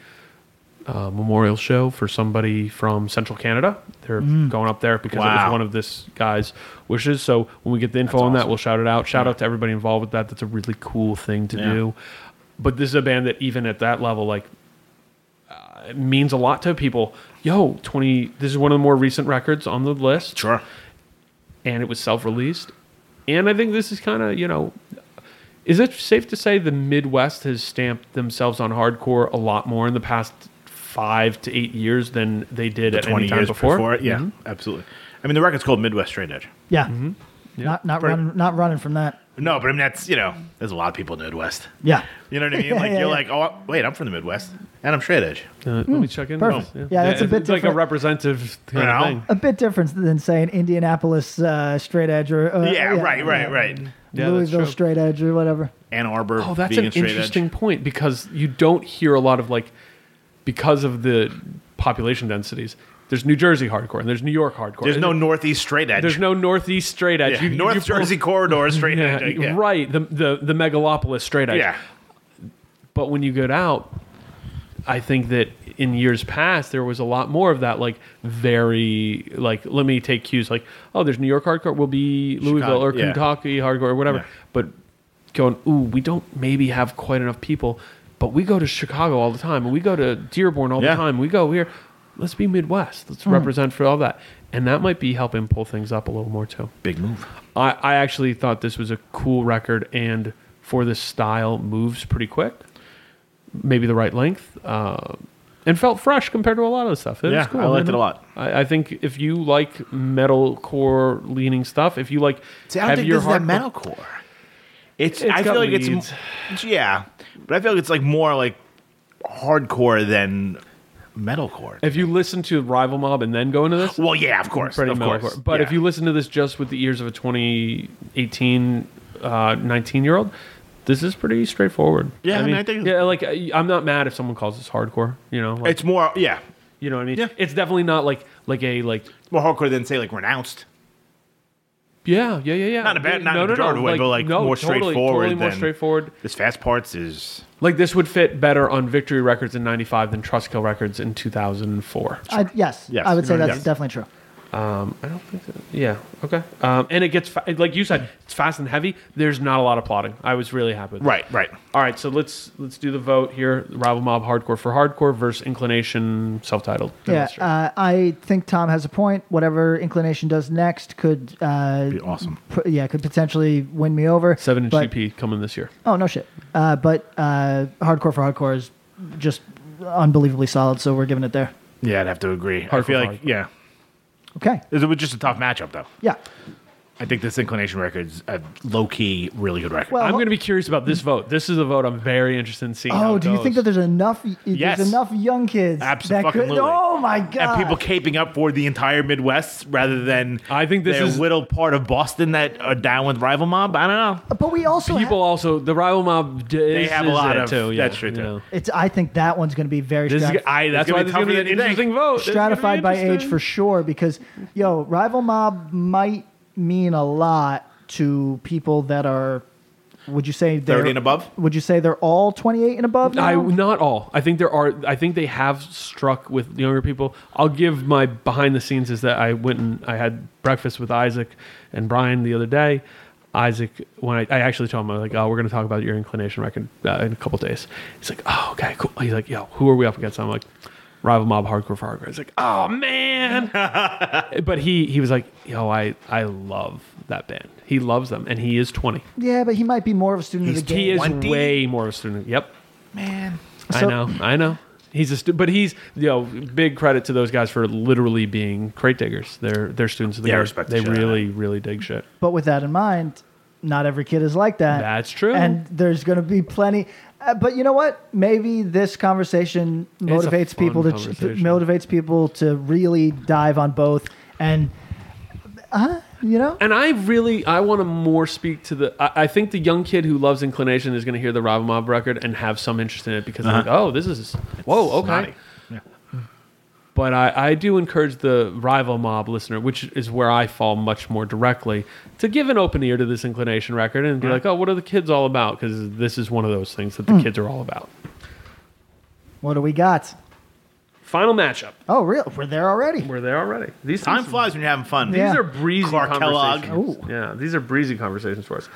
uh, memorial show for somebody from Central Canada. They're going up there because it was
Wow.
one of this guy's wishes. So when we get the info on that, we'll shout it out. Shout out to everybody involved with that. That's a really cool thing to
Yeah.
do. But this is a band that even at that level, like uh, it means a lot to people. Yo, twenty. This is one of the more recent records on the list
Sure.
and it was self-released. And I think this is kind of, you know, is it safe to say the Midwest has stamped themselves on hardcore a lot more in the past five to eight years than they did at any
20
time
years
before? Mm-hmm.
before. it, Yeah, absolutely. I mean, the record's called Midwest Straight Edge.
Yeah. Not not
Right.
running not running from that.
No, but I mean that's you know, there's a lot of people in the Midwest.
Yeah.
You know
(laughs)
what I mean?
Yeah,
Like
yeah,
you're
yeah.
like, oh wait, I'm from the Midwest, and I'm straight edge.
Uh, Let me check in.
Hmm. Perfect.
Oh,
Yeah, that's a
it's
bit
like a
different.
representative kind
You know?
of thing.
A bit different than saying Indianapolis uh, straight edge or uh,
yeah, right, right,
yeah.
right.
Yeah, that's
Louisville
true.
straight edge or whatever.
Ann Arbor.
Oh, that's
being
an
straight
interesting
Edge.
point because you don't hear a lot of like because of the population densities. There's New Jersey hardcore and there's New York hardcore.
There's
And
no Northeast straight edge.
there's no Northeast straight edge.
Yeah, North Jersey corridor straight
(laughs) yeah,
edge. Yeah.
right. The the the megalopolis straight edge.
Yeah.
But when you go out, I think that in years past there was a lot more of that, like very like let me take cues, like oh, there's New York hardcore, will be Louisville or
yeah.
Kentucky hardcore or whatever.
Yeah.
But going, ooh, we don't maybe have quite enough people, but we go to Chicago all the time, and we go to Dearborn all
Yeah. Mm-hmm.
the time. We go here. Let's be Midwest. Let's represent for all that, and that might be helping pull things up a little more too.
Big move.
I, I actually thought this was a cool record and for this style moves pretty quick maybe the right length uh, and felt fresh compared to a lot of the stuff it
Yeah,
was cool
I liked it a lot.
I, I think if you like metalcore leaning stuff if you like
See, I don't think
heavier
this is that
hardcore-
metalcore. It's,
It's
I feel
got
like
leads.
it's m- yeah, but I feel like it's like more like hardcore than metalcore.
if you listen to rival mob and then go into this
Well, yeah, of course,
pretty
of course.
metalcore. But if
Yeah.
you listen to this just with the ears of a 2018, uh, 19 year old, this is pretty straightforward.
Yeah, I mean, I think-
yeah, like I- I'm not mad if someone calls this hardcore. You know, like,
it's more yeah,
you know what I mean.
yeah.
It's definitely not like like a like
more hardcore than say like renounced.
yeah yeah yeah yeah.
Not in a bad, not
no,
in
no,
a pejorative
no,
way, but like
no,
more
totally,
straightforward.
Totally more
than-
straightforward.
This fast parts is
Like this would fit better on Victory Records in '95 than Trustkill Records in 2004.
I, yes,
Yes.
I would say
Yes.
that's definitely true.
I don't think that. Yeah. Okay. Um, and it gets fa- like you said, it's fast and heavy. There's not a lot of plotting. I was really happy. With that.
right, right.
All right. So let's let's do the vote here. Rival Mob Hardcore for Hardcore versus Inclination self-titled.
Yeah,
Demonstrator.
uh, I think Tom has a point. Whatever inclination does next could, uh,
Be awesome.
p- yeah, could potentially win me over.
Seven inch
but-
GP coming this year.
Oh no shit! Uh, but uh, hardcore for hardcore is just unbelievably solid. So we're giving it there.
Yeah, I'd have to agree. I
Hardcore,
feel like
hardcore.
yeah,
Okay.
it was just a tough matchup though.
Yeah.
I think this inclination record's a low key, really good record.
Well,
I'm
ho-
going to be curious about this vote. This is a vote I'm very interested in seeing. how
Oh,
it
do you think that
goes.
there's enough?
Yes.
There's enough young kids. that
Absolutely.
could- Oh my god!
And people caping up for the entire Midwest rather than
I think this
their
is-
little part of Boston that are down with rival mob. I don't know.
but we also ha-
people also the Rival Mob? d-
They
is-
have a
is
lot
it
of-
too. Yeah,
that's true,
you
too.
know.
It's. I think that one's going to be very
This is,
stratif-
I, that's
gonna
why
be
this is going
tougher
to be an
than you think.
interesting vote. It's gonna be
stratified by age
interesting.
for sure. Because yo, rival mob might mean a lot to people that are. Would you say they're-
30 and above?
Would you say they're all 28 and above?
I
now?
not all. I think there are. I think they have struck with younger people. I'll give my behind the scenes is that I went and I had breakfast with Isaac and Brian the other day. Isaac, when I, I actually told him, I was like, "Oh, we're going to talk about your inclination record uh, in a couple days." He's like, "Oh, okay, cool." He's like, "Yo, who are we up against?" I'm like, "Rival Mob Hardcore for Hardcore." He's like, "Oh man," but he he was like, "Yo, I I love that band. He loves them, and he is 20.
Yeah, but he might be more of a student
He's,
of the game.
he is
20?
way more of a student. Yep,
Man.
I
So-
know, I know. He's a stu- but he's you know big credit to those guys for literally being crate diggers. They're they're students of the
Yeah, I
game.
respect the
They
shit out of
really really dig shit.
But with that in mind, not every kid is like that.
That's true.
And there's going to be plenty. Uh, but you know what? Maybe this conversation
It's a
motivates
fun
people to
conversation.
motivates people to really dive on both. And uh, you know,
And I really I want to more speak to the. I, I think the young kid who loves Inclination is going to hear the Rival Mob record and have some interest in it because they're like, oh, this is whoa, okay.
Snotty. Yeah.
But I, I do encourage the rival mob listener, which is where I fall much more directly, to give an open ear to this inclination record and be like, oh, what are the kids all about? Because this is one of those things that the kids are all about.
what do we got?
Final matchup.
Oh, real? We're there already.
We're there already. These
Time
things-
flies when you're having fun.
Yeah.
These are breezy
Clark Kellogg.
conversations. Yeah, these are breezy conversations for us.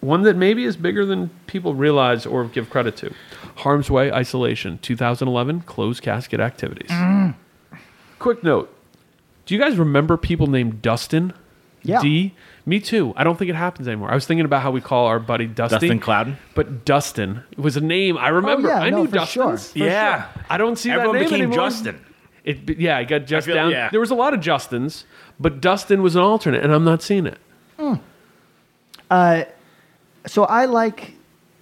One that maybe is bigger than people realize or give credit to. Harm's Way Isolation, 2011, closed casket activities.
Mm.
Quick note: Do you guys remember people named Dustin?
Yeah.
D. Me too. I don't think it happens anymore. I was thinking about how we call our buddy Dusty.
Dustin Clouden?
But Dustin was a name I remember.
Oh, yeah,
I
no,
knew
for sure.
Dustins.
For
yeah. I don't see
Everyone
that name
became
anymore.
Justin.
It be- yeah, I got just
feel-
down.
yeah.
There was a lot of Justins, but Dustin was an alternate, and I'm not seeing it.
Uh, so I like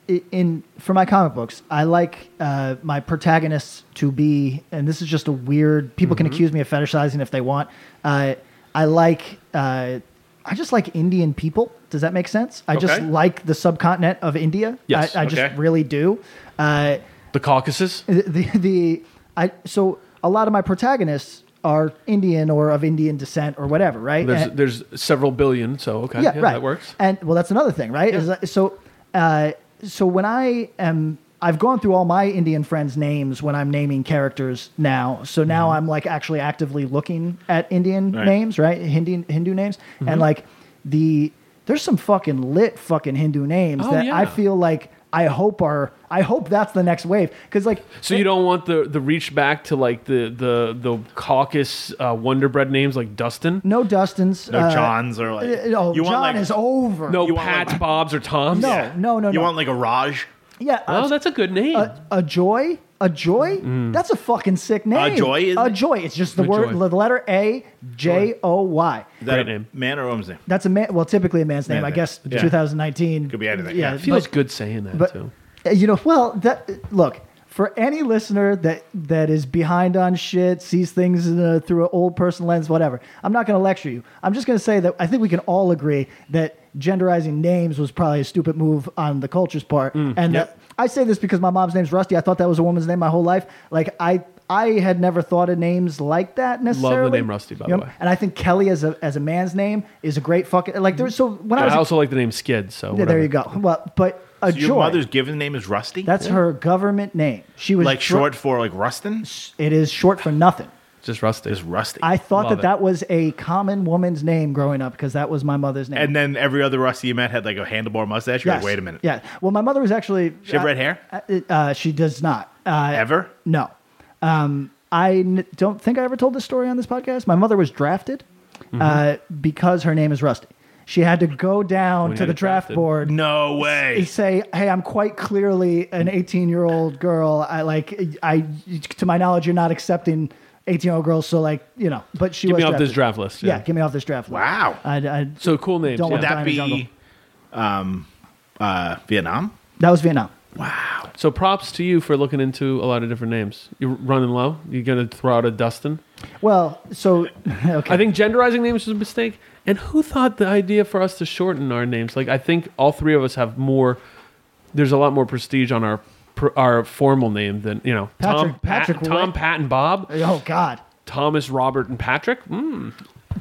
i- in for my comic books, I like uh, my protagonists to be, and this is just a weird. People can
Mm-hmm.
Mhm.
accuse me of fetishizing if they want. Uh, I like. Uh, I just like Indian people. Does that make sense? I just
Okay.
like the subcontinent of India.
Yes.
I, I
Okay.
just really do. Uh,
The Caucasus.
the, the the I so a lot of my protagonists are Indian or of Indian descent or whatever, right?
There's,
And-
there's several billion, so okay, yeah, that works.
and well, that's another thing, right? Is that, so, uh, so when I am, I've gone through all my Indian friends' names when I'm naming characters now. So now
Mm-hmm.
I'm like actually actively looking at Indian
Right.
names, right? Hindu Hindu names,
Mhm.
Mm-hmm.
and like the there's some fucking lit fucking Hindu names
Oh,
that I
yeah.
feel like I hope are I hope that's the next wave because like
So you don't want the the reach back to like the the the Caucus uh, Wonder Bread names like Dustin.
no Dustins,
No
uh,
Johns or, like-
uh, oh
You
John
want, like-
is over.
No Pats, Bobs, or Toms.
No, Uh, Yeah. no, no, You no. want,
like a Raj.
Yeah.
Oh, that's a good name.
A, a joy. A joy.
Mm.
That's a fucking sick name.
Joy is-
A joy. It's just the
A
word,
Joy.
the letter A J O Y.
Is that a man or woman's name?
That's a man. Well, typically a man's name.
Man
I
name.
guess
Yeah.
2019
Could be anything, yeah.
Yeah,
feels
but-
good saying that
but-
too.
uh, You know, well, that look for any listener that that is behind on shit, sees things in a, through an old person lens, whatever. I'm not going to lecture you. I'm just going to say that I think we can all agree that genderizing names was probably a stupid move on the culture's part.
Mm,
and
yep.
that- I say this because my mom's name's Rusty. I thought that was a woman's name my whole life. Like I. I had never thought of names like that necessarily.
name Rusty, by the way.
And I think Kelly as a as a man's name is a great fucking like. There, so when I
I,
was a-
also like the name Skid. So
yeah, there
whatever.
you go. Well, but a
so
joy.
your mother's given name is Rusty.
That's her government name. She was
like
dr-
short for like Rustin.
It is short for nothing.
Just Rusty.
Just Rusty.
I thought that that was a common woman's name growing up because that was my mother's name.
And then every other Rusty you met had like a handlebar mustache. You're like, wait a minute.
Yeah. Well, my mother was actually.
She have
I-
red hair?
I- Uh, she does not. Uh,
Ever?
No. Um, I n- don't think I ever told this story on this podcast. My mother was drafted
Mm-hmm.
uh, because her name is Rusty. She had to go down
When
to
you
the
got
draft
drafted?
board.
No
s-
way.
say, "Hey, I'm quite clearly an 18 year old girl. I like, I to my knowledge, you're not accepting 18 year old girls. So like, you know." But she
Get
was
me off this
drafted.
draft list,
Yeah.
yeah.
get me off this draft list.
Wow.
I, I,
So cool names.
Don't
yeah.
want to die
That
in the jungle.
be um, uh, Vietnam.
That was Vietnam.
So props to you for looking into a lot of different names. You're running low. You're gonna throw out a Dustin.
Well, so (laughs) okay.
I think genderizing names was a mistake. And who thought the idea for us to shorten our names? Like I think all three of us have more. There's a lot more prestige on our pr- our formal name than you know Tom
Patrick- Patrick
Pat, Tom
Roy-
Pat and Bob.
Oh God.
Thomas Robert and Patrick. Mm.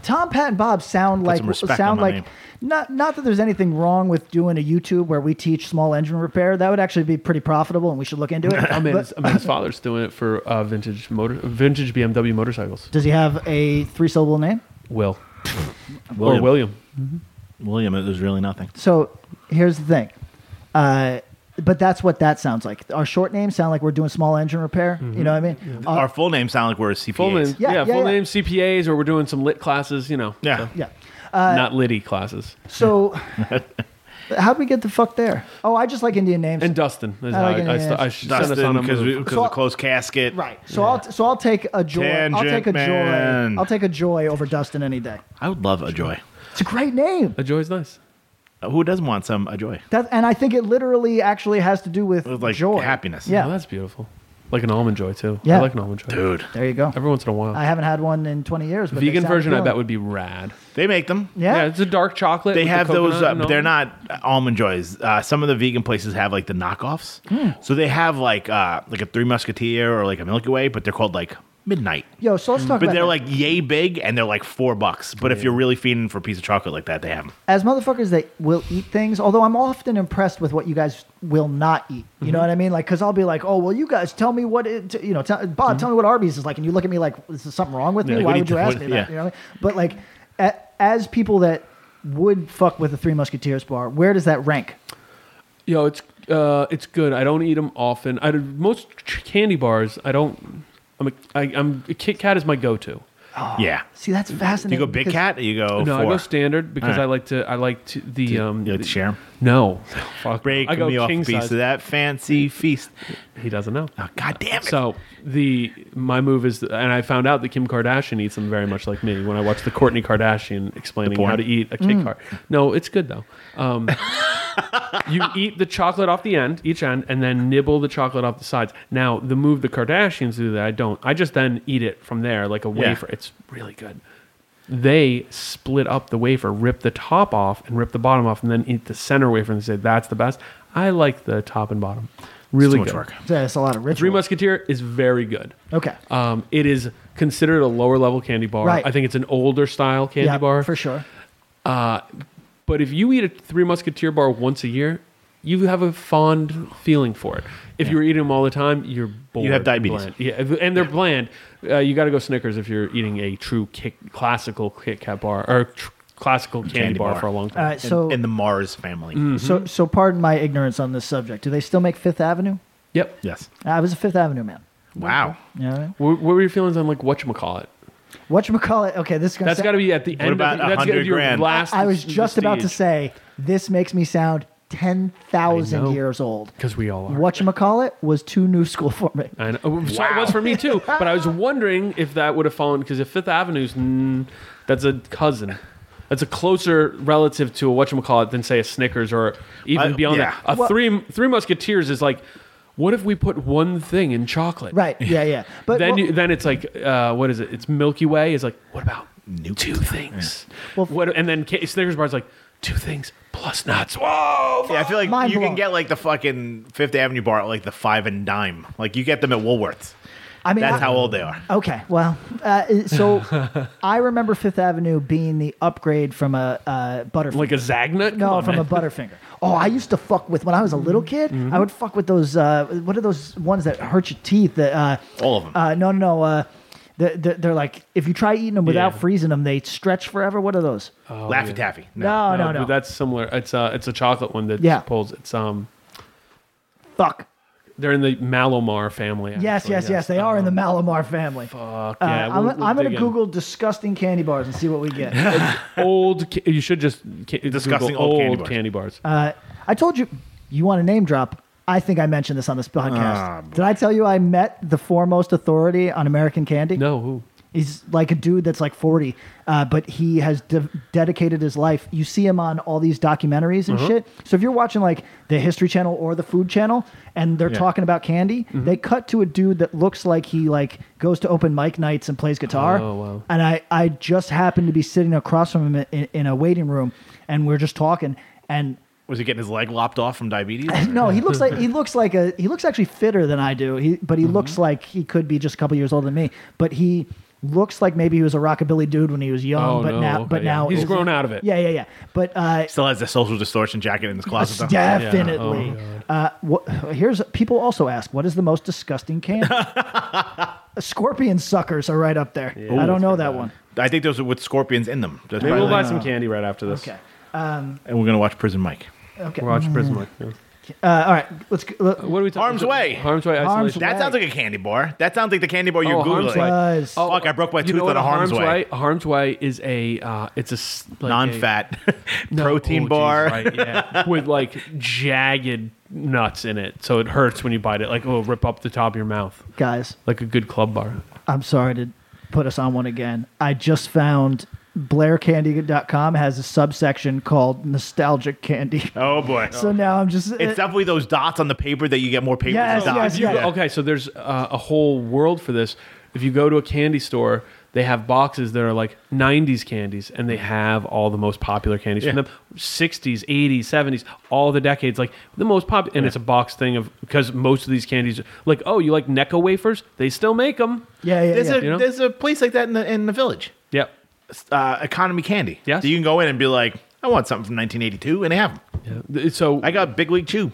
Tom, Pat, and Bob sound like
some respect on
sound
my
like
name.
not not that there's anything wrong with doing a YouTube where we teach small engine repair. That would actually be pretty profitable, and we should look into
(laughs)
it.
I mean,
But
his, I
(laughs)
mean, his father's doing it for uh, vintage motor, vintage BMW motorcycles.
does he have a three syllable name?
Will
William.
or William?
William, it was really nothing.
So here's the thing, uh, but that's what that sounds like. Our short names sound like we're doing small engine repair.
Mm-hmm.
You know what I mean? Uh,
Our full names sound like we're CPAs.
Full name,
Yeah,
yeah,
yeah,
full
yeah.
name CPAs, or we're doing some lit classes. You know, yeah,
yeah. Uh,
not litty classes.
so (laughs) how'd we get the fuck there? Oh, I just like Indian names.
And Dustin, is
I
how I,
like Indian
I, st-
names.
I should send us on
Dustin
a
because
move.
because
So-
of closed casket.
Right. So I'll so I'll take a joy. I'll take a
Tangent man.
joy. I'll take a joy over Dustin any day.
I would love a joy.
It's a great name.
A joy is nice.
Who doesn't want some a joy?
That, and I think it literally actually has to do with,
Like
joy,
happiness.
Yeah,
Oh, that's beautiful. Like an almond joy too.
Yeah.
I like an almond joy,
dude.
There you go.
Every once in a while,
I haven't had one in 20 years. But they
vegan
sound
version I
appealing.
bet would be rad.
They make them.
Yeah.
it's a dark chocolate.
They
with the
have those,
coconut
uh,
and
but they're
almond.
not almond joys. Uh, some of the vegan places have like the knockoffs.
Hmm.
So they have like uh, like a Three Musketeer or like a Milky Way, but they're called like Midnight.
Yo, so let's talk
But
about
they're
that.
like yay big and they're like four bucks. But if you're really feeding for a piece of chocolate like that, they have them.
as motherfuckers that will eat things. Although I'm often impressed with what you guys will not eat. You know
Mhm.
what I mean? Like, because I'll be like, oh well, you guys tell me what it, you know, tell, Bob, tell me what Arby's is like, and you look at me like, is is something wrong with
Yeah,
me?
like,
Why
what
would
do
you
you-
ask
what-
me that?
yeah.
You know what I mean? But like, a, as people that would fuck with the Three Musketeers bar, where does that rank?
Yo, it's uh, it's good. I don't eat them often. I do- most ch- candy bars. I don't. I'm a, I, I'm a Kit Kat is my go-to.
yeah.
See, that's fascinating.
You go big
because-
cat. Or you go.
no, I
Oh, four?
go standard because
All right.
I like to. I like to the um.
You like to share 'em? (laughs)
No, fuck.
Break
I go
me off a
king
piece
size.
of that fancy feast.
He doesn't know.
Oh, God damn it!
So the my move is, and I found out that Kim Kardashian eats them very much like me when I watched the Courtney Kardashian explaining
porn?
how to eat a
Mm.
Kit Kat. No, it's good though.
(laughs)
Um, you eat the chocolate off the end, each end, and then nibble the chocolate off the sides. Now the move the Kardashians do that I don't. I just then eat it from there like a
Yeah.
wafer. It's really good. They split up the wafer, rip the top off, and rip the bottom off, and then eat the center wafer and say that's the best. I like the top and bottom. Really
too much
good.
work.
Yeah, it's a lot of ritual.
Three Musketeer is very good.
Okay.
Um, it is considered a lower level candy bar.
Right.
I think it's an older style candy
yeah,
bar.
for sure.
But if you eat a Three Musketeer bar once a year, you have a fond feeling for it. If you were eating them all the time, you're bored.
You have
and
diabetes.
bland. Yeah, if- and they're bland. Uh, you got to go Snickers if you're eating a true kick, classical Kit Kat bar or tr- classical candy,
Candy
bar,
bar.
for a long
All
time.
right, so
in the Mars family.
Mm.
so so pardon my ignorance on this subject. Do they still make Fifth Avenue?
yep.
Yes.
I was a Fifth Avenue man.
Wow.
You know what I mean?
What, what were your feelings on like what you call it?
What you call it? Okay, this is gonna
That's
sound-
got to be at the end.
about
of, that's gotta
100
be your
grand?
last.
I was just about to say this makes me sound ten
I know.
thousand years old.
because we all are.
What you call it was too new school (laughs) for me.
I know. Oh, So it was for
(laughs)
me too, but I was wondering if that would have fallen because if Fifth Avenue's mm, that's a cousin, that's a closer relative to a whatchamacallit than say a Snickers or even
Uh,
beyond
yeah.
that. A three Three Musketeers is like, what if we put one thing in chocolate?
Right? Yeah, yeah. But
then
well,
you, then it's like uh, what is it? It's Milky Way. Is like what about two things?
Well,
what, and then K- Snickers bars like two things plus nuts. Whoa!
Yeah, I feel like
Mind
you
blown.
can get like the fucking Fifth Avenue bar at like the five and dime. Like you get them at Woolworths.
I mean,
That's
I-
how old they are.
Okay, well, uh,
(laughs)
so I remember Fifth Avenue being the upgrade from a uh, Butterfinger.
Like a Zagnut? Come
No,
on,
from
man. Mm-hmm.
a Butterfinger. Oh, I used to fuck with when I was a little kid. I would fuck with those. Uh, what are those ones that hurt your teeth? That uh,
All of 'em.
Uh, no, no, no. Uh, they're, they're, they're like if you try eating them without
Yeah.
freezing them, they stretch forever. What are those?
Laffy Taffy. No.
Oh, no, no, no.
but that's similar. It's uh, it's a chocolate one that
Yeah.
pulls. It's um,
fuck.
they're in the Malomar family.
Yes,
actually,
yes, yes. They are in the Malamar family.
Um, Fuck
Uh,
yeah!
I'm,
we'll- we'll
I'm gonna
dig in.
Google disgusting candy bars and see what we
(laughs)
get.
old. ca- You should just ca-
Disgusting
Google
old
old,
candy
candy,
bars.
bars.
uh, I told you, you want a name drop. I think I mentioned this on this
Ah,
podcast. Did I tell you I met the foremost authority on American candy?
no, who?
He's like a dude that's like 40, uh, but he has de- dedicated his life. You see him on all these documentaries
Mm-hmm.
and shit. So if you're watching like the History Channel or the Food Channel and they're talking about candy,
Mm-hmm.
they cut to a dude that looks like he like goes to open mic nights and plays guitar.
Oh, wow.
And I, I just happened to be sitting across from him in, in a waiting room and we're just talking and
Was he getting his leg lopped off from
(laughs)
diabetes?
no, he looks
(laughs)
like he looks like a he looks actually fitter than I do. He but he
Mm-hmm.
looks like he could be just a couple years older than me. But he looks like maybe he was a rockabilly dude when he was young.
Oh,
but
no,
now,
okay,
but
yeah.
now
He's
is-
grown out of it.
Yeah, yeah, yeah. But uh,
Still has the social distortion jacket in his closet. though.
definitely.
Yeah,
uh, what, here's people also ask what is the most disgusting
(laughs)
candy? Scorpion suckers are right up there. I don't know that one.
I think those are with scorpions in them. That's
Maybe we'll
probably-
buy some candy right after this.
Okay.
and we're gonna watch Prison Mike.
Okay.
We'll watch Prison Mike.
Uh, all right. Let's. g- let-
What are we talking?
Harm's Way.
Harm's way.
Harm's
Isolation.
Way.
That sounds like a candy bar. That sounds like the candy bar you're
Oh, Harm's
googling.
Way. Oh,
Fuck! I broke my
You
tooth
know what
on a harm's, way.
Harm's Way is a uh, it's a s- like a-
Non-fat
(laughs)
(laughs)
No,
protein
oh, geez,
bar. (laughs)
right, yeah. with like jagged nuts in it, so it hurts when you bite it. Like oh, rip up the top of your mouth,
guys,
like a good club bar.
I'm sorry to put us on one again. I just found blaircandy.com has a subsection called nostalgic candy. (laughs)
Oh boy!
So now I'm just uh,
it's definitely those dots on the paper that you get more paper
Yes,
than dots.
yes, yes.
Yeah.
Okay, so there's uh, a whole world for this. If you go to a candy store, they have boxes that are like 90s candies, and they have all the most popular candies from
Yeah.
them 60s, 80s, 70s, all the decades. Like the most popular, and it's a box thing of because most of these candies, like, oh, you like Necco wafers? They still make them.
yeah, yeah,
There's
yeah.
a
You know?
there's a place like that in the in the village.
Yep.
Uh, economy candy.
Yes.
So you can go in and be like, I want something from 1982, and they have 'em.
Th- So,
I got Big League Chew.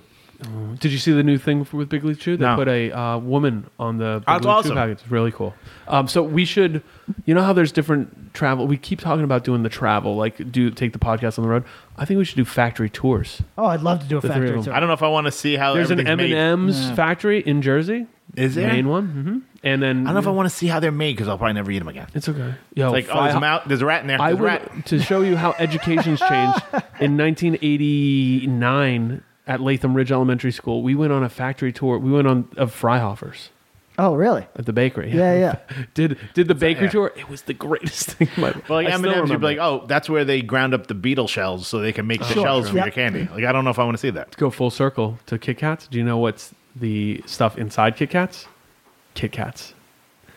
did you see the new thing for, with Big League Chew? They
No.
put a uh, woman on the Big
That's
League Chew
awesome.
package. It's really cool. Um, so we should, you know how there's different travel. We keep talking about doing the travel, like do take the podcast on the road. I think we should do factory tours.
Oh, I'd love to do a
three
factory
of them.
tour.
I don't know if I want to see how
There's an M and
everything's made.
M's factory in Jersey.
Is there?
main one? Mm-hmm. And then
I don't know if I want to see how they're made because I'll probably never eat them again.
It's okay. Yo,
like, oh,
fry-
there's a, mou- there's a rat in there.
I
There's a
would
rat.
(laughs) to show you how
(laughs)
education's changed. In 1989, at Latham Ridge Elementary School, we went on a factory tour. We went on of Fryhoffers
Oh, really?
at the bakery.
Yeah, yeah.
(laughs) did did the bakery
yeah.
tour? It was the greatest (laughs) thing. in My,
But like
I still
M&M's, you'd
remember
be like,
it.
oh, that's where they ground up the beetle shells so they can make the
Sure,
shells
sure.
from your
Yep.
candy. Like, I don't know if I want to see that.
go full circle to Kit Kats. Do you know what's the stuff inside Kit Kats? Kit Kats.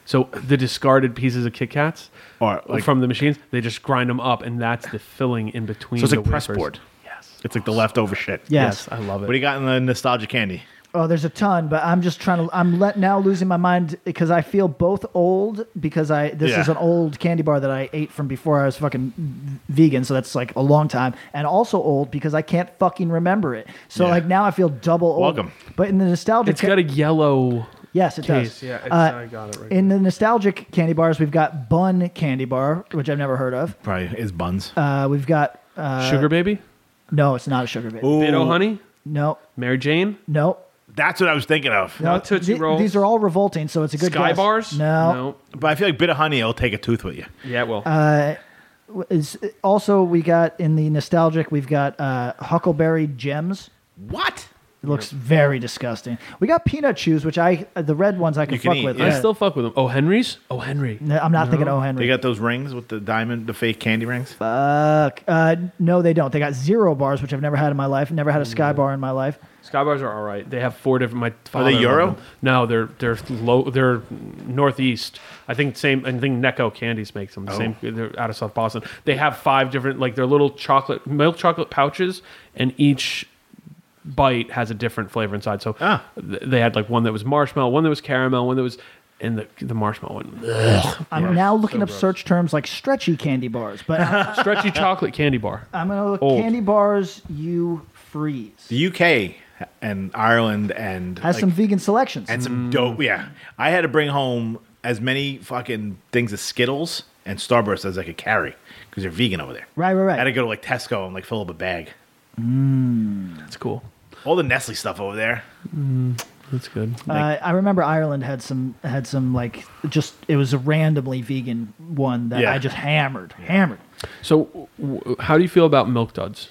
So the discarded pieces of Kit Kats
Or, like-
from the machines, they just grind them up, and that's the filling in between.
So it's
the
like press
wafers.
board.
Yes.
It's like the leftover shit.
Yes.
yes, I love it.
What do you got in the nostalgia candy?
Oh, there's a ton, but I'm just trying to. I'm let, now losing my mind because I feel both old because I this
Yeah.
is an old candy bar that I ate from before I was fucking vegan, so that's like a long time, and also old because I can't fucking remember it. So
Yeah.
like now I feel double old.
Welcome.
But in the nostalgia,
It's got a yellow.
yes, it
case.
does.
Yeah, it's-
Uh,
I got it right
in the nostalgic candy bars, we've got bun candy bar, which I've never heard of.
Probably is buns.
Uh, we've got uh,
Sugar baby,
No, it's not a sugar baby.
bit o' honey,
No,
Mary Jane.
no.
That's what I was thinking of.
No, Tootsie
the-
Rolls.
These are all revolting, so it's a good
Sky
guess.
bars.
No. Uh,
But I feel like bit of honey, it'll take a tooth with you.
Yeah. Well.
W- Is, also, we got in the nostalgic, we've got uh, Huckleberry Gems.
What?
It looks very disgusting. We got peanut chews, which I, uh, the red ones I can,
can
fuck
eat,
with.
yeah.
I
Yeah.
still fuck with them. Oh Henry's. Oh Henry.
No, I'm not thinking O.
They
Henry.
got those rings with the diamond, the fake candy rings.
Fuck. Uh, no, they don't. They got zero bars, which I've never had in my life. Never had a sky bar in my life.
Skybars are all right. They have four different. My father loved
Euro?
them. No, they're they're low. They're northeast. I think same. I think Necco Candies makes them. Same. They're out of South Boston. They have five different like they're little chocolate milk chocolate pouches, and each bite has a different flavor inside. So
Ah.
th- they had like one that was marshmallow, one that was caramel, one that was. And the, the marshmallow one,
I'm now looking up search terms like stretchy candy bars, but I'm,
stretchy chocolate candy bar.
I'm going to
(laughs)
look
Old.
candy bars you freeze.
The UK and Ireland and
Has
like,
some vegan selections.
and
Mm.
some dope. Yeah, I had to bring home as many fucking things as Skittles and Starburst as I could carry because they're vegan over there.
Right, right, right.
I had to go to like Tesco and like fill up a bag.
That's cool.
All the Nestle stuff over there.
That's good.
Uh, I remember Ireland had some had some like just it was a randomly vegan one that
Yeah.
I just hammered, hammered.
So, w- how do you feel about milk duds?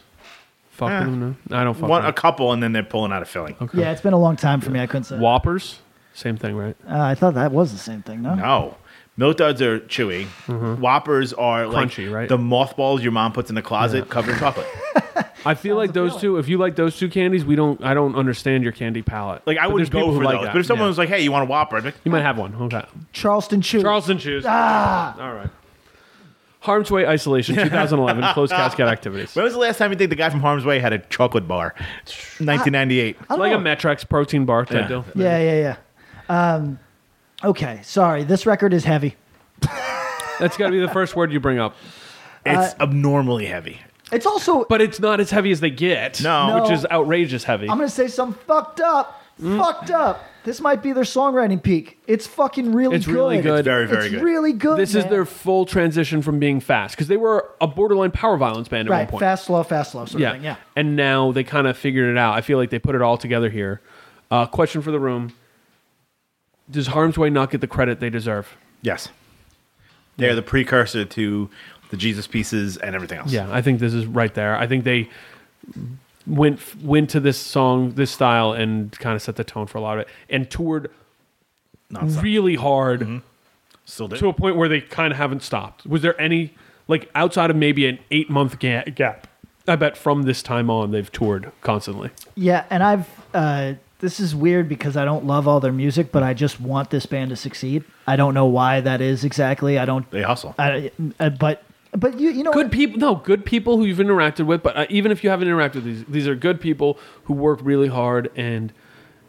Fuck with them? No, I don't fuck
Eh. One, a
with them.
couple, and then they're pulling out a filling.
Okay.
Yeah, it's been a long time for me. I couldn't say. Uh,
Whoppers, same thing, right?
I thought that was the same thing. No,
No. Milk duds are chewy. Whoppers are like
Mm-hmm. Crunchy, right?
the mothballs your mom puts in the closet covered in chocolate.
I feel like those two. If you like those two candies, we don't. I don't understand your candy palate.
Like I
But there's
wouldn't go
people who
for
like
those.
that.
But if someone
Yeah.
was like, "Hey, you want a Whopper?" I'd be like,
you might have one. Okay,
Charleston Chew.
Charleston shoes. Ah, all right. Harm's Way
(laughs)
Isolation, 2011, closed casket activities.
When
It's
was the last time you think the guy from Harm's Way had a chocolate bar? 1998.
I don't
like a
know.
Metrex protein bar type deal.
Yeah, yeah, yeah. Um, okay, sorry. This record is heavy.
That's got to be the first word you bring up.
It's abnormally heavy.
It's also.
But it's not as heavy as they get.
No.
which
No.
is outrageous heavy.
I'm gonna say something fucked up. Fucked up. This might be their songwriting peak. It's fucking really
It's
good.
really good. It's
very, very
It's
good.
really good.
this is
man.
their full transition from being fast because they were a borderline power violence band at one
right.
point.
Fast, slow, fast, slow. Sort
yeah.
Of thing. Yeah.
And now they kind of figured it out. I feel like they put it all together here. Uh, question for the room: Does Harm's Way not get the credit they deserve?
Yes. They're the precursor to the Jesus pieces and everything else.
Yeah, I think this is right there. I think they went went to this song, this style, and kind of set the tone for a lot of it, and toured really hard
Still do.
to a point where they kind of haven't stopped. Was there any like outside of maybe an eight month ga- gap? I bet from this time on they've toured constantly.
Yeah, and I've uh, this is weird because I don't love all their music, but I just want this band to succeed. I don't know why that is exactly. I don't.
They hustle.
I, uh, but but you you know
good
what?
people no good people who you've interacted with but uh, even if you haven't interacted with these these are good people who work really hard and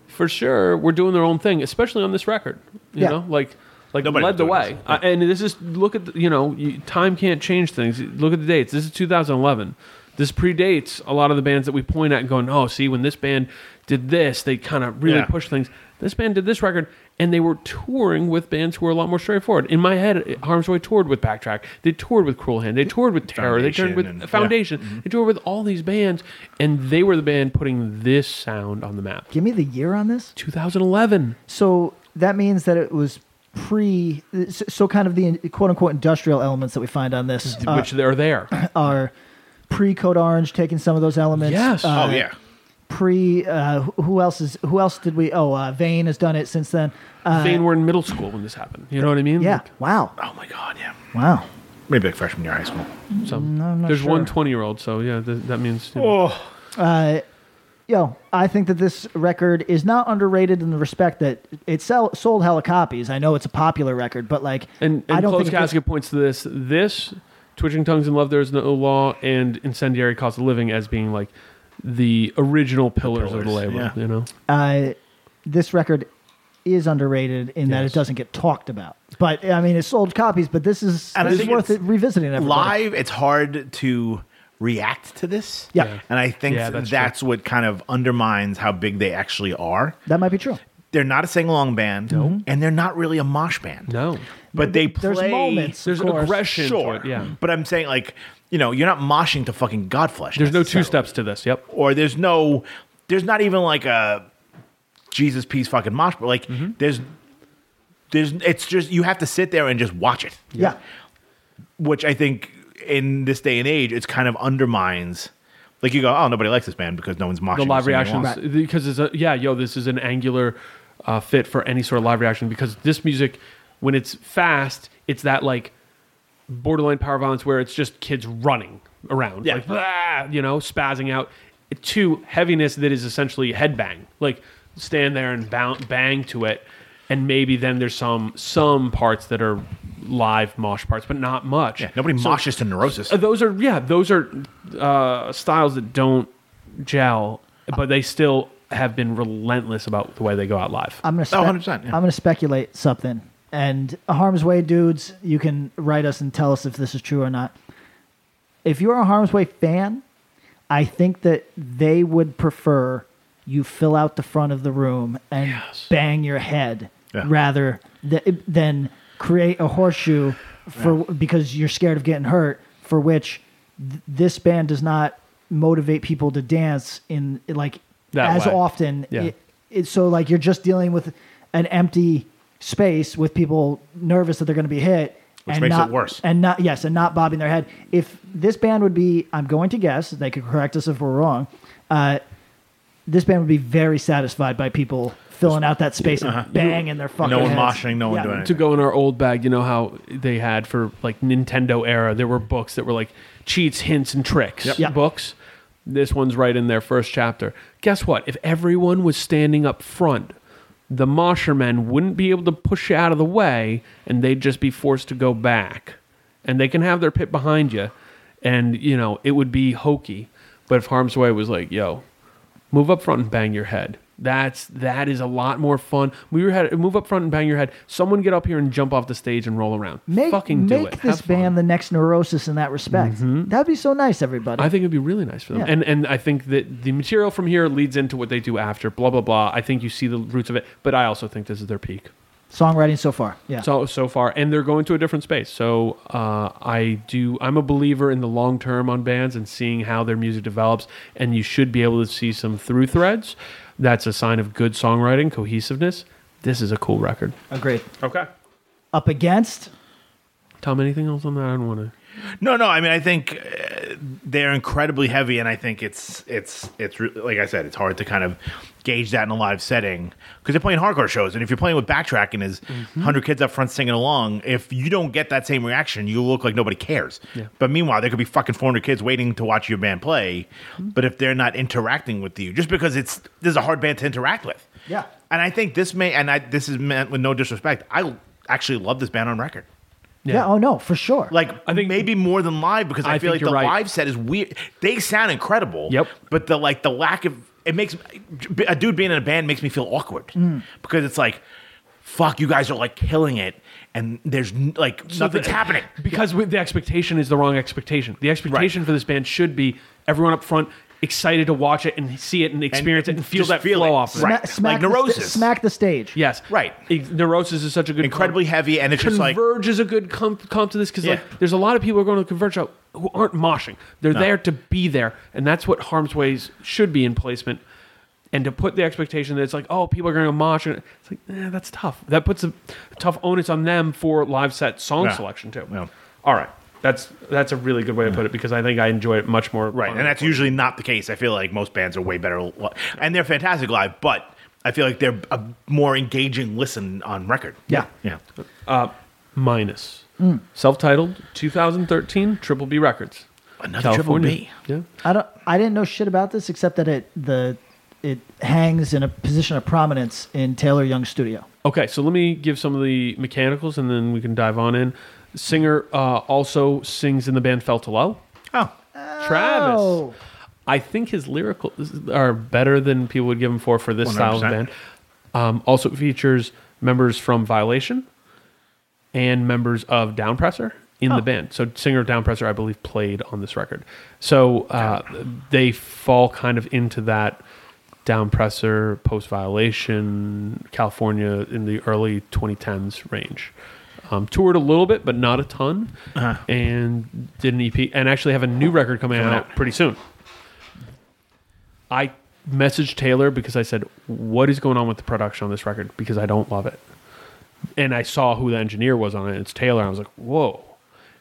for sure we're doing their own thing especially on this record you
Yeah.
know like like
Nobody
led
was
the
doing
way
this.
I, and this is look at the, you know you, time can't change things look at the dates this is 2011 this predates a lot of the bands that we point at and going oh see when this band did this they kind of really
Yeah.
pushed things this band did this record and they were touring with bands who were a lot more straightforward in my head harm's way toured with backtrack they toured with cruel hand they toured with terror they
Foundation
toured with
and- yeah. Mm-hmm.
foundation they toured with all these bands and they were the band putting this sound on the map
Give me the year on this.
2011
So that means that it was pre so so kind of the quote unquote industrial elements that we find on this uh,
which are there.
are pre Code Orange taking some of those elements.
Yes.
Uh,
Oh, yeah.
Pre uh, wh- who else is who else did we? Oh, uh, Vane has done it since then. Uh,
Thane were in middle school when this happened. You know what I mean?
Yeah. wow.
Oh my god. Yeah.
Wow.
Maybe like freshman year of high school.
So
No, I'm not
there's one
sure.
20 year old. So yeah, th- that means. you know.
Oh.
Uh, yo, I think that this record is not underrated in the respect that it sell, sold hella copies. I know it's a popular record, but like,
And,
I
and
don't
closed
think it was-
casket points to this. This twitching tongues and love there is no law and incendiary cost of living as being like the original pillars, of the
pillars,
label.
yeah.
You know,
uh, this record is underrated in that it
Yes.
doesn't get talked about. But I mean, it sold copies. But this is
And I
this is
think
worth
it's
it revisiting. Everybody.
Live, it's hard to react to this.
Yeah. Yeah.
And I think
Yeah,
that's,
that's
what kind of undermines how big they actually are.
that might be true.
They're not a sing along band, and they're not really a mosh band.
no,
But they play.
There's moments. of
there's
course.
aggression. to
Sure.
it, yeah,
But I'm saying, like, you know, you're not moshing to fucking Godflesh.
there's no two
necessarily.
steps to this. Yep.
or there's no there's not even like a Jesus peace fucking mosh but like
Mm-hmm.
there's there's it's just you have to sit there and just watch it
Yeah.
which I think in this day and age it's kind of undermines like you go oh nobody likes this band because no one's moshing
the live
so they
reactions
won't.
because it's a yeah yo this is an angular uh, fit for any sort of live reaction because this music when it's fast it's that like borderline power violence where it's just kids running around
Yeah.
like "Ah," you know spazzing out to heaviness that is essentially headbang like stand there and bang, bang to it and maybe then there's some some parts that are live mosh parts but not much
yeah nobody
So-
moshes to neurosis
uh, those are yeah, those are uh, styles that don't gel, but they still have been relentless about the way they go out live.
I'm gonna. Spe-
100%, yeah.
I'm gonna speculate something. And harm's way dudes, you can write us and tell us if this is true or not. If you're a harm's way fan, I think that they would prefer you fill out the front of the room and bang your head
Yeah.
rather th- than create a horseshoe for because you're scared of getting hurt. For which th- this band does not motivate people to dance in like
That
as
way.
often
Yeah.
it- it's so like you're just dealing with an empty space with people nervous that they're going to be hit
Which makes it
not,
worse.
and not yes and not bobbing their head if this band would be i'm going to guess they could correct us if we're wrong uh, this band would be very satisfied by people filling out that space and banging their fucking
Uh-huh. no one
heads.
moshing no one
Yeah.
doing
to
anything
go in our old bag, you know how they had for like Nintendo era, there were books that were like cheats, hints, and tricks
Yeah.
books. This one's right in their first chapter. Guess what? If everyone was standing up front, the Moshermen wouldn't be able to push you out of the way, and they'd just be forced to go back. And they can have their pit behind you, and you know it would be hokey. But if Harm's Way was like, "Yo, move up front and bang your head. That's that is a lot more fun. Move your head, move up front and bang your head. Someone get up here and jump off the stage and roll around.
make,
Fucking do
make
it.
this
Have fun. Mm-hmm.
band the next neurosis in that respect that'd be so nice everybody
I think it'd be really nice for them.
Yeah.
And and I think that the material from here leads into what they do after. Blah blah blah. I think you see the roots of it, but I also think this is their peak.
songwriting so far yeah
So so far, and they're going to a different space. So uh, I do. I'm a believer in the long term on bands and seeing how their music develops. And you should be able to see some through threads. That's a sign of good songwriting cohesiveness. This is a cool record.
agreed
Okay.
up against
Tom, anything else on that? I don't want to.
No, no. I mean, I think uh, they're incredibly heavy, and I think it's it's it's re- like I said, it's hard to kind of gauge that in a live setting because they're playing hardcore shows, and if you're playing with backtrack and there's hundred kids up front singing along, if you don't get that same reaction, you look like nobody cares.
Yeah.
But meanwhile, there could be fucking four hundred kids waiting to watch your band play, but if they're not interacting with you, just because it's this is a hard band to interact with.
Yeah.
and I think this may, and I, this is meant with no disrespect. I actually love this band on record.
yeah. oh no for sure
Like I
I
think
think-
maybe more than live because I,
I
feel like
think
the
you're right.
live set is weird. They sound incredible.
Yep.
But the like the lack of it makes a dude being in a band makes me feel awkward because it's like, fuck, you guys are like killing it, and there's n- like nothing's
the-
happening.
because we, the expectation is the wrong expectation. The expectation for this band should be everyone up front excited to watch it and see it and experience it and feel
just
that
feel
flow
it.
off. of it.
Right.
Sma- smack
Like
the sta-
Neurosis.
smack the stage
Yes.
Right.
E- Neurosis is such a good
Incredibly heavy, and it's just like
Converge is a good comp, comp to this because
Yeah.
like there's a lot of people who are going to Converge out who aren't moshing. They're there to be there, and that's what Harm's Ways should be in placement. and to put the expectation that it's like, oh, people are going to mosh, and it's like, eh, that's tough. That puts a tough onus on them for live set song
Yeah.
selection too.
Yeah.
All right, that's that's a really good way to put it because I think I enjoy it much more.
(laughs) Right, and that's usually not the case. I feel like most bands are way better, li- and they're fantastic live. But I feel like they're a more engaging listen on record.
Yeah.
yeah.
Uh, minus
Mm.
self-titled 2013 Triple B Records.
Another Triple B.
Yeah.
I don't. I didn't know shit about this except that it the it hangs in a position of prominence in Taylor Young's studio.
Okay, so let me give some of the mechanicals and then we can dive on in. Singer uh, also sings in the band Felt Low.
Oh.
Travis.
Oh.
I think his lyrical are better than people would give him for for this style of
100%.
band. Um, also features members from Violation and members of Downpressor in the band. So singer of Downpressor, I believe, played on this record. So uh, they fall kind of into that Downpressor, Post Violation, California in the early 2010s range. Um, toured a little bit, but not a ton,
Uh-huh.
and did an EP, and actually have a new record coming
Coming
out
out.
pretty soon. I messaged Taylor because I said, "What is going on with the production on this record?" Because I don't love it. And I saw who the engineer was on it. It's Taylor. I was like, "Whoa."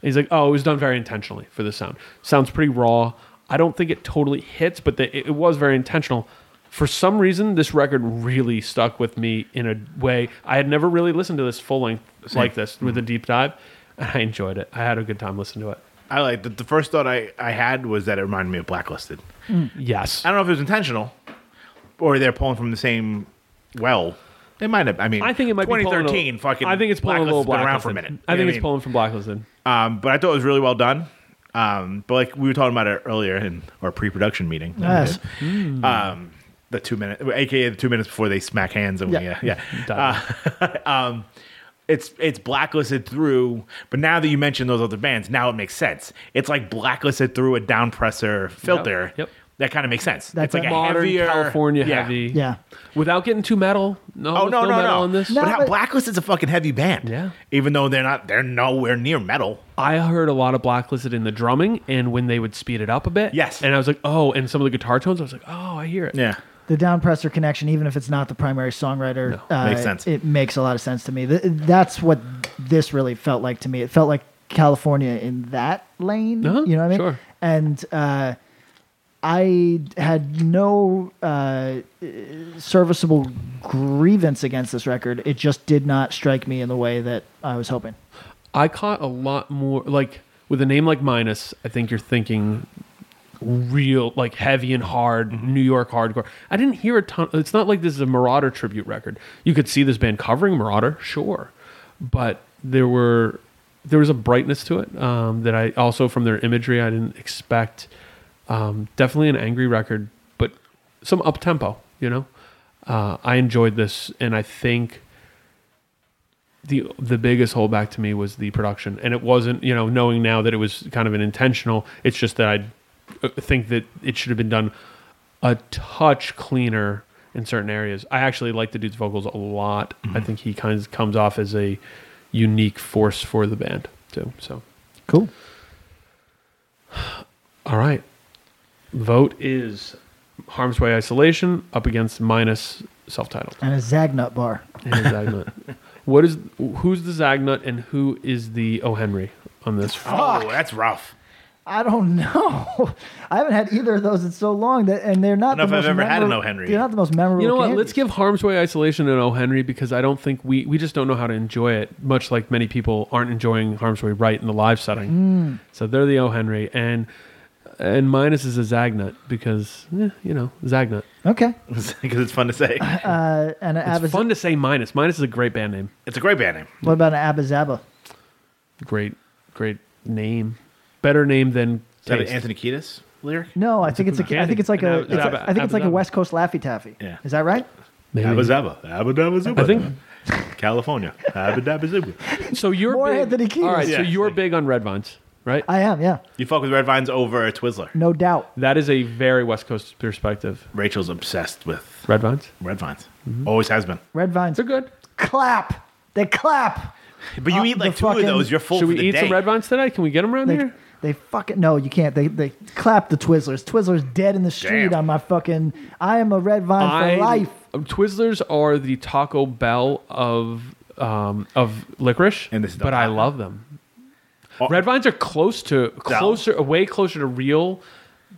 And he's like, "Oh, it was done very intentionally for this sound. Sounds pretty raw. I don't think it totally hits, but the, it, it was very intentional." For some reason, this record really stuck with me in a way I had never really listened to this full length like this with a deep dive, and I enjoyed it. I had a good time listening to it.
I like the, the first thought I, I had was that it reminded me of Blacklisted.
Yes,
I don't know if it was intentional or they're pulling from the same well. They might have. I mean,
I think it might be pulling a-
2013. fucking.
I think it's pulling a little
Blacklisted's been around for a
Blacklisted.
minute.
I
You know
think
what
it's
mean?
pulling from Blacklisted.
Um, but I thought it was really well done. Um, but like we were talking about it earlier in our pre-production meeting.
Yes.
Um, the two minute, aka the two minutes before they smack hands, and
Yeah.
we, uh, yeah, Uh, um, it's it's blacklisted through. But now that you mentioned those other bands, now it makes sense. It's like blacklisted through a downpressor filter.
Yep.
That kind of makes sense.
That's
That's it's like
a
a
modern
heavier
California
yeah.
heavy.
Yeah.
Without getting too metal. No,
Oh
no, no, metal on this.
No,
but, how
but-
Blacklisted's a fucking heavy band.
Yeah.
Even though they're not, they're nowhere near metal.
I heard a lot of Blacklisted in the drumming and when they would speed it up a bit.
Yes.
And I was like, oh, and some of the guitar tones, I was like, oh, I hear it.
Yeah.
The downpresser connection, even if it's not the primary songwriter, uh,
No, makes sense.
It makes a lot of sense to me. Th- that's what this really felt like to me. It felt like California in that lane.
Uh-huh,
you know what I mean?
sure.
And uh, I had no uh, serviceable grievance against this record. It just did not strike me in the way that I was hoping.
I caught a lot more like with a name like Minus, I think you're thinking real like heavy and hard New York hardcore. I didn't hear a ton it's not like this is a Marauder tribute record. You could see this band covering Marauder, sure. But there were there was a brightness to it um, that I also from their imagery I didn't expect. Um, definitely an angry record, but some up tempo, you know. Uh, I enjoyed this and I think the the biggest holdback to me was the production, and it wasn't you know knowing now that it was kind of an intentional. It's just that I uh, think that it should have been done a touch cleaner in certain areas. I actually like the dude's vocals a lot. I think he kind of comes off as a unique force for the band too. So
Cool.
all right, vote is Harm's Way Isolation up against minus self-titled.
(laughs) And a Zagnut bar.
And a Zagnut. what is who's the Zagnut and who is the O Henry on this?
Oh, that's rough. (laughs)
I don't (laughs) know. I haven't had either of those in so long that, and they're not.
I don't
the
know if
most
I've ever had an
memor-
O. Henry.
They're not the most memorable.
You know what?
candies.
Let's give Harm's Way Isolation an O. Henry because I don't think we we just don't know how to enjoy it. Much like many people aren't enjoying Harm's Way right in the live
Mm.
setting. So they're the O. Henry and and minus is a Zagnut because eh, you know Zagnut.
Okay.
Because it's fun to say.
Uh, and an
It's
Abba
fun to say minus. Minus is a great band name.
It's a great band name.
What about an Abba Zaba?
Great, great name. Better name than
Is that an
taste.
Anthony Kiedis lyric?
No, I think it's a. I think it's like
An
a.
Abba
It's a
Zaba.
I think it's like a
Abba Zaba.
West Coast Laffy Taffy.
Yeah.
Is that right?
Maybe.
Abba Zaba. Abba Dabba Zuba.
I think-
California. Abba Dabba Zuba.
So you're
More
big,
Anthony Kiedis.
All right, so
Yeah.
you're big on Red Vines, right?
I am. Yeah.
You fuck with Red Vines over Twizzler.
No doubt.
that is a very West Coast perspective.
Rachel's obsessed with
Red Vines.
Red Vines.
Mm-hmm.
Always has been.
Red vines.
They're good.
Clap. They clap.
But you
Uh,
eat like
the
two
fucking-
of those. You're full
Should
for
we
the
eat
day.
some red vines today? Can we get them around
They,
here?
They fucking no, you can't. They they clap the Twizzlers. Twizzlers dead in the street
Damn.
on my fucking. I am a red vine
I- um,
for life.
Twizzlers are the Taco Bell of um, of licorice, and this but I love them.
Oh,
Red vines are close to closer, way closer to real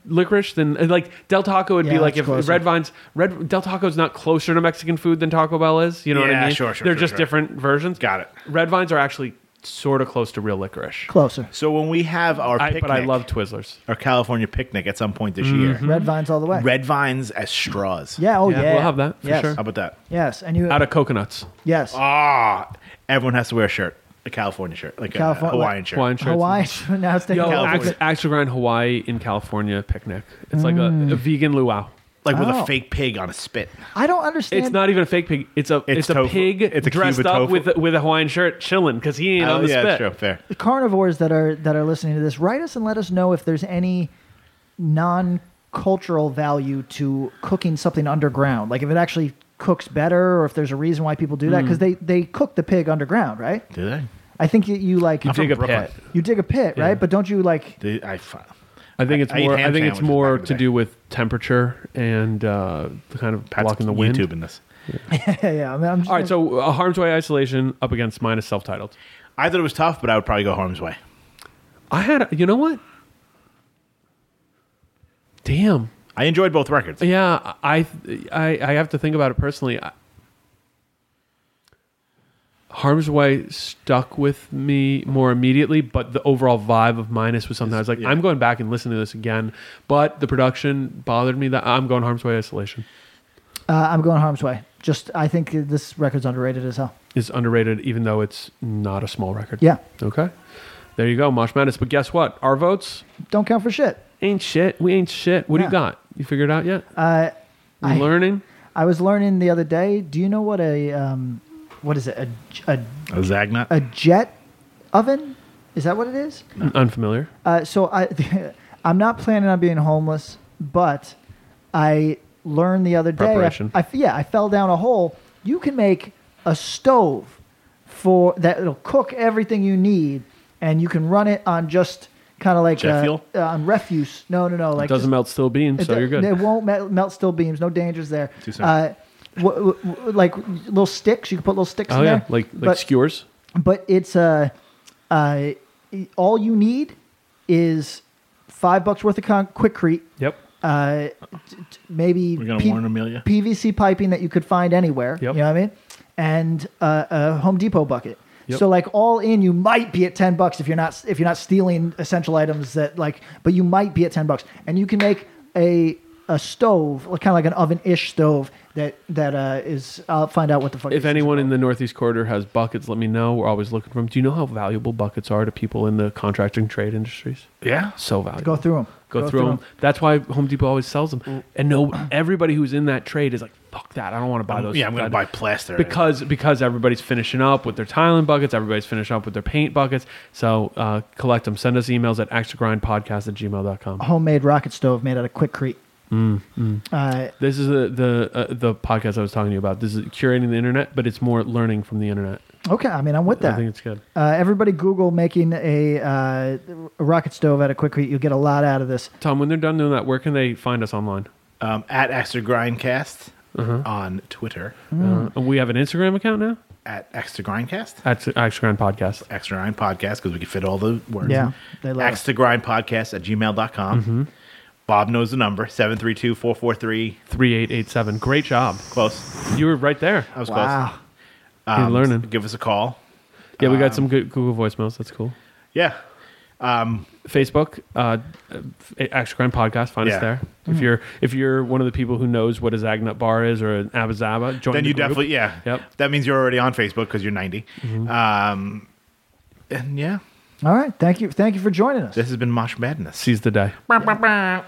licorice than and, like Del Taco would be
Yeah,
like
it's
if
closer.
red vines. Red Del Taco's not closer to Mexican food than Taco Bell is. You know what
Yeah,
I mean?
sure, sure,
They're
sure,
just
sure.
different versions. Got it. Red vines are actually sort of close to real licorice.
Closer.
So when we have our
I-
picnic,
but I love Mm-hmm. Twizzlers.
Our California picnic at some point this year.
Red vines all the way.
Red vines as straws.
Yeah, oh, Yeah, yeah. we'll have
that, for
Yes. sure.
How about that?
Yes, and you
Out of coconuts.
Yes.
Ah, everyone has to wear a shirt, a California shirt, like
Califo-
a Hawaiian shirt.
Hawaiian shirts.
Hawaii. (laughs) Now it's taking
Yo,
over.
Ax- Axel Grind Hawaii in California picnic. It's like a, a vegan luau,
Like with a
Oh.
fake pig on a spit.
I don't understand.
It's not even a fake pig. It's a it's, a
tofu.
pig
It's a
dressed
cube of
up
tofu.
with a, with a Hawaiian shirt, chilling because he ain't
Oh,
on the
yeah,
spit.
sure, fair.
the carnivores that are that are listening to this, write us and let us know if there's any non cultural value to cooking something underground. Like if it actually cooks better or if there's a reason why people do that because
Mm.
they they cook the pig underground, right?
Do they?
I think you, you like
You I'm from dig a Brooklyn. pit.
You dig a pit, right? But don't you like (laughs)
Do I, fi-
I think it's
I eat
more. I
ham
think it's
sandwiches
more to do with temperature and uh, the kind of blocking the wind.
YouTube in this.
yeah, yeah. I mean, I'm just
All right, so uh, harm's way isolation up against mine is self-titled.
I thought it was tough, but I would probably go harm's way.
I had, a- you know what? Damn,
I enjoyed both records.
Yeah, I, I, I have to think about it personally. I- Harm's Way stuck with me more immediately, but the overall vibe of Minus was something I was like, I'm going back and listening to this again. But the production bothered me that I'm going Harm's Way Isolation
uh, I'm going harm's way. Just I think this record's underrated as hell.
is underrated, even though it's not a small record.
Yeah.
Okay. There you go, Mosh Madness. But guess what? Our votes
Don't count for shit.
ain't shit. We ain't shit. What do
Yeah.
you got? You figured it out yet?
Uh, I-
Learning?
I was learning the other day. Do you know what a um, what is it? A a,
A Zagnut?
a jet oven? Is that what it is?
Unfamiliar.
Uh, so I, (laughs) I'm not planning on being homeless, but I learned the other day.
Preparation.
I, I- yeah, I fell down a hole. You can make a stove for that. It'll cook everything you need, and you can run it on just kind of like
Jet
uh,
fuel?
uh, on refuse. No, no, no. Like
it doesn't
just-
melt steel beams,
it
so
do-
you're good.
It won't melt, melt steel beams. No dangers there.
Too soon.
Uh, w- w- like little sticks. You can put little sticks
Oh
in
yeah,
there.
like like
But-
skewers.
but it's uh, uh, all you need is five bucks worth of con- quickcrete.
Yep.
Uh, t- t- maybe
We're gonna warn Amelia.
PVC piping that you could find anywhere. You know what I mean? And uh, a Home Depot bucket.
Yep.
So like all in, you might be at ten bucks if you're not if you're not stealing essential items that like, but you might be at ten bucks, and you can make a a stove, kind of like an oven ish stove that that uh, is. I'll find out what the fuck.
If
it is.
anyone in the Northeast corridor has buckets, let me know. We're always looking for them. Do you know how valuable buckets are to people in the contracting trade industries?
Yeah.
so valuable.
go through them.
Go, through, them. That's why Home Depot always sells them.
Mm.
And no, everybody who's in that trade is like, "Fuck that! I don't want to buy
Um,
those."
yeah, I'm gonna
I-
buy plaster.
because because everybody's finishing up with their tiling buckets. Everybody's finishing up with their paint buckets. So uh, collect them. Send us emails at extragrindpodcast at gmail.com.
homemade rocket stove made out of quickcrete.
Mm, mm.
Uh,
This is the the uh, the podcast I was talking to you about. This is curating the internet, but it's more learning from the internet.
okay, I mean, I'm with that.
I think it's good.
uh, everybody Google making a, uh, a rocket stove out of quickcrete. You'll get a lot out of this.
Tom, when they're done doing that, where can they find us online?
Um, at Extra Grindcast
Uh-huh.
on Twitter. Hmm.
Uh, we have an Instagram account now.
At Extra Grindcast.
That's Extra Grind Podcast.
Extra Grind Podcast because we can fit all the words.
Yeah, they love
Extra Grind Podcast at gmail.com.
Mm-hmm.
Bob knows the number 732 443
3887. Great job.
Close.
You were right there.
I was
Wow.
close.
You're learning.
Um, Give us a call.
Yeah,
um,
we got some good Google voicemails. That's cool.
Yeah. Um,
Facebook, uh, uh, Extra Grind Podcast. Find
Yeah. Hmm.
us there. If you're if you're one of the people who knows what a Zagnut bar is or an Abba Zaba, join.
then
the
you
group.
definitely, yeah.
Yep. Mm-hmm.
That means you're already on Facebook because you're 90. Um, and yeah,
All right, thank you, thank you for joining us.
this has been Mosh Madness.
Seize the day.
Bah, bah, bah.